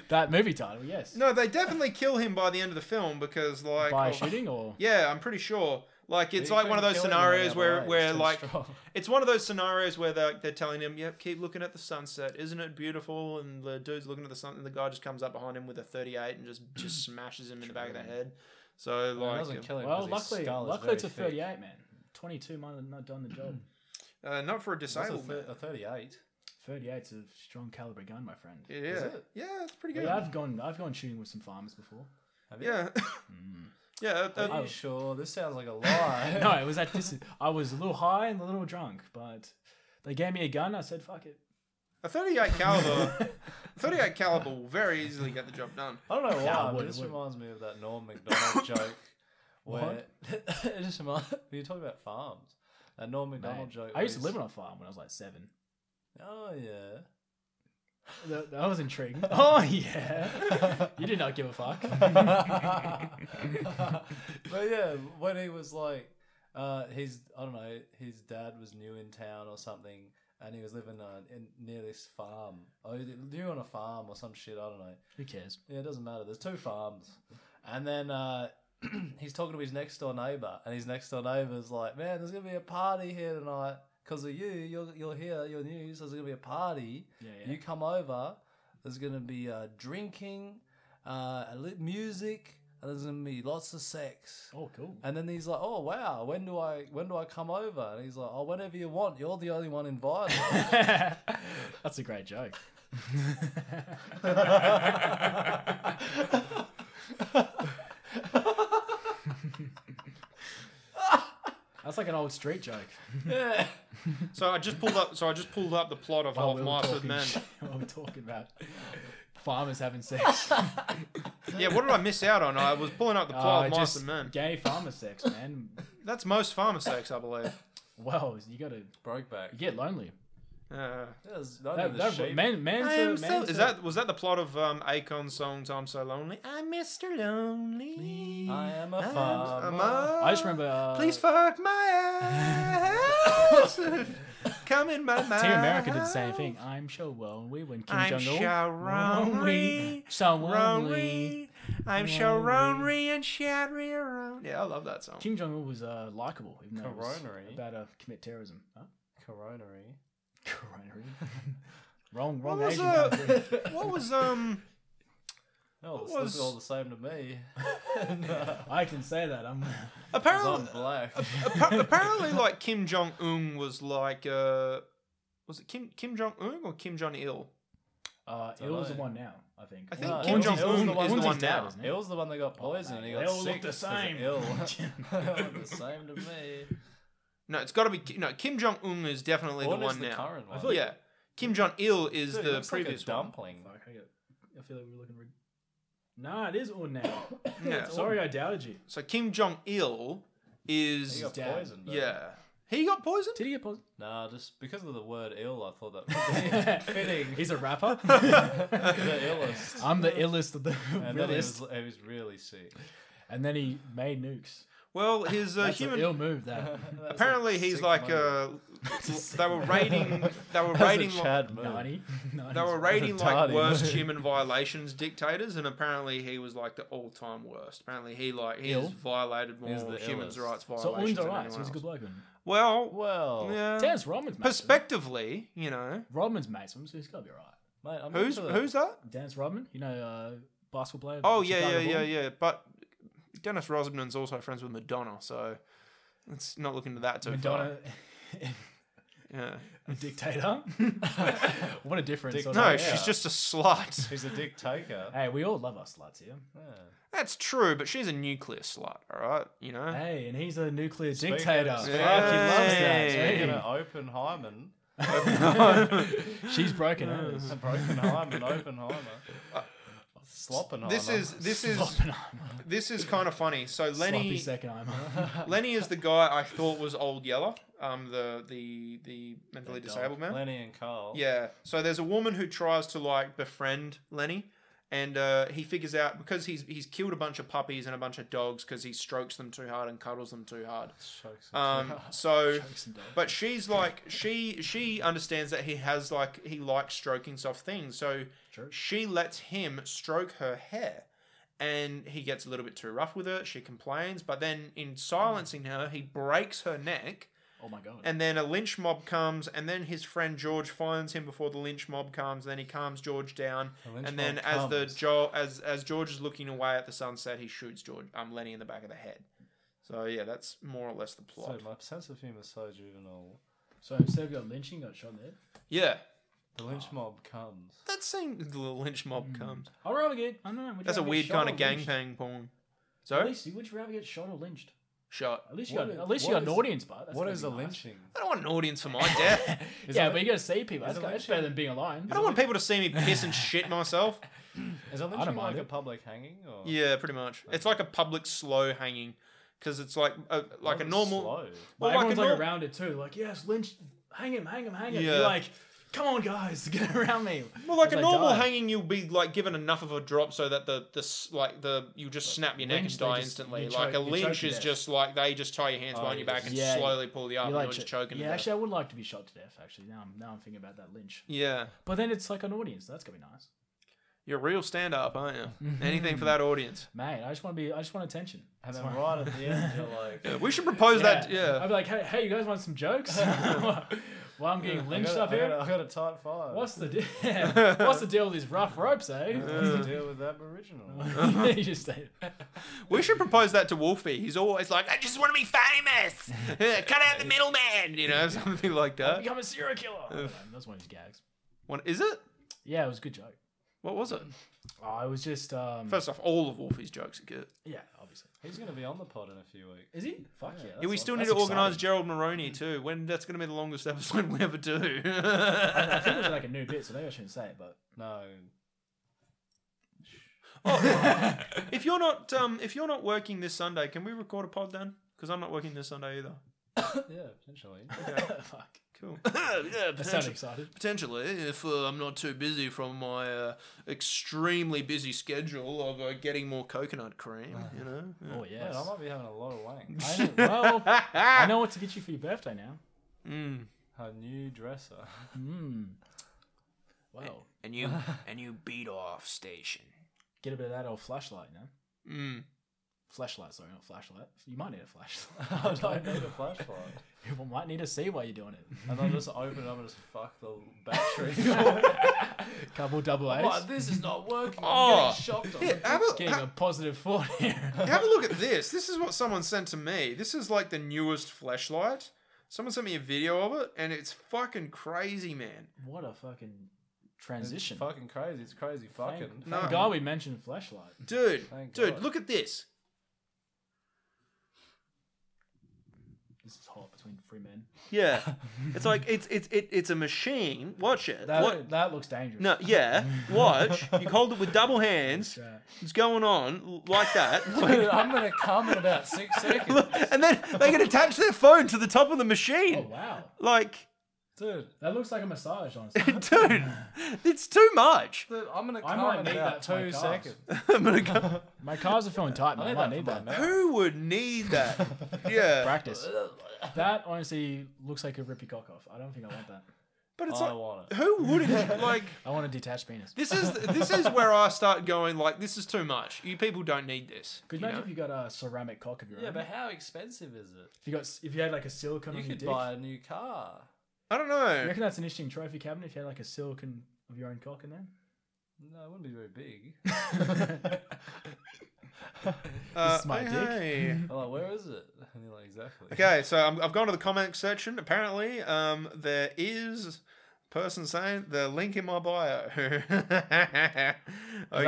that movie title, yes.
no, they definitely kill him by the end of the film because, like,
By
oh,
shooting or
yeah, I'm pretty sure. Like, it's
You
like one of those
couldn't kill him in the
scenarios
other
where,
way,
where
it's too
like,
strong.
it's one of those scenarios where they're, they're telling him, "Yep, keep looking at the sunset. Isn't it beautiful?" And the dude's looking at the sun, and the guy just comes up behind him with a 38 and just just smashes him in the back of the head. So,
It
like,
doesn't kill him.
well,
'cause his
luckily,
skull is
luckily
very
it's a
thick.
38 man. 22 might have not done the job.
uh, not for a
That's a,
disabled man.
thir- a 38.
38's a strong caliber gun, my friend.
Yeah,
it?
yeah, it's pretty
Yeah,
good.
I've gone, I've gone shooting with some farmers before.
Have you-
Yeah, yeah. uh, uh,
Are you sure? This sounds like a lie.
No, it was at this. I was a little high and a little drunk, but they gave me a gun. I said, "Fuck it."
A 38 caliber, 38 caliber will very easily get the job done.
I don't know why,
Yeah, it
but
would,
this
it would.
reminds me of that Norm Macdonald joke where it just reminds you're talking about farms. That Norm Macdonald
Mate,
joke.
I
where
used to
he's-
live on a farm when I was like seven.
Oh yeah.
That, that was intriguing. oh yeah, you did not give a fuck.
but yeah, when he was like, uh, his I don't know, his dad was new in town or something, and he was living uh, in, near this farm. Oh, you're on a farm or some shit. I don't know.
Who cares?
Yeah, it doesn't matter. There's two farms. And then uh, he's talking to his next door neighbor, and his next door neighbor's like, Man, there's going to be a party here tonight because of you. You're, you're here, your news. There's going to be a party.
Yeah, yeah.
You come over, there's going to be uh, drinking, uh, a lit- music, and there's going to be lots of sex.
Oh, cool.
And then he's like, "Oh wow, when do I when do I come over?" And he's like, "Oh, whenever you want. You're the only one invited."
That's a great joke. That's like an old street joke.
yeah.
So I just pulled up. So I just pulled up the plot of
While
Half
we were
Mice with
talking
Men.
shit, while we're talking about farmers having sex.
Yeah, what did I miss out on? I was pulling up the plot
Uh,
of Mice
just
and Men.
Gay farmer sex, man.
That's most farmer sex, I believe.
Well, you gotta
Broke back.
you get lonely.
Uh,
There's no
That,
need to
that,
shape.
man, man's
I am
a,
so,
man's
is
a-
that was that the plot of um, Akon's songs "I'm So Lonely"? I'm Mr. Lonely.
I am a
I'm
farmer.
a-
I just remember. Uh,
Please fuck my ass. Come in my mouth.
Team America did the same thing. I'm so lonely when Kim
I'm
Jong Un.
so lonely.
So lonely.
Ronry. I'm so Ronry and Shadry around. Yeah, I love that song.
Kim Jong Un was uh, likable, even though it was
Coronary.
about to commit terrorism. Huh?
Coronary.
Coronary. wrong,
What
wrong
was,
Asian
uh,
country.
what was um?
Oh, this
was-
looks all the same to me.
I can say that. I'm.
Apparently,
I'm black.
appa- apparently, like Kim Jong Un was like uh, was it Kim Kim Jong Un or Kim Jong Il?
Uh, it was the
know.
one now, I think.
I think
No,
Kim
Il's-
Jong
Il's
Un
the one-
is the
Il's
one
his dad,
now.
isn't
It was the one that got poisoned. and he got
They all look
sick
the
'cause of
same.
Ill. They all look the same to me.
No, it's got to be Ki- no. Kim Jong Un is definitely
What
the
is
one
the
now.
current
I
one?
feel like-
yeah, Kim Jong Il is
Dude, it
the
looks like a
previous one.
dumpling.
Fuck, I, get, I feel like we're looking. Re- nah, it is Un now.
Yeah.
Sorry, I doubted you.
So Kim Jong Il
He
is
got
Dad.
poisoned. though.
yeah. He got poisoned.
Did he get pos-
Nah, just because of the word ill, I thought that was fitting.
He's a rapper.
the illest.
I'm the illest of the
and then he
realest.
was, he was really sick.
and then he made nukes.
Well, his uh,
That's an
human
ill move. That
Apparently, he's
sick
like
move.
uh, they were raiding. They were
That's a
raiding. Like,
Chad move.
ninety.
they were raiding like
Tardy
worst
move.
human violations dictators, and apparently he was like the all-time worst. Apparently he like he's
Ill?
violated more
He's the
human
illest.
rights
So
violations
Un's
than
alright.
anyone
So he's a
else.
good bloke. Un.
Well,
Well,
yeah.
Dennis Rodman's mates. with him.
Perspectively, you know,
Rodman's mates. with him, So he's got to be
mate,
alright.
I'm
who's
into
who's that?
Dennis Rodman, you know, uh, basketball player.
Oh yeah, yeah,
Chicago
yeah,
Bulls.
yeah. But Dennis Rosamond's also friends with Madonna, so let's not look into that too
Madonna,
far. Yeah.
a dictator. what a difference.
Dic-
No,
Although-
she's just a slut.
He's a dictator.
Hey, we all love our sluts here.
That's true, but she's a nuclear slut. All right, you know.
Hey, and he's a nuclear
Speaking
dictator.
of-
Fuck, he
speaking
loves that.
of-
Speaking
Hey.
of open hymen,
She's broken hers.
broken hymen, open hymen, slopping hymen.
Oh,
This is this is this is kind of funny. So
Sloppy
Lenny
second arm.
Lenny is the guy I thought was Old Yeller, um, the the the mentally disabled man.
Lenny and Carl.
Yeah. So there's a woman who tries to like befriend Lenny, and uh, he figures out because he's he's killed a bunch of puppies and a bunch of dogs because he strokes them too hard and cuddles them too hard.
Chokes him.
Um, so.
Jokes and dogs.
But she's like she she understands that he has like he likes stroking soft things, so
True.
she lets him stroke her hair, and he gets a little bit too rough with her. She complains, but then in silencing her, he breaks her neck,
Oh my god.
and then a lynch mob comes, and then his friend George finds him before the lynch mob comes. Then he calms George down,
The lynch
and then
mob
as the
comes.
Joel as as George is looking away at the sunset, he shoots George um Lenny in the back of the head. So yeah, that's more or less the
so
plot.
my sense of humor is so juvenile.
so instead of got lynching, got shot there.
yeah.
The
Oh.
lynch mob comes.
That scene, the lynch mob
Hmm.
comes.
I'd rather get. I don't know. would you
That's a
rather get
weird
shot
kind of
or lynched?
gangbang porn.
At
So,
least, would you rather get shot or lynched?
shot.
At least you
What
got.
is-
At least you
what
got an
is-
audience, but that's
what
gotta
is
be
a
nice.
lynching?
I don't want an audience for my death.
yeah,
it-
but you gotta see people. That's,
it
got- that's
lynching?
better than being alone.
I don't want people to see me piss and shit myself.
Is a
don't
lynching like
mind
a
it.
public hanging or
Yeah, pretty much. It's like a public slow hanging because it's like a, like
What
a
is
normal.
slow?
But
Well, like a
everyone's like
nor-
around it too. Like, yes, lynch, hang him, hang him, hang him.
Yeah.
You're like, come on, guys, get around me.
Well, like a
They
normal
die.
hanging, you'll be like given enough of a drop so that the the s- like the you just snap your neck
lynch,
and
they
die
just-
instantly.
you
Like
choke-
a
you
lynch
choke to
is
death.
just like they just tie your hands
Oh,
behind your back and
yeah.
slowly pull you up,
You're
and
like
you're just
ch-
choking. to
yeah,
death.
actually, I would like to be shot to death. Actually, now I'm now I'm thinking about that lynch.
yeah,
But then it's like an audience. So that's gonna be nice,
you're a real stand up, aren't you? Anything for that audience.
man. I just want to be. I just want attention.
And
That's
then
why-
right at the end, you're like,
Yeah, we should propose that. Yeah,
I'd be like, hey, hey, you guys want some jokes? While I'm getting
I
lynched
got,
up
I, uh,
here.
got a, I got a type five.
What's the deal? What's the deal with these rough ropes, eh?
What's the deal with Aboriginal?
you just say,
we should propose that to Wolfie. He's always like, I just want to be famous. Yeah, Cut out the middleman, you know, something like that.
become a serial killer. I don't know, That's one of his gags.
What is it?
Yeah, it was a good joke.
What was it?
Oh, it was just um,
First off, all of Wolfie's jokes are good.
yeah, obviously.
He's going to be on the pod in a few weeks.
Is he? Fuck yeah.
Yeah, we
that's
still
aw-
need to
that's
organise
exciting.
Gerald Maroney too. When that's going to be the longest episode we ever do.
I think it was like a new bit, so maybe I shouldn't say it. But
No.
Oh, if you're not um, if you're not working this Sunday, can we record a pod then? Because I'm not working this Sunday either.
Yeah, potentially.
fuck,
Cool. yeah,
that sounded excited.
Potentially, if uh, I'm not too busy from my uh, extremely busy schedule of uh, getting more coconut cream,
Uh-huh.
you know. Yeah.
Oh
Man,
yes.
I might be having a lot of wank.
I know, well, I know what to get you for your birthday now.
Mm.
Her new dresser.
Mm. Wow.
And you and you beat off station.
Get a bit of that old flashlight, no?
Mm.
Flashlight, sorry, not flashlight. You might need a flashlight.
I don't need a flashlight.
People might need to see why you're doing it.
And I'll just open it up and just fuck the battery.
Couple double A's.
what? This is not working. I'm
Oh.
getting shocked on.
Here, have a,
Getting
ha-
a positive thought here.
have a look at this. This is what someone sent to me. This is like the newest flashlight. Someone sent me a video of it, and it's fucking crazy, man.
what a fucking
It's
transition.
fucking crazy. It's crazy
Thank-
fucking.
Thank,
No.
God we mentioned flashlight.
Dude,
Thank
dude,
God.
look at this.
This is hot between three men.
Yeah, it's like it's it's it, it's a machine. Watch it.
That,
What?
that looks dangerous.
No, yeah. Watch. You hold it with double hands.
Yeah.
It's going on l- like that.
Dude, I'm going to come in about six seconds.
Look, and then they can attach their phone to the top of the
Oh
machine.
wow,
Like,
Dude,
that looks like a massage, honestly.
dude, it's too much.
dude I'm going to
I
come
might
in
need
about
that for my
two
cars.
seconds.
I'm gonna go.
my cars are feeling tight, man. I,
need
might
that
need
for
that.
my
Who would need that? Yeah,
Practice. that honestly looks like a rippy cock off. I don't think I want that.
but it's
I
like,
want it.
who would it? Like,
I want a detached penis.
this is this is where I start going. Like, this is too much. You people don't need this.
Could
you
you imagine
know?
if you got a ceramic cock of your
Yeah,
own?
but how expensive is it?
if you got s- if you had like a silicone
You
on your
could
dick,
buy a new car.
I don't
you
know.
reckon that's an interesting trophy cabinet? If you had like a silicone of your own cock in there,
No, it wouldn't be very big.
Uh,
This is my dick.
okay.
I'm like, where is it? And you're like, exactly.
Okay, so I'm, I've gone to the comment section. Apparently, um, there is a person saying the link in my bio. okay.
that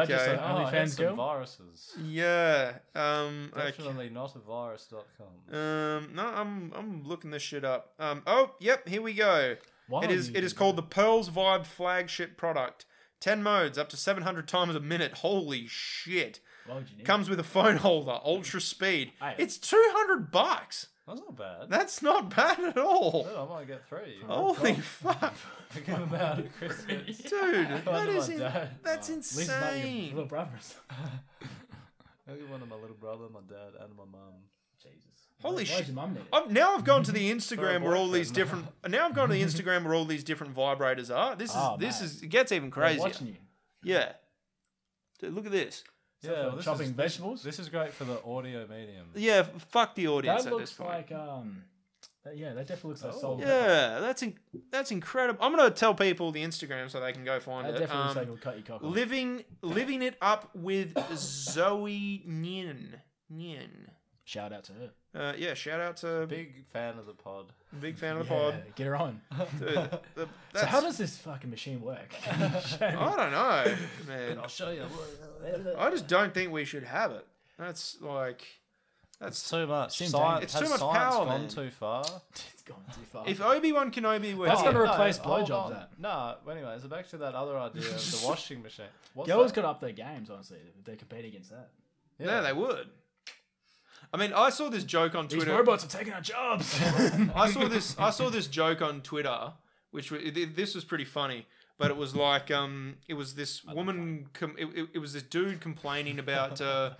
just a-
Oh,
OnlyFans
here's some
girl?
viruses.
yeah. Um. Okay.
Definitely not a virus.com.
Um. No, I'm I'm looking this shit up. Um. Oh, yep. Here we go.
Why
it
are
is
you
it is
doing
called the Pearls Vibe flagship product. Ten modes, up to 700 times a minute. Holy shit!
that? Why would you need
Comes with a phone holder, ultra speed.
Aye.
It's 200 bucks.
That's not bad.
That's not bad at all.
Dude, I might get three.
Oh,
Holy fuck.
I give them out at Christmas.
Dude, that
to
is
my
in,
dad.
that's
it? At least it's not your
insane.
Little brothers.
I'll give one to my little brother, my dad, and my mum.
Jesus.
Holy Oh,
Why
shit.
does your mum need it?
I've, now I've gone to the Instagram
a
where all these different.
boyfriend.
Now I've gone to the Instagram where all these different vibrators are. This is
Oh,
this
man.
is it gets even
They're
crazier.
Watching you.
Yeah. Dude, look at this.
Is that for
this
chopping
is,
vegetables.
This is great for the audio medium.
Yeah, f- fuck the audience
that
at this
looks
point.
like um. that- yeah, that definitely looks like
Oh.
salt. and pepper.
yeah, that's in, that's incredible. I'm gonna tell people the Instagram so they can go find
That
it.
definitely looks
Um,
like it'll cut your cock off.
living living it up with Zoe Nien Nien.
Shout out to her.
Uh, yeah, shout out to big,
Big fan of the pod.
fan of the pod.
Yeah, get her on.
Dude, the- the-
So
that's-
how does this fucking machine work?
I don't know, man.
I'll show you.
I just don't think we should have it. That's like,
It's
that's
too much.
Seems
Science,
dangerous. It's
has
too much
science
power,
gone
man.
too far?
it's gone too far.
if Obi Wan Kenobi were
That's
here,
gonna replace
hold
blowjobs,
on.
that.
No, but anyway, so back to that other idea of the washing machine. What's
Girls
that?
got up their games, honestly. if They compete against that.
no, they would. I mean, I saw this joke on
These
Twitter.
robots are taking our jobs.
I saw this. I saw this joke on Twitter which wa- it- it- this was pretty funny. But it was like um, it was this woman. Com- it, it, it was this dude complaining about. Uh,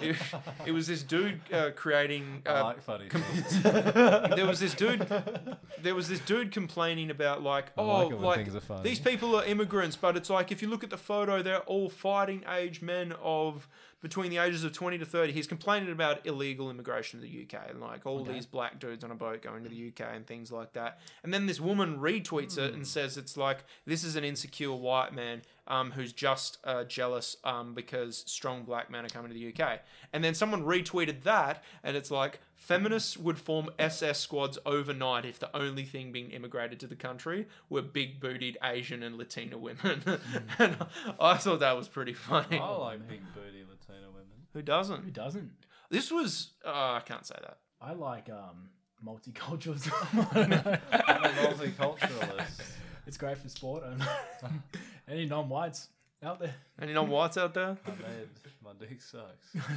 it, it was this dude uh, creating.
I
Uh,
like funny
com-
things.
there was this dude. There was this dude complaining about like, oh,
like it when
like,
things are funny.
these people are immigrants, but it's like if you look at the photo, they're all fighting age men of between the ages of twenty to thirty. He's complaining about illegal immigration to the UK and like all these black dudes on a boat going to the UK and things like that. And then this woman retweets it and says it's like this is an insecure white man. Um, who's just uh, jealous um, because strong black men are coming to the UK. And then someone retweeted that, and it's like, feminists would form SS squads overnight if the only thing being immigrated to the country were big bootied Asian and Latina women. and I thought that was pretty funny.
I like big booty Latina women.
Who
Who
doesn't?
doesn't?
This was. Uh, I can't say that.
I like um, multiculturalism.
I'm a multiculturalist.
it's great for sport. I don't know. Any non-whites out there?
Any non whites out there?
I made my dick sucks.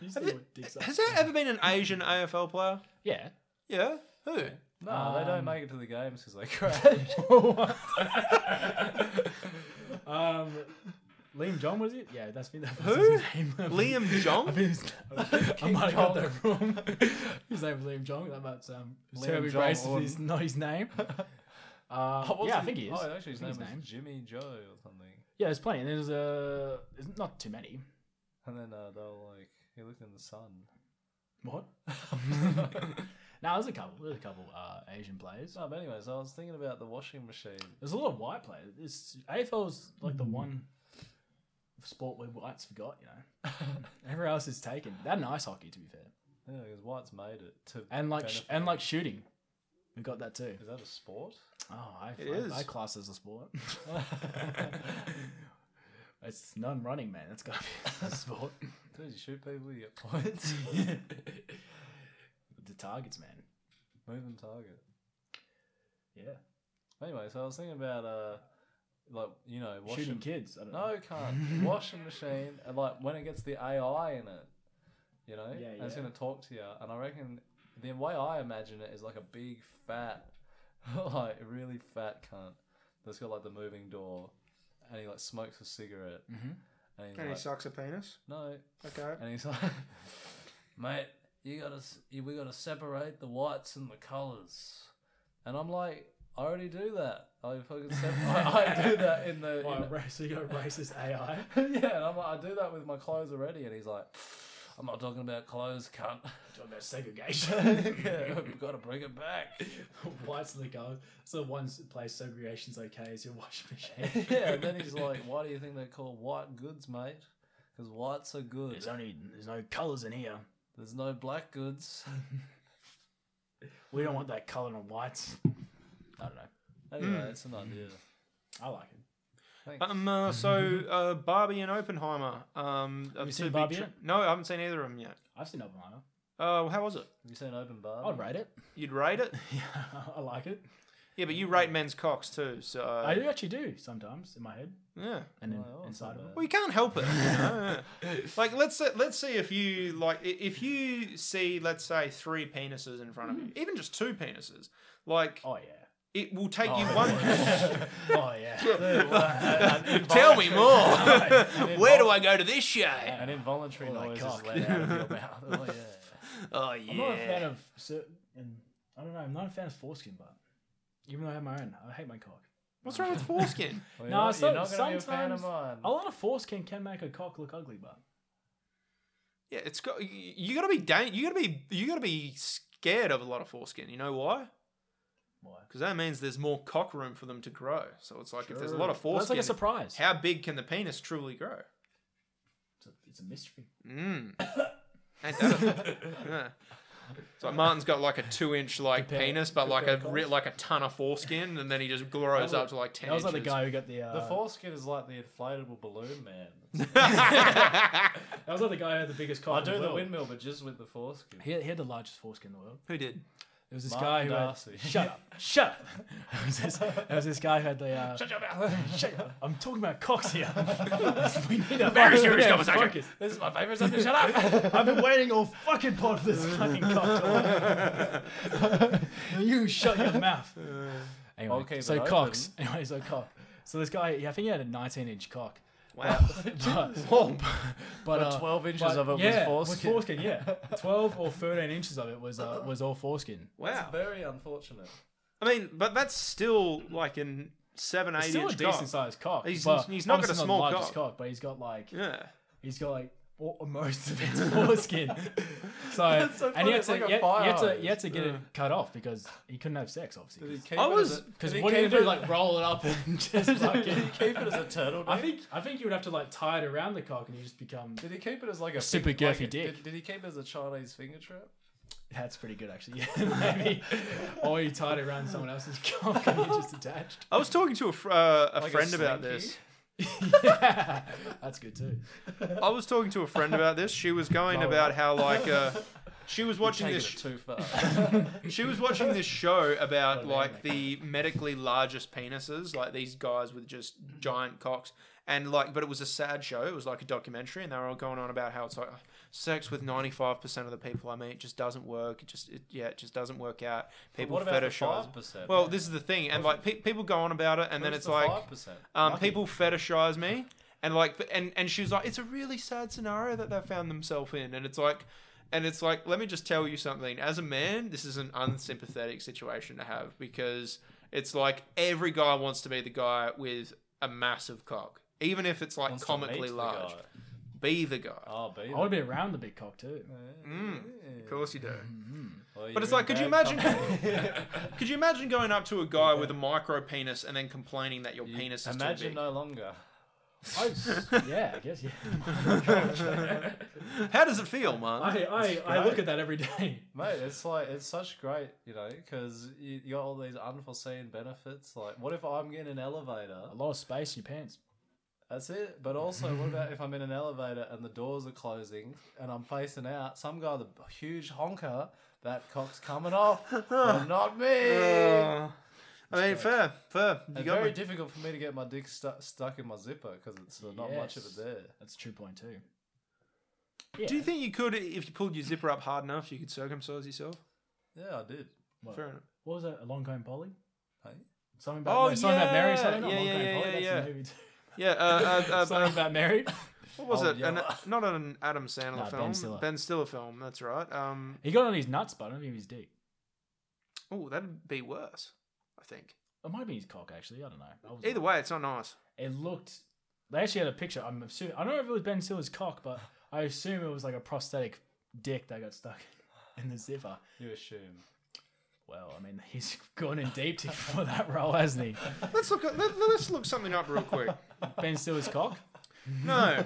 You see
it-
what dicks are?
Has there ever been an Asian AFL player?
Yeah.
Yeah. Who?
No, they don't make it to the games because they crash.
um, Liam John was it? Yeah, that's been that
Who?
his name.
Liam Jong?
I, mean, his- I might have got that wrong. his name was Liam Jong. That might um,
Liam
terribly
Jong
racist.
Un.
If he's not his name. Uh,
what's
yeah, I
his-
think he is.
Oh, actually, his
I
name was
think his name.
Jimmy Joe or something.
Yeah, there's plenty. There's uh, there's not too many.
And then uh, they were like, he looked in the sun.
What? now there's a couple. There's a couple uh, Asian players.
No, but anyways, I was thinking about the washing machine.
There's a lot of white players. It's, AFL's like the one sport where whites forgot. You know, everywhere else is taken. That and ice hockey, to be fair,
Yeah, because White's made it to.
and like sh-
benefit.
and like shooting, we got that too.
Is that a sport?
Oh, I,
It
I,
is.
I class it as a sport. it's non-running, man. That's gotta be a sport.
Dude, you shoot people, you get points.
the targets, man.
Moving target.
Yeah,
Anyway, so I was thinking about, uh, like, you know, washing.
shooting kids. I don't know.
No, can't. washing machine, and like when it gets the AI in it, you know,
Yeah,
and it's
yeah.
going to talk to you. And I reckon the way I imagine it is like a big fat, like really fat cunt that's got like the moving door, and he like smokes a cigarette,
Mm-hmm.
and he's like,
sucks a penis.
no,
Okay.
and he's like, mate, you gotta, s- you- we gotta separate the whites and the colors. And I'm like, I already do that. I fucking separate. I, I do that in the. in
Why,
the-
ra- so you got racist AI?
yeah, and I'm like, I do that with my clothes already, and he's like, I'm not talking about clothes, cunt.
Talking about segregation.
yeah, we've got to bring it back.
Whites and the colors. oh, So one place segregation's okay is your washing machine.
yeah, and then he's like, why do you think they call white goods, mate? Because whites are good.
There's only there's no colours in here.
There's no black goods.
We don't want that colour on whites. Hmm. I don't know. Hmm.
Anyway, that's an idea.
I like it.
Thanks.
Um. Uh, so, uh, Barbie and Oppenheimer. Um. Have
you seen Barbie yet?
no, I haven't seen either of them yet.
I've seen Oppenheimer.
Uh, how was it?
Have you seen Open Bar?
I'd rate it.
You'd rate it?
Um, Yeah, I like it.
Yeah, but you rate men's cocks too, so
Mm. I do actually do sometimes in my head
yeah.
and in,
Oh,
inside of it.
Well, you can't help it. you know? Like, let's say, let's see if you like i- if you see, let's say, three penises in front of you, even just two penises. Like,
Mm. Oh yeah.
it will take you one.
Oh yeah. uh,
Tell me more. Where do I go to this show?
An involuntary
Oh, my
noise is
cock.
let out of your mouth. Oh, yeah.
Oh
I'm not a fan
yeah.
of certain. I don't know. I'm not a fan of foreskin, but even though I have my own, I hate my cock.
What's wrong with foreskin?
Well,
No,
you're,
so-
you're not going to be a fan of
sometimes-
mine.
A lot of foreskin can make a cock look ugly, but
Yeah, it's got. y- You gotta be dang. You gotta be. You gotta be scared of a lot of foreskin. You know why?
why?
Because that means there's more cock room for them to grow. So it's like if there's a lot of
Well, that's
foreskin,
like a surprise.
how big can the penis truly grow?
It's a, it's a mystery.
Mm. Ain't that a- yeah. It's like Martin's got like a two-inch like
Compare-
penis, but like a
compare
re-
costs.
like a ton of foreskin, and then he just grows up to like ten.
That was like the
inches.
guy who got the. Uh,
the foreskin is like the inflatable balloon man.
that was like the guy who had the biggest cock.
I
in
do the
world.
windmill, but just with the foreskin.
He had, he had the largest foreskin in the world.
Who did?
There was this
Martin
guy who had-
Darcy.
shut up, shut up. There was this, there was this guy who had the uh, shut your mouth. shut up. I'm talking about cocks here. we need a very serious conversation. Focus.
This is my favorite subject. Shut up!
I've been waiting all fucking pod for this fucking cock. to- you shut your mouth. Anyway,
I'll keep
so
it
cocks. Anyway, so cock. So this guy, yeah, I think he had a 19 inch cock.
Wow.
But,
Whoa.
but,
But
uh,
12 inches
but
of it
yeah,
was
was
foreskin.
foreskin. Yeah, 12 or 13 inches of it was uh, was all foreskin.
Wow.
Very unfortunate.
I mean, but that's still like an seven, eight
It's still a
inch cock.
decent sized cock.
He's-
but
he's not got a
obviously
small
the largest
cock.
cock, but he's got like
Yeah.
He's got like all, most of its foreskin. so,
so
and
funny,
he had
it's
to,
like a
he had-
fire
he had to,
hose.
he had to get it cut off because he couldn't have sex,
Did he
obviously.
keep
I
it
was-
as a-
Because
did he
what do you
keep it-
do? Like roll it up and just like
Did he keep it as a turtle?
I think I think you would have to like tie it around the cock and you just become.
Did he keep it as like a
Super
fing- like
girthy
a-
dick.
Did, did he keep it as a Chinese finger trap?
That's pretty good, actually. Yeah, maybe. or you tied it around someone else's cock and you just attached.
I was talking to a, fr- uh, a
Like a
friend about
slinky?
this.
yeah, that's good too.
I was talking to a friend about this. She was going
Roll it
about how like uh, she was watching
Taking
this.
it too far.
She was watching this show about
Oh,
like the medically largest penises, like these guys with just giant cocks. And like, but it was a sad show. It was like a documentary, and they were all going on about how it's like "Oh, sex with ninety five percent of the people I meet just doesn't work. It just it, yeah, it just doesn't work out. People
what about the
fetishize.
5%?
Well, this is the thing, and like pe- people go on about it, and then
Where's
it's
the
like
5%?
um, people fetishize me and like but- and and she was like it's a really sad scenario that they found themselves in and it's like and it's like let me just tell you something as a man this is an unsympathetic situation to have because it's like every guy wants to be the guy with a massive cock even if it's like
Wants to meet
comically
the
large
guy.
be the guy Mm.
Oh, be
I would be around the big cock too.
of course you do but it's like could you imagine Mm. could you imagine going up to a guy with a micro penis and then complaining that your penis is too
Imagine
big
no longer.
I was- yeah, I guess yeah.
how does it feel man
I, I, I look at that every day.
Mate, it's like it's such great, you know, because you, you got all these unforeseen benefits. Like, what if I'm in an elevator?
A lot of space in your pants.
That's it. But also, what about if I'm in an elevator and the doors are closing and I'm facing out? Some guy, with a huge honker, that cock's coming off, but not me.
Uh, I mean, fair, fair. You
and
got
very
me.
difficult for me to get my dick stu- stuck in my zipper because it's uh, not much of it
Yes.
there.
That's a true point too. Yeah.
Do you think you could, if you pulled your zipper up hard enough, you could circumcise yourself?
Yeah, I did.
what,
Fair enough.
what was that? A long comb Polly?
Hey?
Something about
Oh,
no, something about Mary.
yeah,
Something not
yeah,
long
yeah,
comb
yeah,
Polly.
yeah.
That's a movie. too.
Yeah. Uh, uh, uh,
something
uh,
about Mary.
what was
Oh,
it? An,
yeah.
not an Adam Sandler
No, Ben
film.
Stiller.
film. That's right. Um.
He got on his nuts, but I don't think it was his dick.
Oh, that'd be worse. I think.
It might have been his cock actually. I don't know. I was-
Either way, it's not nice.
it looked. They actually had a picture. I'm assuming. I don't know if it was Ben Stiller's cock, but I assume it was like a prosthetic dick that got stuck in the zipper.
You assume.
Well, I mean, he's gone in deep to- for that role, hasn't he?
Let's look. At, let, let's look something up real quick.
Ben Stiller's cock.
No.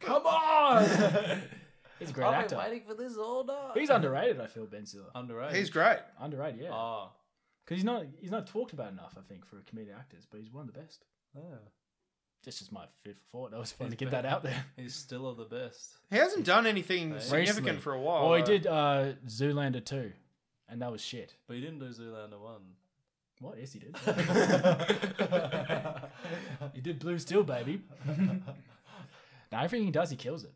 Come on. he's a great
I've
actor.
been waiting for this all night.
He's underrated. I feel Ben Stiller.
underage.
He's great.
Underrated, yeah.
Oh,
Because he's not he's not talked about enough, I think, for comedic actors. But he's one of the best.
yeah.
That's just my fifth thought. That was fun
He's
to get
been-
that out there.
He's still the best.
He hasn't done anything
Recently.
significant for a while.
well, he
though.
did uh, Zoolander two, and that was shit.
But he didn't do Zoolander 1.
What? Yes, he did. he did Blue Steel, baby. now everything he does, he kills it.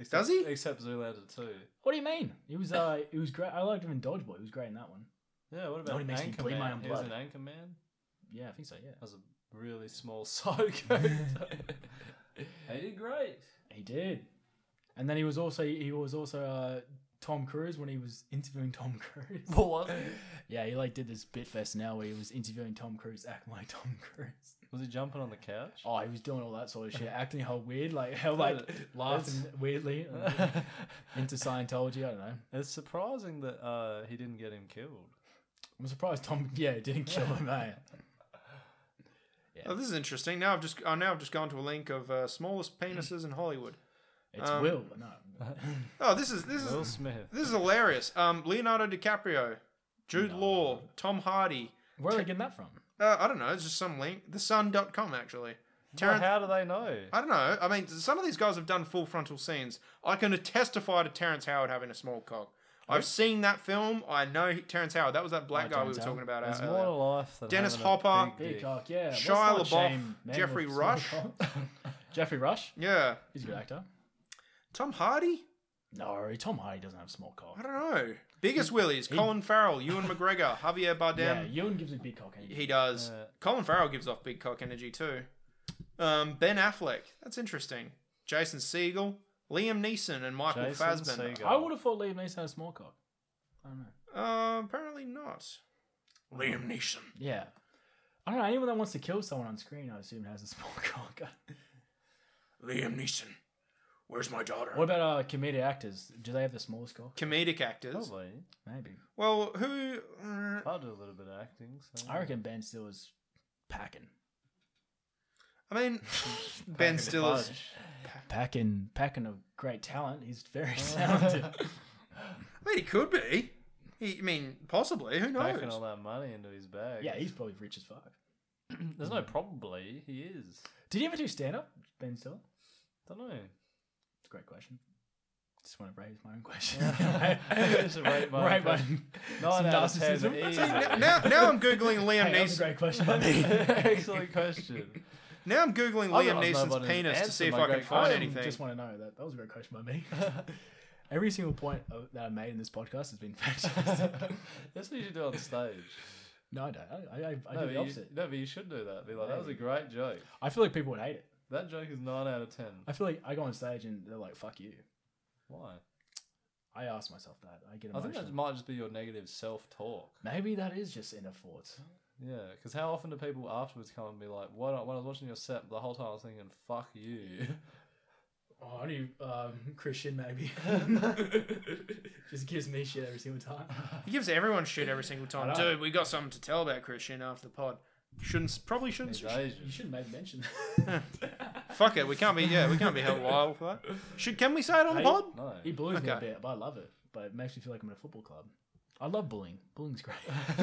Does he?
Except Zoolander 2.
What do you mean? He was uh, he was great. I liked him in Dodgeball. He was great in that one.
Yeah, what
No,
about
he makes me
Anchorman?
bleed my own
He was in
blood.
Anchorman.
Yeah, I think so. Yeah,
That was a really small side character. he did great.
he did. And then he was also he was also uh, Tom Cruise when he was interviewing Tom Cruise.
What was he?
Yeah, he like did this bit fest now where he was interviewing Tom Cruise, acting like Tom Cruise.
Was he jumping on the couch?
Oh, he was doing all that sort of shit, acting how weird, like how like laughing weirdly and into Scientology. I don't know.
it's surprising that uh, he didn't get him killed.
I'm surprised Tom, yeah, didn't kill him. eh?
Oh, this is interesting. Now I've just. Oh, now I've just gone to a link of uh, smallest penises in Hollywood.
It's
Um,
Will, but no.
Oh, this is this is
Will Smith.
This is hilarious. Um, Leonardo DiCaprio, Jude Law, Tom Hardy.
Where are they getting that from?
Uh, I don't know. It's just some link. TheSun.com, actually.
Well,
Tarant-
how do they know?
I don't know. I mean, some of these guys have done full frontal scenes. I can testify to Terrence Howard having a small cock. I've seen that film. I know Terrence Howard. That was that black
Oh,
guy we
Terrence
were
Howard.
talking about. uh,
There's
earlier.
more to life than
Dennis
having a
Hopper.
big dick.
Peacock, yeah. Let's
Shia
not
LaBeouf,
shame men
Jeffrey
with small
Rush.
cocks. Jeffrey Rush,
Yeah.
he's a good actor.
Tom Hardy?
No, Tom Hardy doesn't have small
I
cock.
don't know. Biggest willies: Colin Farrell, Ewan McGregor, Javier
Yeah,
Bardem.
Ewan gives me big cock energy.
He does.
Yeah.
Colin Farrell gives off big cock energy too. Um, ben Affleck. That's interesting. Jason Segel, Liam Neeson, and Michael
Jason
Fassbender.
Segel.
I would have thought Liam Neeson had a small cock. I don't know.
Uh, apparently not. Liam Neeson.
Yeah. I don't know. Anyone that wants to kill someone on screen, I assume, has a small cock.
Liam Neeson. Where's my daughter?
what about uh, comedic actors? Do they have the smallest cock?
Comedic actors.
Probably.
Maybe.
Well, who? uh,
I'll do a little bit of acting. So.
I reckon Ben still is packing.
I mean, Ben Stiller's.
Packing, packing of great talent. He's very talented.
I mean, he could be. He, I mean, possibly. Who
Packing all
knows?
that money into his bag.
yeah, he's probably rich as fuck.
There's no probably. He is.
Did he ever do stand up, Ben Stiller?
Don't know.
It's a great question. Just want to raise my own question.
Just rate my own
Rate
question.
Some
Nine out of ten.
narcissism.
Easy.
See, n- now, now I'm googling Liam
Hey, that was
Neeson.
a great question. by me.
Excellent question.
Now I'm googling
I don't
Liam
know if
Neeson's
nobody's
penis to
answered
see if
my
I can
great
find
question.
anything.
Just want to know that that was a great question by me. Every single point of, that I made in this podcast has been factual.
That's what you should do on stage.
no, I don't. I, I,
No,
I do the
but you,
opposite.
no, but you should do that. Be like, that was a great joke.
I feel like people would hate it.
That joke is nine out of ten.
I feel like I go on stage and they're like, "Fuck you."
Why?
I ask myself that. I get
I
emotional.
think that might just be your negative self-talk.
Maybe that is just inner thoughts.
Yeah, because how often do people afterwards come and be like, "What? When I was watching your set, the whole time I was thinking, fuck you.'"
Oh, only um, Christian maybe. just gives me shit every single time.
He gives everyone shit every single time.
I know.
Dude, we got something to tell about Christian after the pod. Shouldn't probably shouldn't.
He's
You
Asian.
shouldn't make mention.
Fuck it, we can't be. Yeah, we can't be held liable for that. Should can we say it on the
Hey.
pod?
No.
He bullies me a
Okay.
bit, but I love it. But it makes me feel like I'm in a football club. I love bullying. Bullying's great.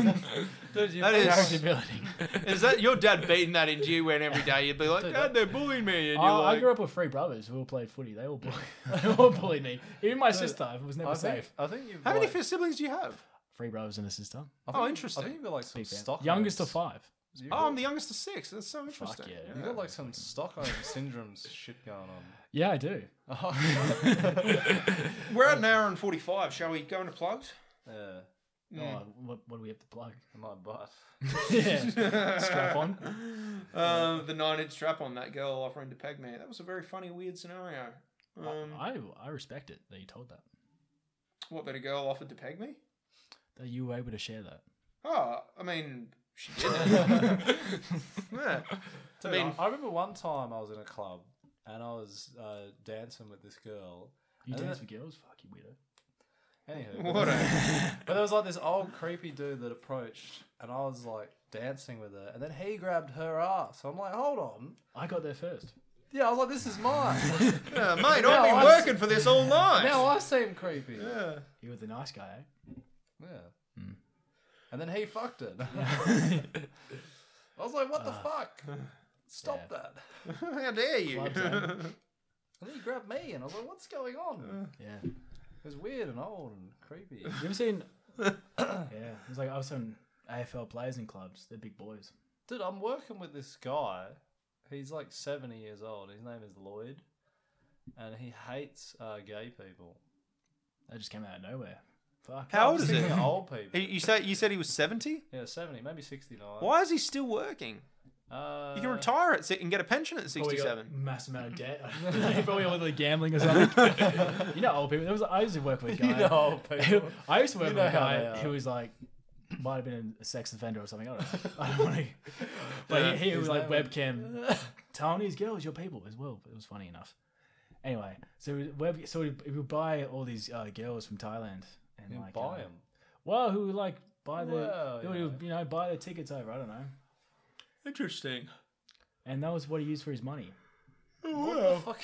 Dude, you
That
play-
is-
Character building.
Is that your dad beating that into you? When every day you'd be like,
Dude,
Dad, they're bullying me, and you're
I, I
like,
grew up with three brothers who all played footy. They all bullied, they all bullied me. Even my sister was never
I
safe.
think, I think you've.
How many
like-
fis- siblings do you have?
Three brothers and a sister.
I
Oh,
think-
interesting.
I think you've got like some
Big fan.
Stockholm.
Youngest of five.
You've
Oh,
got,
I'm the youngest of six. That's so interesting.
yeah.
you've got like some Stockholm syndrome shit going on.
Yeah, I do.
We're at an hour and forty-five. Shall we go into plugs?
yeah,
Oh, what, what do we have to plug?
my butt.
yeah. Strap on.
Um, the nine-inch strap on that girl offering to peg me. That was a very funny, weird scenario.
Uh,
Um,
I, I respect it that you told that.
what? That a girl offered to peg me?
That you were able to share that.
Oh, I mean, she did. yeah.
Dude, I,
mean-
I remember one time I was in a club and I was uh, dancing with this girl.
You
And
dance
then-
with girls? Fuck you, weirdo.
Anywho,
What a
But there was like this old creepy dude that approached, and I was like dancing with her, and then he grabbed her ass. So I'm like, hold on.
I got there first.
Yeah, I was like, this is mine.
yeah, mate!
Now
I've been
I-
working for this all night.
now I seem creepy. Yeah.
yeah.
You were the nice guy, eh?
And then he fucked it. I was like, what
Ah.
the fuck? Stop
yeah.
that.
How dare you?
Club time.
And then he grabbed me, and I was like, what's going on?
Uh.
Yeah.
It was weird and old and creepy.
You ever seen? yeah, it was like I was on AFL players in clubs. They're big boys.
Dude, I'm working with this guy. He's like 70 years old. His name is Lloyd. And he hates uh, gay people.
They just came out of nowhere. Fuck.
How
I'm
old is
just
it?
thinking of Old people.
He- You said you said he was seventy.
Yeah, 70, maybe 69.
Why is he still working?
Uh, oh,
You can retire at si- and get a pension at
Probably got
sixty-seven.
Mass amount of debt. He probably all the gambling or something. you know, old people. There was I used to work with a guy.
You know old people.
I used to work
You
with a
know how they
guy
are.
who was like might have been a sex offender or something. I don't know. I don't want to. But
Yeah,
he, he was
his
like
name-
webcam Oh telling these girls your people as well. But it was funny enough. Anyway, so we- web so we, we would buy all these uh, girls from Thailand and
You
like
buy
uh,
them.
Well, who would like buy the
Well,
who would,
yeah.
you know buy their tickets over? I don't know.
Interesting.
And that was what he used for his money.
Fuck.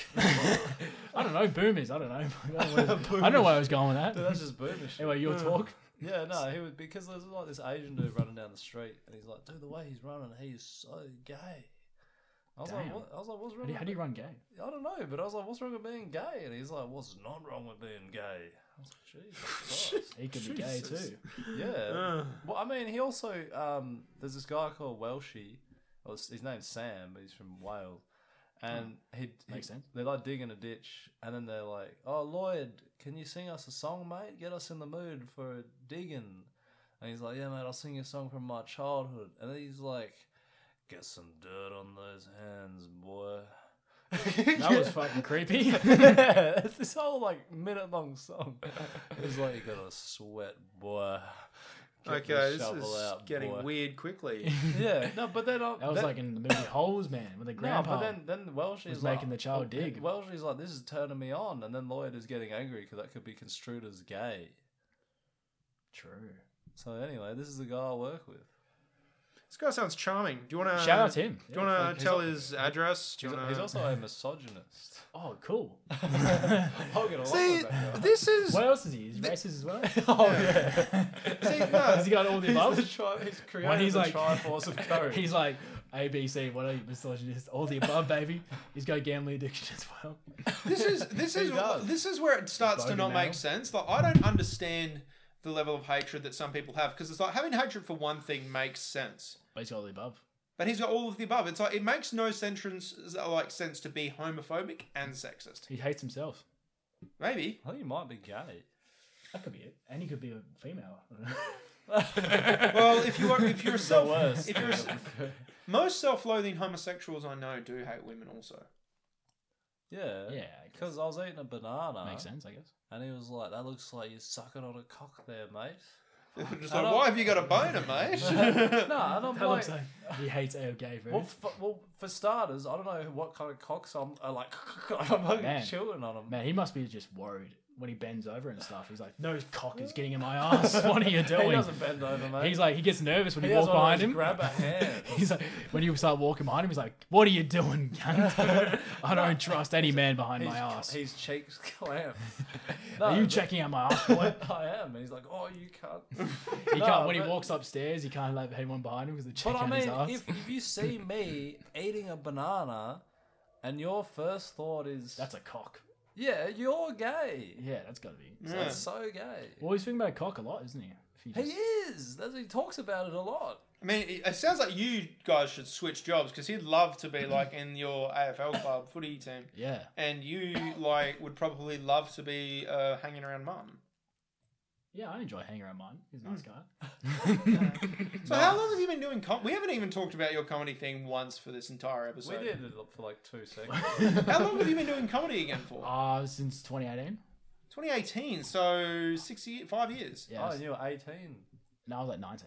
I don't know, boomers. I don't know. I don't know where, I don't know where I was going with
Dude,
that.
that's just boomer shit.
Anyway, your talk.
Yeah, no, he was because there's like this Asian dude running down the street, and he's like, dude, the way he's running, he is so gay. I was
Damn.
like, what? I was like, what's
How
wrong?
do, you,
with
how do you
it?
run game?
I don't know, but I was like, what's wrong with being gay? And he's like, what's not wrong with being gay? I was like, Jesus Christ.
He could be gay
Jesus.
too.
Yeah.
Uh.
Well, I mean, he also um, there's this guy called Welshie. Well, his his name's Sam, but he's from Wales, and he
Oh, Makes
he-
sense.
They're like digging a ditch, and then they're like, "Oh, Lloyd, can you sing us a song, mate? Get us in the mood for digging." And he's like, "Yeah, mate, I'll sing you a song from my childhood." And then he's like, "Get some dirt on those hands, boy."
That was fucking creepy.
yeah, it's this whole like minute long song. It's like you gotta sweat, boy. Get the
Okay, this
shovel
is
out,
getting
boy."
weird quickly.
Yeah, no, but then
That was like in the movie Holes, man, with the
no,
grandpa.
but then then Welsh
was
is like,
making the child
"Oh,
dig."
Welsh is like, this is turning me on, and then Lloyd is getting angry because that could be construed as gay.
True.
So anyway, this is the guy I work with.
This guy sounds charming. Do you
Um,
want to
Shout out to him.
Do you want
he's
to tell
al-
his address? Do
He's,
you
he's
want to?
also a misogynist.
Oh, cool.
I'll get along
See,
with that guy.
this is
What else is he? He's racist as well.
Oh yeah,
see, no,
Has he got all the above?
he's, the tri- he's created
he's
the
like-
triforce of courage.
He's like A, B, C. What are you, misogynist? All the above, baby. He's got a gambling addiction as well.
this is this
He
is
does.
this is where it starts to not
Bogeyman.
make sense. Like I don't understand the level of hatred that some people have because it's like having hatred for one thing makes sense,
But he's got all the above.
but he's got all of the above. It's like it makes no sense like sense to be homophobic and sexist.
He hates himself.
Maybe
I think he might be gay.
That could be it. And he could be a female.
well if you are if you're self
worst.
if you're s- most self-loathing homosexuals I know do hate women also.
Yeah.
yeah, I guess.
Because I was eating a banana.
makes sense, I guess.
And he was like, that looks like you're sucking on a cock there, mate.
Just
I
like
don't-
why have you got a boner, mate?
No, I don't
That
like.
looks like he hates a gay food.
Well, for, well, for starters, I don't know what kind of cocks I'm I like. I'm fucking
Man.
chewing on them.
Man, he must be just worried when he bends over and stuff. He's like, "No cock is getting in my ass. What are you
He
doing?"
doesn't bend over, mate.
He's like, he gets nervous when
He
you
has
walk
one of
behind
those
him.
Grab a hand.
He's like, when you start walking behind him, he's like, "What are you doing? cunt?" I don't trust any man behind
He's,
my ass.
He's cheeks clamped.
are
No,
you
but-
checking out my ass, boy?
I am. And he's like, oh, you can't.
He
No,
can't when
but-
he walks upstairs. He can't let anyone behind him because they're
But
checking
I
out his ass.
mean, if, if you see me eating a banana and your first thought is,
That's a cock.
yeah, you're gay.
Yeah, that's got to be.
Yeah.
That's so gay.
Well, he's thinking about cock a lot, isn't he? If you
He
just-
is. That's, he talks about it a lot.
I mean, it it sounds like you guys should switch jobs because he'd love to be like in your AFL club footy team,
yeah.
and you like would probably love to be uh, hanging around mum.
Yeah, I enjoy hanging around mine. He's a nice guy.
So how long have you been doing? Com- we haven't even talked about your comedy thing once for this entire
We
episode.
did it for like two seconds.
How long have you been doing comedy again for?
Uh, since 2018.
2018, so six years, five years.
Yeah.
oh,
I was-
and you were 18.
No, I was like 19.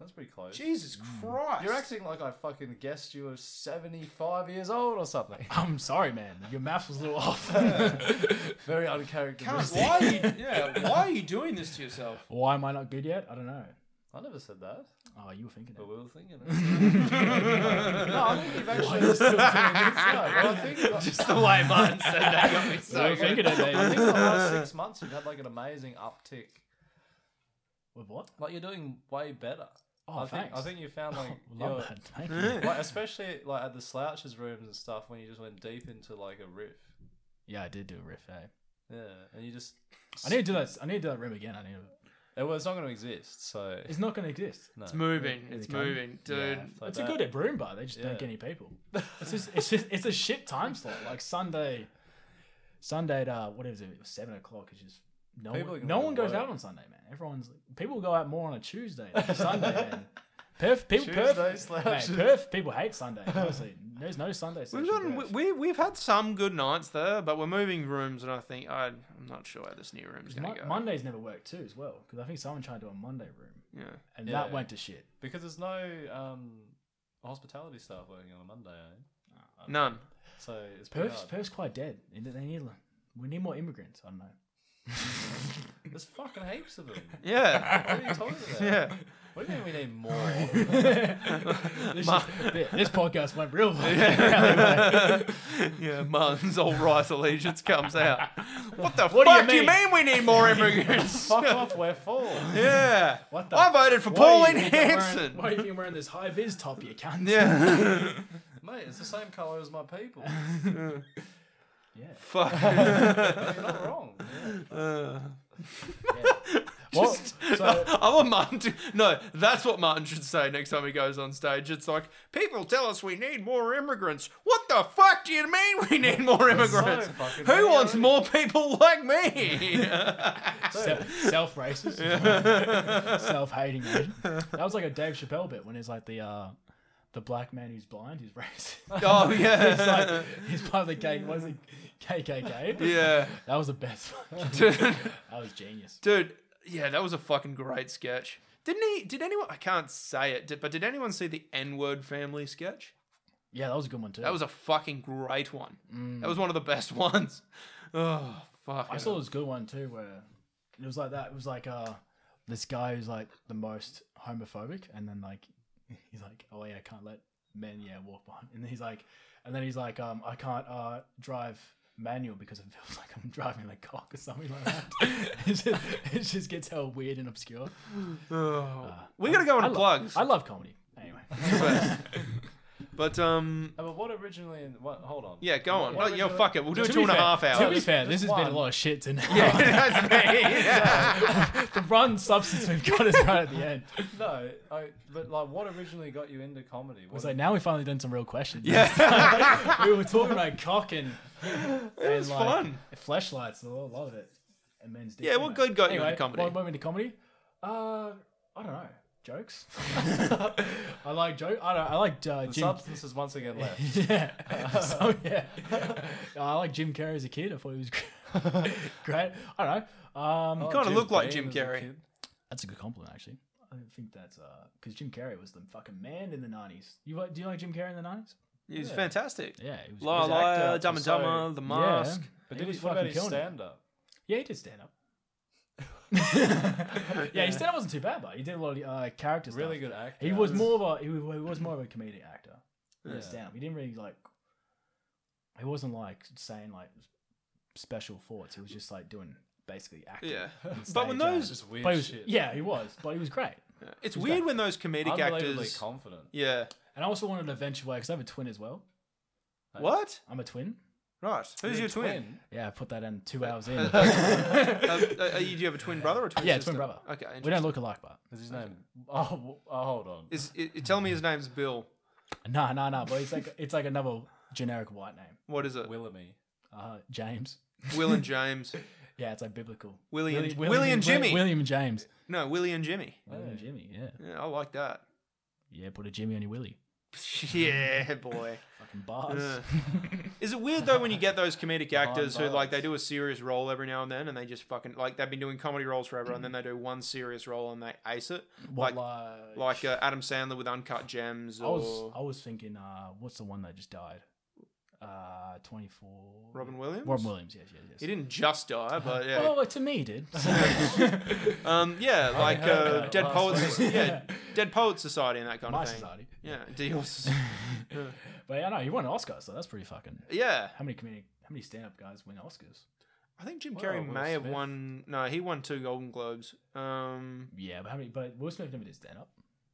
That's pretty close.
Jesus Christ!
Mm. You're acting like I fucking guessed you were 75 years old or something.
I'm sorry, man. Your math was a little off.
Very
Cunt,
uncharacteristic.
why? Are you, yeah, why are you doing this to yourself?
Why am I not good yet? I don't know.
I never said that,
Oh, you were thinking
but
it.
we were thinking it. no, I think you've actually still doing this. No, well, I think
Just the way Martin said that got me so. We were thinking it,
I think
baby.
in the last six months you've had like an amazing uptick.
With what?
Like you're doing way better.
Oh,
I think
thanks.
I think you found like
Love
your-
that. Thank you.
like especially like at the slouches rooms and stuff when you just went deep into like a riff.
Yeah, I did do a riff, eh?
Yeah, and you just
I need to do that. I need to do that room again. I need. To,
it, well, it's not going to exist. So
it's not going to exist.
It's moving. It's
come.
moving, dude.
like
it's
that.
a good room bar. They just
Yeah.
don't get any people. It's just, it's just, it's a shit time slot. Like Sunday, Sunday at uh, what is it? Seven o'clock. It's just no
People are
one,
gonna
no
go
one goes
work.
out on Sunday, man. Everyone's people go out more on a Tuesday than Sunday, man. Perth people,
Tuesday
Perth,
slash-
man, Perth people hate Sunday. Honestly, there's no Sunday.
We've
section
done,
in Perth.
we, we've had some good nights there, but we're moving rooms, and I think I, I'm not sure how this new room's going
Mon-
to go.
Mondays never work too, as well, because I think someone tried to do a Monday room,
yeah.
and
Yeah.
that went to shit.
because there's no um, hospitality staff working on a Monday, eh?
None.
so it's pretty
Perth's,
hard.
Perth's quite dead. They need, we need more immigrants. I don't know.
There's fucking heaps of them.
Yeah.
What are you talking about?
Yeah.
What do you mean we need more?
This, is- this podcast went real.
yeah, Martin's old rice allegiance comes out. What the
What do you
fuck do you, mean? we need more immigrants?
Fuck off, we're full.
yeah.
What the?
I voted for
Why
Pauline
do you think I'm wearing-
Hanson.
Why do you think I'm wearing this high vis top, you cunt?
Yeah.
Mate, it's the same colour as my people.
Yeah.
fuck.
You're not wrong.
Uh, Just, I want Martin to. No, that's what Martin should say next time he goes on stage. It's like, people tell us we need more immigrants. What the fuck do you mean we need more immigrants?
fucking many
Who wants
already.
more people like me?
self racist, self hating. That was like a Dave Chappelle bit when it's like the uh, the black man who's blind is racist.
oh,
It's
yeah.
like he's part of the K. What is it? KKK.
yeah.
That was the best. one.
Dude,
that was genius.
dude, yeah, that was a fucking great sketch. Didn't he? Did anyone? I can't say it, did- but did anyone see the N word family sketch?
Yeah, that was a good one too.
That was a fucking great one. That was one of the best ones. Oh, fuck.
Mm. I saw this good one too, where it was like that. It was like uh, this guy who's like the most homophobic, and then like he's like, oh yeah, I can't let men yeah walk behind, and he's like, and then he's like, um, I can't uh drive manual because it feels like I'm driving a cock or something like that. it, just, it just gets hell weird and obscure.
Oh. we gotta go
Uh, I
into
love-
plugs.
I love comedy. Anyway,
but um,
Uh,
Oh, but what originally? In, what, hold on.
yeah, go on.
What
No,
was
yeah,
your-
fuck it. We'll do
To
two
be
and a
fair-
half
To be
hours.
fair, this has been
one.
a lot of shit to now.
That's me.
the run substance we've got is right at the end.
No, I, but like, what originally got you into comedy? What
It's like now we finally done some real questions. Yeah, we were talking about cock and
It was
like,
fun.
flashlights. I love it. And men's dick.
Yeah, what good got you into comedy?
What got me into comedy? Uh, I don't know. Jokes. I like joke. I don't. I like uh,
the
Jim.
substance is once again left.
yeah. so yeah, I like Jim Carrey as a kid. I thought he was great. great. I don't know. Um,
Oh,
Kinda
Jim
looked like
Beam
Jim
as a
Carrey.
kid.
that's a good compliment actually. I think that's uh, because Jim Carrey was the fucking man in the nineties. You like- do you like Jim Carrey in the nineties?
It was fantastic.
Yeah, he was
Liar,
His actor
liar,
was
Dumb and
so-
Dumber, The Mask.
But
He
did he,
was
he what about
fucking
his
killing it.
stand up?
Yeah, he did stand up. yeah, his stand up wasn't too bad, but he did a lot of uh, character stuff.
Really good actor.
He was more of a he was, he was more of a comedic actor.
Yeah.
Yeah. Stand up. He didn't really like. He wasn't like saying like special thoughts. He was just like doing basically acting.
Yeah.
on
But when
stage, uh,
those-
just weird
but he was,
shit.
yeah, he was, but he was great.
It's weird when those comedic
unbelievably
actors.
confident.
Yeah.
And I also wanted to venture away because I have a twin as well.
What?
I'm a twin.
Right. Who's your twin?
Yeah, I put that in two hours in.
Uh, uh, are you, do you have a twin brother or a twin
Yeah, twin
sister?
brother.
Okay.
we don't look alike, but
Is his name? Oh, w- oh, hold on.
Is, it, tell me his name's Bill.
no, no, no. But it's like it's like another generic white name.
What is it? Will,
Willamy.
Uh, James.
and James.
Yeah, it's like biblical.
Willie and,
Willi-
Willie, and Jimmy.
William and James.
no, Willie and Jimmy.
William and Jimmy, yeah.
Yeah, I like that.
Yeah, put a Jimmy on your Willie.
Yeah, boy.
Fucking bars.
Yeah. Is it weird though when you get those comedic actors who like they do a serious role every now and then and they just fucking like they've been doing comedy roles forever and then they do one serious role and they ace it?
What,
Like
like,
like uh, Adam Sandler with Uncut Gems
I
or
was I was thinking, uh, what's the one that just died? Uh, twenty four.
Robin Williams.
Robin Williams. Yes, yes, yes.
He didn't just die, but yeah,
Oh, well, to me, he did.
um, yeah, like
heard about
uh,
it
Dead
last
Poets,
week.
yeah, Dead Poets Society and that kind
My
of thing.
society.
Yeah, deals.
But yeah, no, he won an Oscar, so that's pretty fucking.
yeah,
How many comedic, how many stand up guys win Oscars?
I think Jim
Wow,
Carrey
Will
may have
Smith.
won. No, he won two Golden Globes. Um,
Yeah, but how many? But Will Smith never did stand up.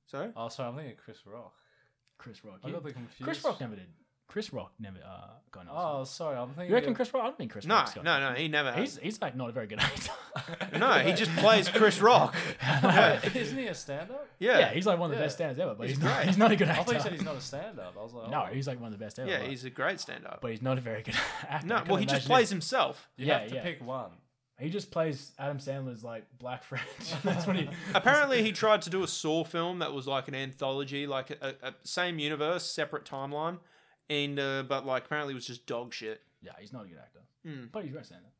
so
Oh, sorry, I'm thinking of Chris Rock.
Chris Rock.
I
yeah.
got the confused.
Chris Rock never did. Chris Rock never uh, got an Oscar.
Oh, sorry, I'm thinking.
you reckon
of-
Chris Rock? I don't think Chris
no,
Rock's got an
no, no, he never
He's
has.
he's like not a very good actor.
No, he just plays Chris Rock. Yeah,
Isn't he a stand up?
yeah,
yeah, he's like one of the
Yeah.
best standers ever, Oh, but he's,
great.
not, he's not a good
I
actor.
thought you said he's not a stand up. I was like,
no,
oh,
he's like one of the best ever. but,
he's a great stand-up.
but he's not a very good actor. I
no,
couldn't
well, he just
imagine
plays himself.
you
yeah,
have to
yeah.
pick one.
him- He just plays Adam Sandler's like black friend. That's what he.
Apparently, he tried to do a Saw film that was like an anthology, like a, a, a same universe, separate timeline, and uh, but like apparently it was just dog shit.
Yeah, he's not a good actor, but he's a great stand-up.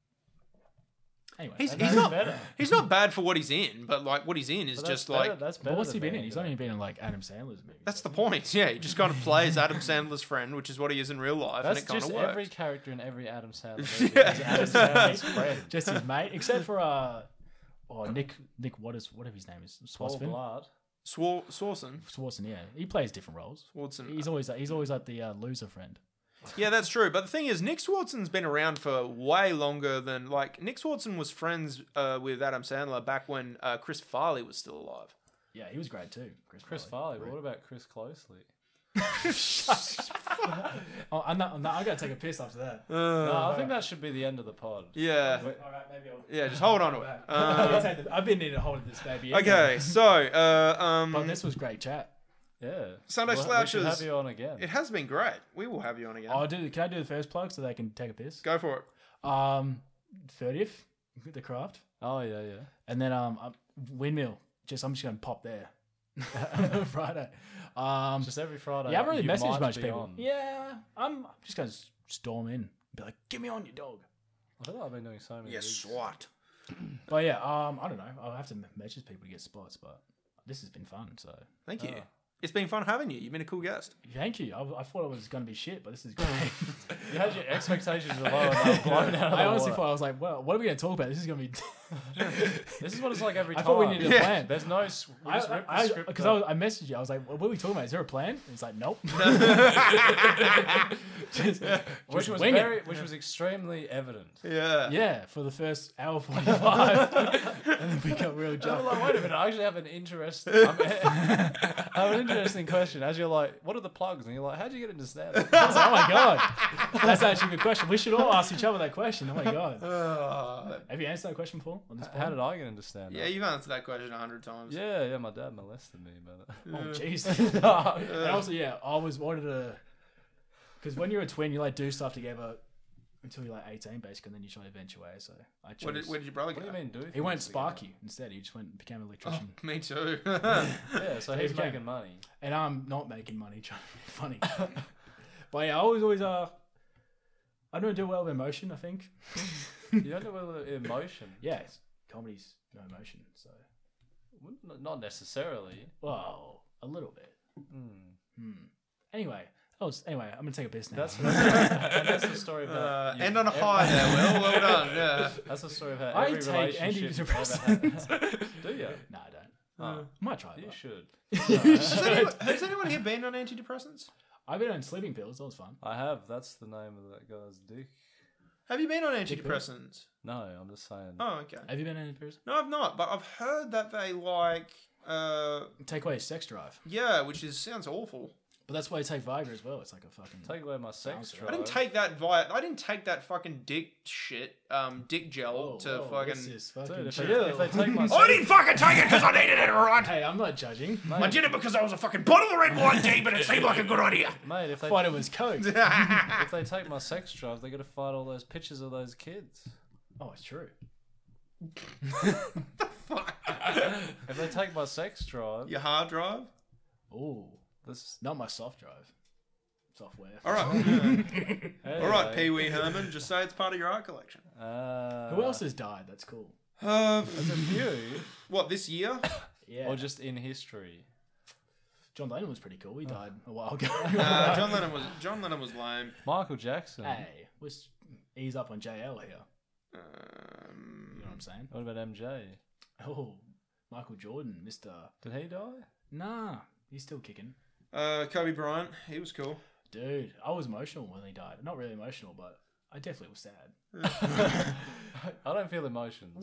Anyway,
Hmm. He's,
that-
he's
that's-
not
better.
he's not bad for what he's in, but like what he's in is
But
just
that's better,
like
that's better.
But what's he
than
been in?
being
He's
good.
only been in like Adam Sandler's movies.
that's the point. Yeah, he just kind of plays Adam Sandler's friend, which is what he is in real life,
That's
and it kind
just
of works.
every character in every Adam Sandler movie. is Adam Sandler's friend.
just his mate, except for uh, oh Nick Nick what is whatever his name is
Paul
Swanson.
Blart.
Swar- Swarson,
Swanson, yeah, he plays different roles.
Swarson.
He's always like, he's always like the uh, loser friend.
Yeah, that's true. But the thing is, Nick Swartson's been around for way longer than like Nick Swartson was friends uh, with Adam Sandler back when uh, Chris Farley was still alive.
Yeah, he was great too. Chris,
Chris
Farley.
Farley. But what about Chris Closely?
Oh, I'm not. I'm, not, I'm gonna take a piss after that.
No,
Uh,
I think that should be the end of the pod.
yeah.
All right, maybe I'll.
Yeah, just hold on to it.
I'm gonna
Um,
take the- I've been needing to hold this baby. in.
okay, so uh,
But
um,
this was great chat.
Yeah.
Sunday
We'll- We should
Slouches.
have you on again.
It has been great. We will have you on again.
I'll do. Can I do the first plug so they can take a piss?
Go for it.
Um, thirtieth, the craft,
oh yeah, yeah.
and then um, um, windmill. Just I'm just gonna pop there. Friday. Um,
Just every Friday.
yeah, I haven't really
you
messaged
might
much
be
people.
on.
Yeah, I'm, I'm just gonna s- storm in, be like, "Give me on your dog."
I feel like I've been doing so many.
Yes,
weeks.
SWAT.
But yeah, um, I don't know. I'll have to m- message people to get spots, but this has been fun. So
Thank you.
Uh.
It's been fun having you. You've been a cool guest.
thank you. I, I thought it was gonna be shit, but this is great.
You had your expectations were low and they were blown out of
I
the
honestly
water.
thought I was like, well, what are we going to talk about? This is going to be.
This is what it's like every
I
time.
thought we needed a
Yeah.
plan.
There's no. s- We just ripped the
I,
script.
because I, was- I messaged you, I was like, "What are we talking about? Is there a plan?" And it's like, "Nope." Just-
which was
wing it.
very, which was extremely evident.
Yeah.
yeah, for the first hour forty-five, and then we got real
I'm
jump.
like, wait a minute, I actually have an interest. I'm, I have an interesting question. As you're like, what are the plugs? And you're like, how'd you get into Snap?
I was like, "Oh my god, that's actually a good question. We should all ask each other that question." Oh my god,
Uh,
have you answered that question, Paul? On this
How
pod?
did I get into Snap?
yeah, you've answered that question a hundred times.
yeah, yeah, my dad molested me about it.
Oh jeez. and also, yeah, I was wanted to, because when you're a twin, you like do stuff together until you're like 18, basically, and then you try to venture away. So I chose.
Where did, where did your brother go?
What do you mean, do? Oh.
He went
things together?
Sparky instead. He just went and became an electrician.
Me too. Uh,
Yeah, so he's
became-
making money.
And I'm not making money trying to be funny. but yeah, I always, always, uh, I don't do well with emotion, I think.
You don't know whether emotion.
Yeah, it's, comedy's no emotion. So,
N- Not necessarily.
well, a little bit. Hmm. Anyway, that was, anyway, I'm going to take a piss now.
That's and that's the story about.
Uh,
you-
end on a
every-
high there, Will. Well done. Yeah.
That's the story about
I
every
take
relationship. you've ever had.
antidepressants.
Do you?
no, I don't.
Oh,
I might try
you
it.
should.
Has anyone, has anyone here been on antidepressants?
I've been on sleeping pills. That was fun.
I have. That's the name of that guy's dick.
Have you been on antidepressants?
No, I'm just saying.
Oh, okay.
Have you been on antidepressants?
No, I've not, but I've heard that they like, uh,
Take away your sex drive.
yeah, which is sounds awful.
But that's why you take Viagra as well. It's like a fucking.
Take away my sex
Sounds
drive.
I didn't take that via. I didn't take that fucking dick shit, um, dick gel
Whoa,
to
whoa, what's
fucking.
this fucking
Dude, if,
shit?
they, if they take my
I
sex,
didn't fucking take it because I needed it, right?
Hey, I'm not judging.
I did it because I was a fucking bottle of red wine tea, but it seemed like a good idea.
mate, if they
Thought it was coke.
if they take my sex drive, they got to fight all those pictures of those kids.
oh, it's true.
If they take my sex drive,
Your hard drive.
Oh,
this.
not my soft drive. Software.
All right, yeah. all right,
Anyway,
Pee Wee Herman. Just say it's part of your art collection.
Uh,
Who else has died? That's cool.
Uh,
You
what this year?
Yeah.
or just in history?
John Lennon was pretty
Oh.
cool. He died a while ago.
Uh, John Lennon was John Lennon was lame.
Michael Jackson.
hey, let's ease up on JL here. You
Um,
know what I'm saying?
What about MJ?
Oh, Michael Jordan, Mr.
Did he die?
Nah, he's still kicking.
uh, Kobe Bryant. He was cool.
Dude, I was emotional when he died. Not really emotional, but I definitely was sad.
I don't feel emotions. but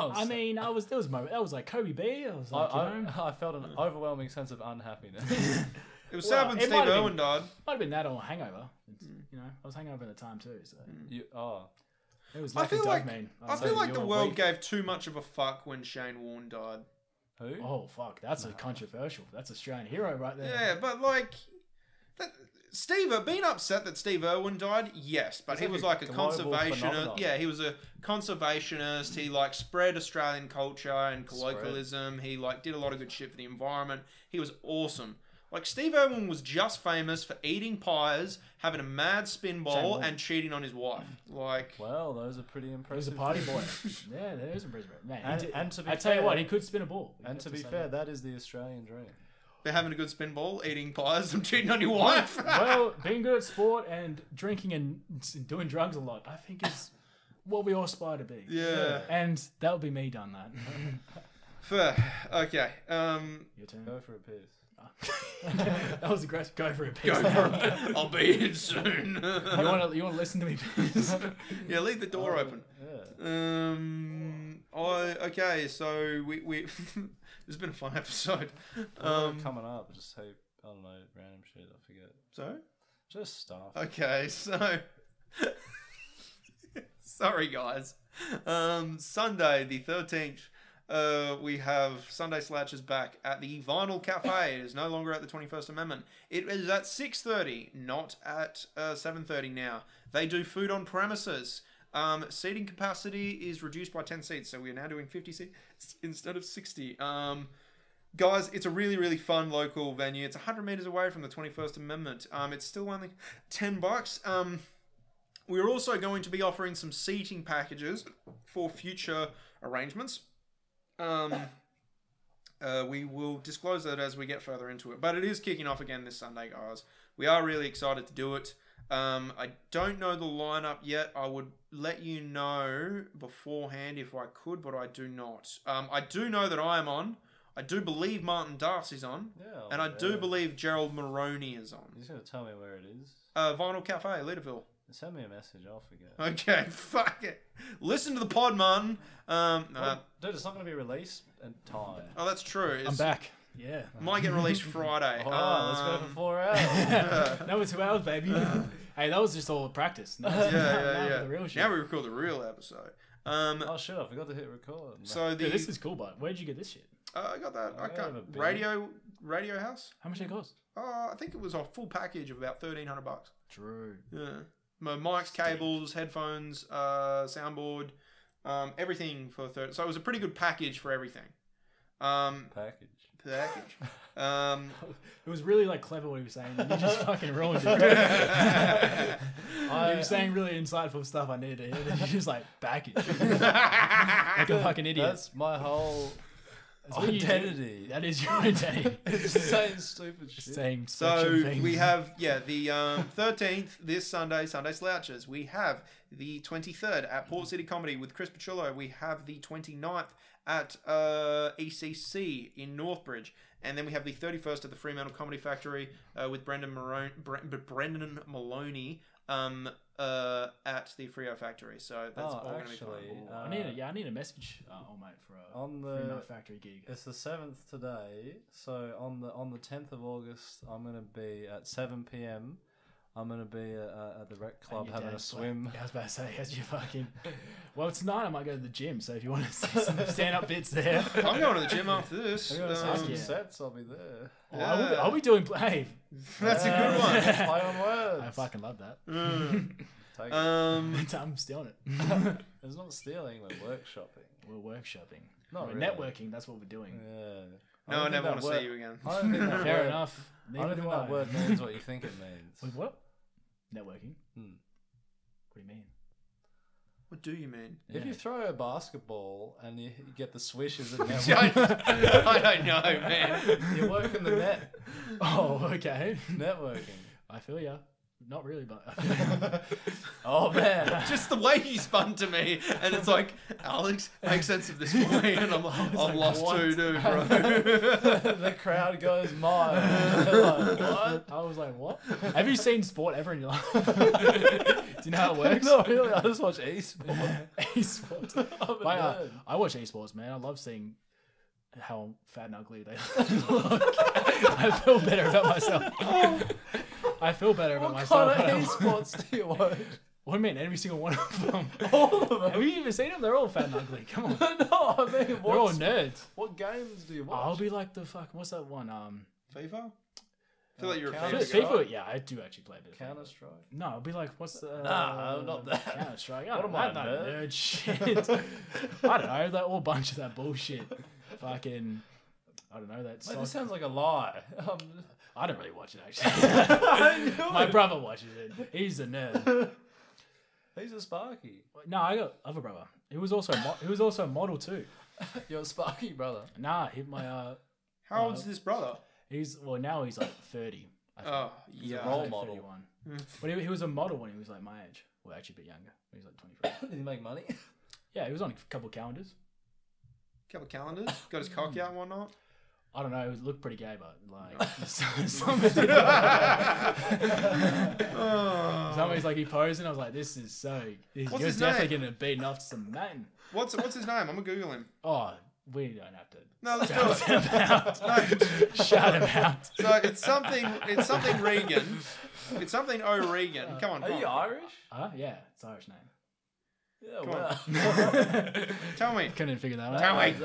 I'm
I
sad.
mean, I was there was moment. That was like Kobe B. I was
I,
like, you know,
I, I felt an overwhelming sense of unhappiness.
It was sad
Well,
when
it
Steve
might have
Irwin
been-
died.
might have been that or Hangover. It's,
Mm.
You know, I was hangover at the time too, so
you, oh,
it was
I
like a
feel
dog
like
man.
I
was
feel like
like you
the
were
world
weak.
gave too much of a fuck when Shane Warne died.
who?
Oh fuck, that's a controversial. That's Australian hero right there.
Yeah, but like, that, Steve being upset that Steve Irwin died, yes, but he
like
was
a
like a
global
conservationist.
phenomenon.
Yeah, he was a conservationist. He like spread Australian culture and colloquialism. He like did a lot of good shit for the environment. He was awesome. Like Steve Irwin was just famous for eating pies, having a mad spin bowl,
Warne.
and cheating on his wife. Like,
Well, those are pretty
He was a
impressive.
party boy. yeah, there is a Brisbane man. he
And-
did-
and to be
I tell you what,
fair-
he could spin a ball. You
And
have
to be
say
fair,
that.
that is the Australian dream.
they're having a good spin ball, eating pies, and cheating on your wife.
well, being good at sport and drinking and s- doing drugs a lot, I think is what we all aspire to be.
yeah.
And that would be me done that.
Fair. Okay. Um,
Your turn.
Go for a piss.
that was aggressive. Go for it, piss.
go for it. I'll be in soon.
You want to you want to listen to me, piss?
yeah, leave the door open.
Oh, Yeah.
Um. I okay. So we we. this has been a fun episode.
Um,
Um.
coming up, just hope I don't know random shit. I forget.
So
Just stuff.
Okay, so sorry guys. Um, Sunday the thirteenth, uh, we have Sunday Slouch is back at the Vinyl Cafe. It is no longer at the Twenty First Amendment. It is at six thirty, not at uh, seven thirty now. They do food on premises. Um, seating capacity is reduced by ten seats, so we are now doing fifty seats instead of sixty. Um, guys it's a really really fun local venue it's 100 meters away from the 21st amendment um, it's still only 10 bucks um, we're also going to be offering some seating packages for future arrangements um, uh, we will disclose that as we get further into it but it is kicking off again this sunday guys we are really excited to do it um, i don't know the lineup yet i would let you know beforehand if i could but i do not um, i do know that i am on I do believe Martin Darcy's on,
Yeah,
and I do
Oh, yeah.
believe Gerald Maroney is on.
You're just gonna tell me where it is.
Uh, Vinyl Cafe, Leaderville.
Send me a message. I'll forget.
Okay, fuck it. Listen to the pod, Martin. Um,
Oh.
uh,
Dude, it's not gonna be released in time.
oh, that's true. It's,
I'm back.
Yeah.
Might get released Friday.
Oh, let's go for
Um,
four hours.
that was two hours, baby. hey, that was just all practice. No,
Yeah, yeah, yeah.
The real shit.
Now we record the real episode. Um,
oh shit! I forgot to hit record.
so the
Dude, this is cool, but where'd you get this shit?
uh, I got that. I
I have a
can't,
bit.
radio Radio House.
How much did it cost?
Oh, I think it was a full package of about thirteen hundred bucks.
Drew.
Yeah. My mics, cables, headphones, uh, soundboard, um, everything for third. So it was a pretty good package for everything. Um,
package.
package. um,
It was really like clever what he was saying. and You just fucking ruined it. he
I,
was saying really insightful stuff I needed to hear. Then you just like back it. like a fucking idiot.
that's my whole
That's what you do.
identity.
That is your identity.
It's saying stupid shit.
saying
so
selection things.
we have yeah the um, 13th this sunday sunday slouchers we have the 23rd at port city comedy with chris Pachullo. we have the 29th at uh, ecc in northbridge and then we have the 31st at the fremantle comedy factory uh, with brendan, Marone, Bre- brendan maloney um, uh, at the frio factory so that's
Oh,
all going to be fun
actually, uh,
I need a, yeah, I need a message. Uh, oh mate, for a
on
Free Night
the
factory gig.
it's the seventh today. So on the on the tenth of August, I'm gonna be at seven p.m. I'm gonna be at, uh, at the rec club
Your
having a
dad's like-
swim.
Yeah, I was about to say, as you fucking. Well, it's nine. I might go to the gym. So if you want to see some stand-up bits there,
uh,
i'm going to the gym after this
I'm gonna see
Um,
some
yeah.
sets. I'll be there.
Oh, I will be, I'll be doing. pl- Hey,
that's a good one Mm.
That's Play on
I
words.
fucking love that.
Take it.
um,
I'm stealing it.
It's not stealing. We're workshopping.
We're workshopping.
Not
we're
really.
networking. That's what we're doing.
Yeah.
no i
don't think
never
that
want to
word-
see you again
I don't think that
Fair
word-
enough.
I don't
Neither
think
do
that
I.
word means what you think it means.
Wait, what? Networking.
Hmm.
What do you mean?
what do you mean
If you throw a basketball and you you get the swish as a
I,
net,
I don't know, man.
you work in the net
Oh, okay.
networking.
I feel ya. Not really, but
Oh man,
Just the way he spun to me, and it's like, Alex, make sense of this for me, and I'm, I'm lost too, dude, bro.
the crowd goes mad. They're like, what?
I was like, what? Have you seen sport ever in your life? do you know how it works?
No, really, I just watch esports.
esports.
I'm a
Mate, I,
nerd.
uh, I watch esports, man. I love seeing how fat and ugly they look. I feel better about myself. I feel better about
What
myself.
kind
when I-
of esports do you watch?
What do you mean? Every single one of them.
All of them.
Have you even seen them? They're all fat and ugly. Come on. They're
No, I mean,
all
what,
nerds.
what games do you watch?
I'll be like the fuck. What's that one? Um,
FIFA? I feel like you're a
Counter-
FIFA.
FIFA.
guy.
Yeah, I do actually play a bit. of
Counter
FIFA.
Strike.
No, I'll be like, what's the? um,
Nah, not that.
Counter Strike. What
What
am
am
I?
I,
I'm not a
nerd?
nerd shit. I don't know. That all bunch of that bullshit. Fucking. I don't know that.
Mate,
Soc-
this sounds like a lie. Um,
I don't really watch it actually. My brother watches it. He's a nerd.
he's a Sparky.
No, I got other brother. He was also a mo- he was also a model too.
You're a Sparky brother.
Nah, he my uh
How old's this brother?
he's well now he's like thirty. I think.
Oh,
He's
yeah.
Uh, role
like
model. Hmm.
31. But he, he was a model when he was like my age. Well, actually, a bit younger. He was like 23.
Did he make money?
Yeah, he was on a couple calendars.
Couple calendars, got his cock out and whatnot.
I don't know. It looked pretty gay, but like some- some of the-
Oh.
some of his, like he posed, and I was like, "This is so." This,
What's
you're
his
definitely
name?
getting a beaten off to some man.
What's what's his name? I'm gonna Google him.
Oh, We don't have to
No, let's do it. No.
shout him out.
So it's something. It's something Regan. It's something O'Regan. Come on,
Are
come
you
on.
Irish?
Huh? Uh, Yeah, it's an Irish name.
Yeah,
Come
wow.
Tell me.
Couldn't figure that
Tell
out.
me.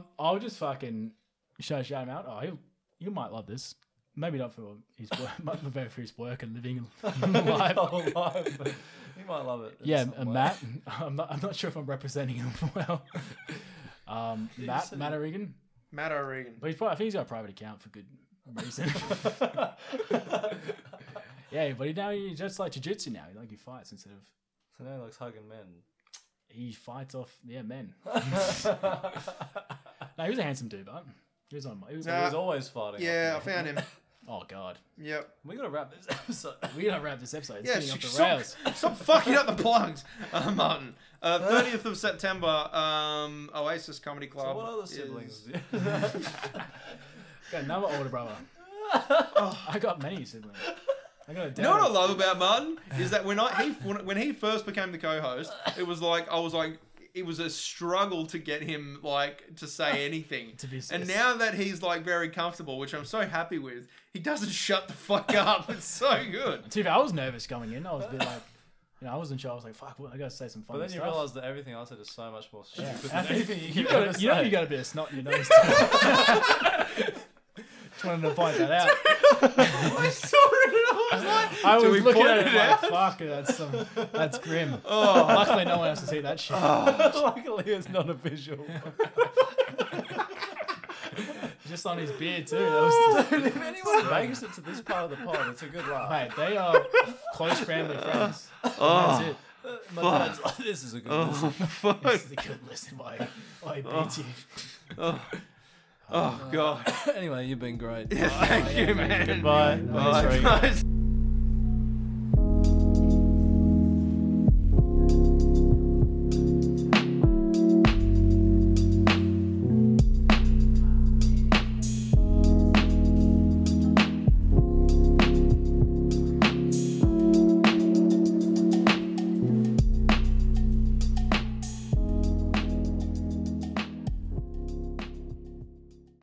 Um, I'll just fucking show shout him out. Oh, he, you might love this. Maybe not for his work, but maybe for his work and living life.
Oh, live. you might love it. in
yeah,
some
uh,
way.
Matt. I'm not, I'm not sure if I'm representing him well. Um, Matt, Matt O'Regan.
Matt O'Regan.
But he's probably, I think he's got a private account for good reason. yeah, but he now he just like jiu-jitsu now. He like he fights instead of
So now he likes hugging men.
he fights off yeah men. no, he was a handsome dude, but he was on. He was,
He
Nah.
was always fighting.
Yeah, I found him.
Oh god,
Yep.
We gotta wrap this episode.
we gotta wrap this episode. It's
Yeah,
getting off
sh-
the
stop,
rails.
stop fucking up the plugs, uh, Martin. Thirtieth of September, um, Oasis Comedy Club.
What other
is-
siblings?
Got another older brother. I got many siblings. I got a dad.
You know what I love about Martin is that when I he when, when he first became the co-host, it was like I was like it was a struggle to get him like to say anything.
To be
and
serious.
now that he's like very comfortable, which I'm so happy with, he doesn't shut the fuck up. It's so good.
To be fair, I was nervous going in. I was a bit like, you know, I wasn't sure. I was like, fuck, well, I gotta say some
But
funny
then you
stuff.
realise that everything I said is so much more stupid
Yeah.
than anything you,
you,
could ever
got, you know,
say.
you got a bit of snot in your nose. Just wanted to point that out.
I saw it and I was like,
I
Do
was
we
looking
point
at it,
it
like, fuck, that's some, that's grim. Luckily, no one else has seen that shit.
Luckily, it's not a visual.
Just on his beard too. That was
Dude, if anyone makes it to this part of the pod, it's a good laugh.
mate, they are close family friends. That's it.
My dad's like, this is a good listen.
This is a good listen. Why, why he beats you?
Oh god. Oh,
anyway, you've been great.
Thank you, man.
Bye.
Bye.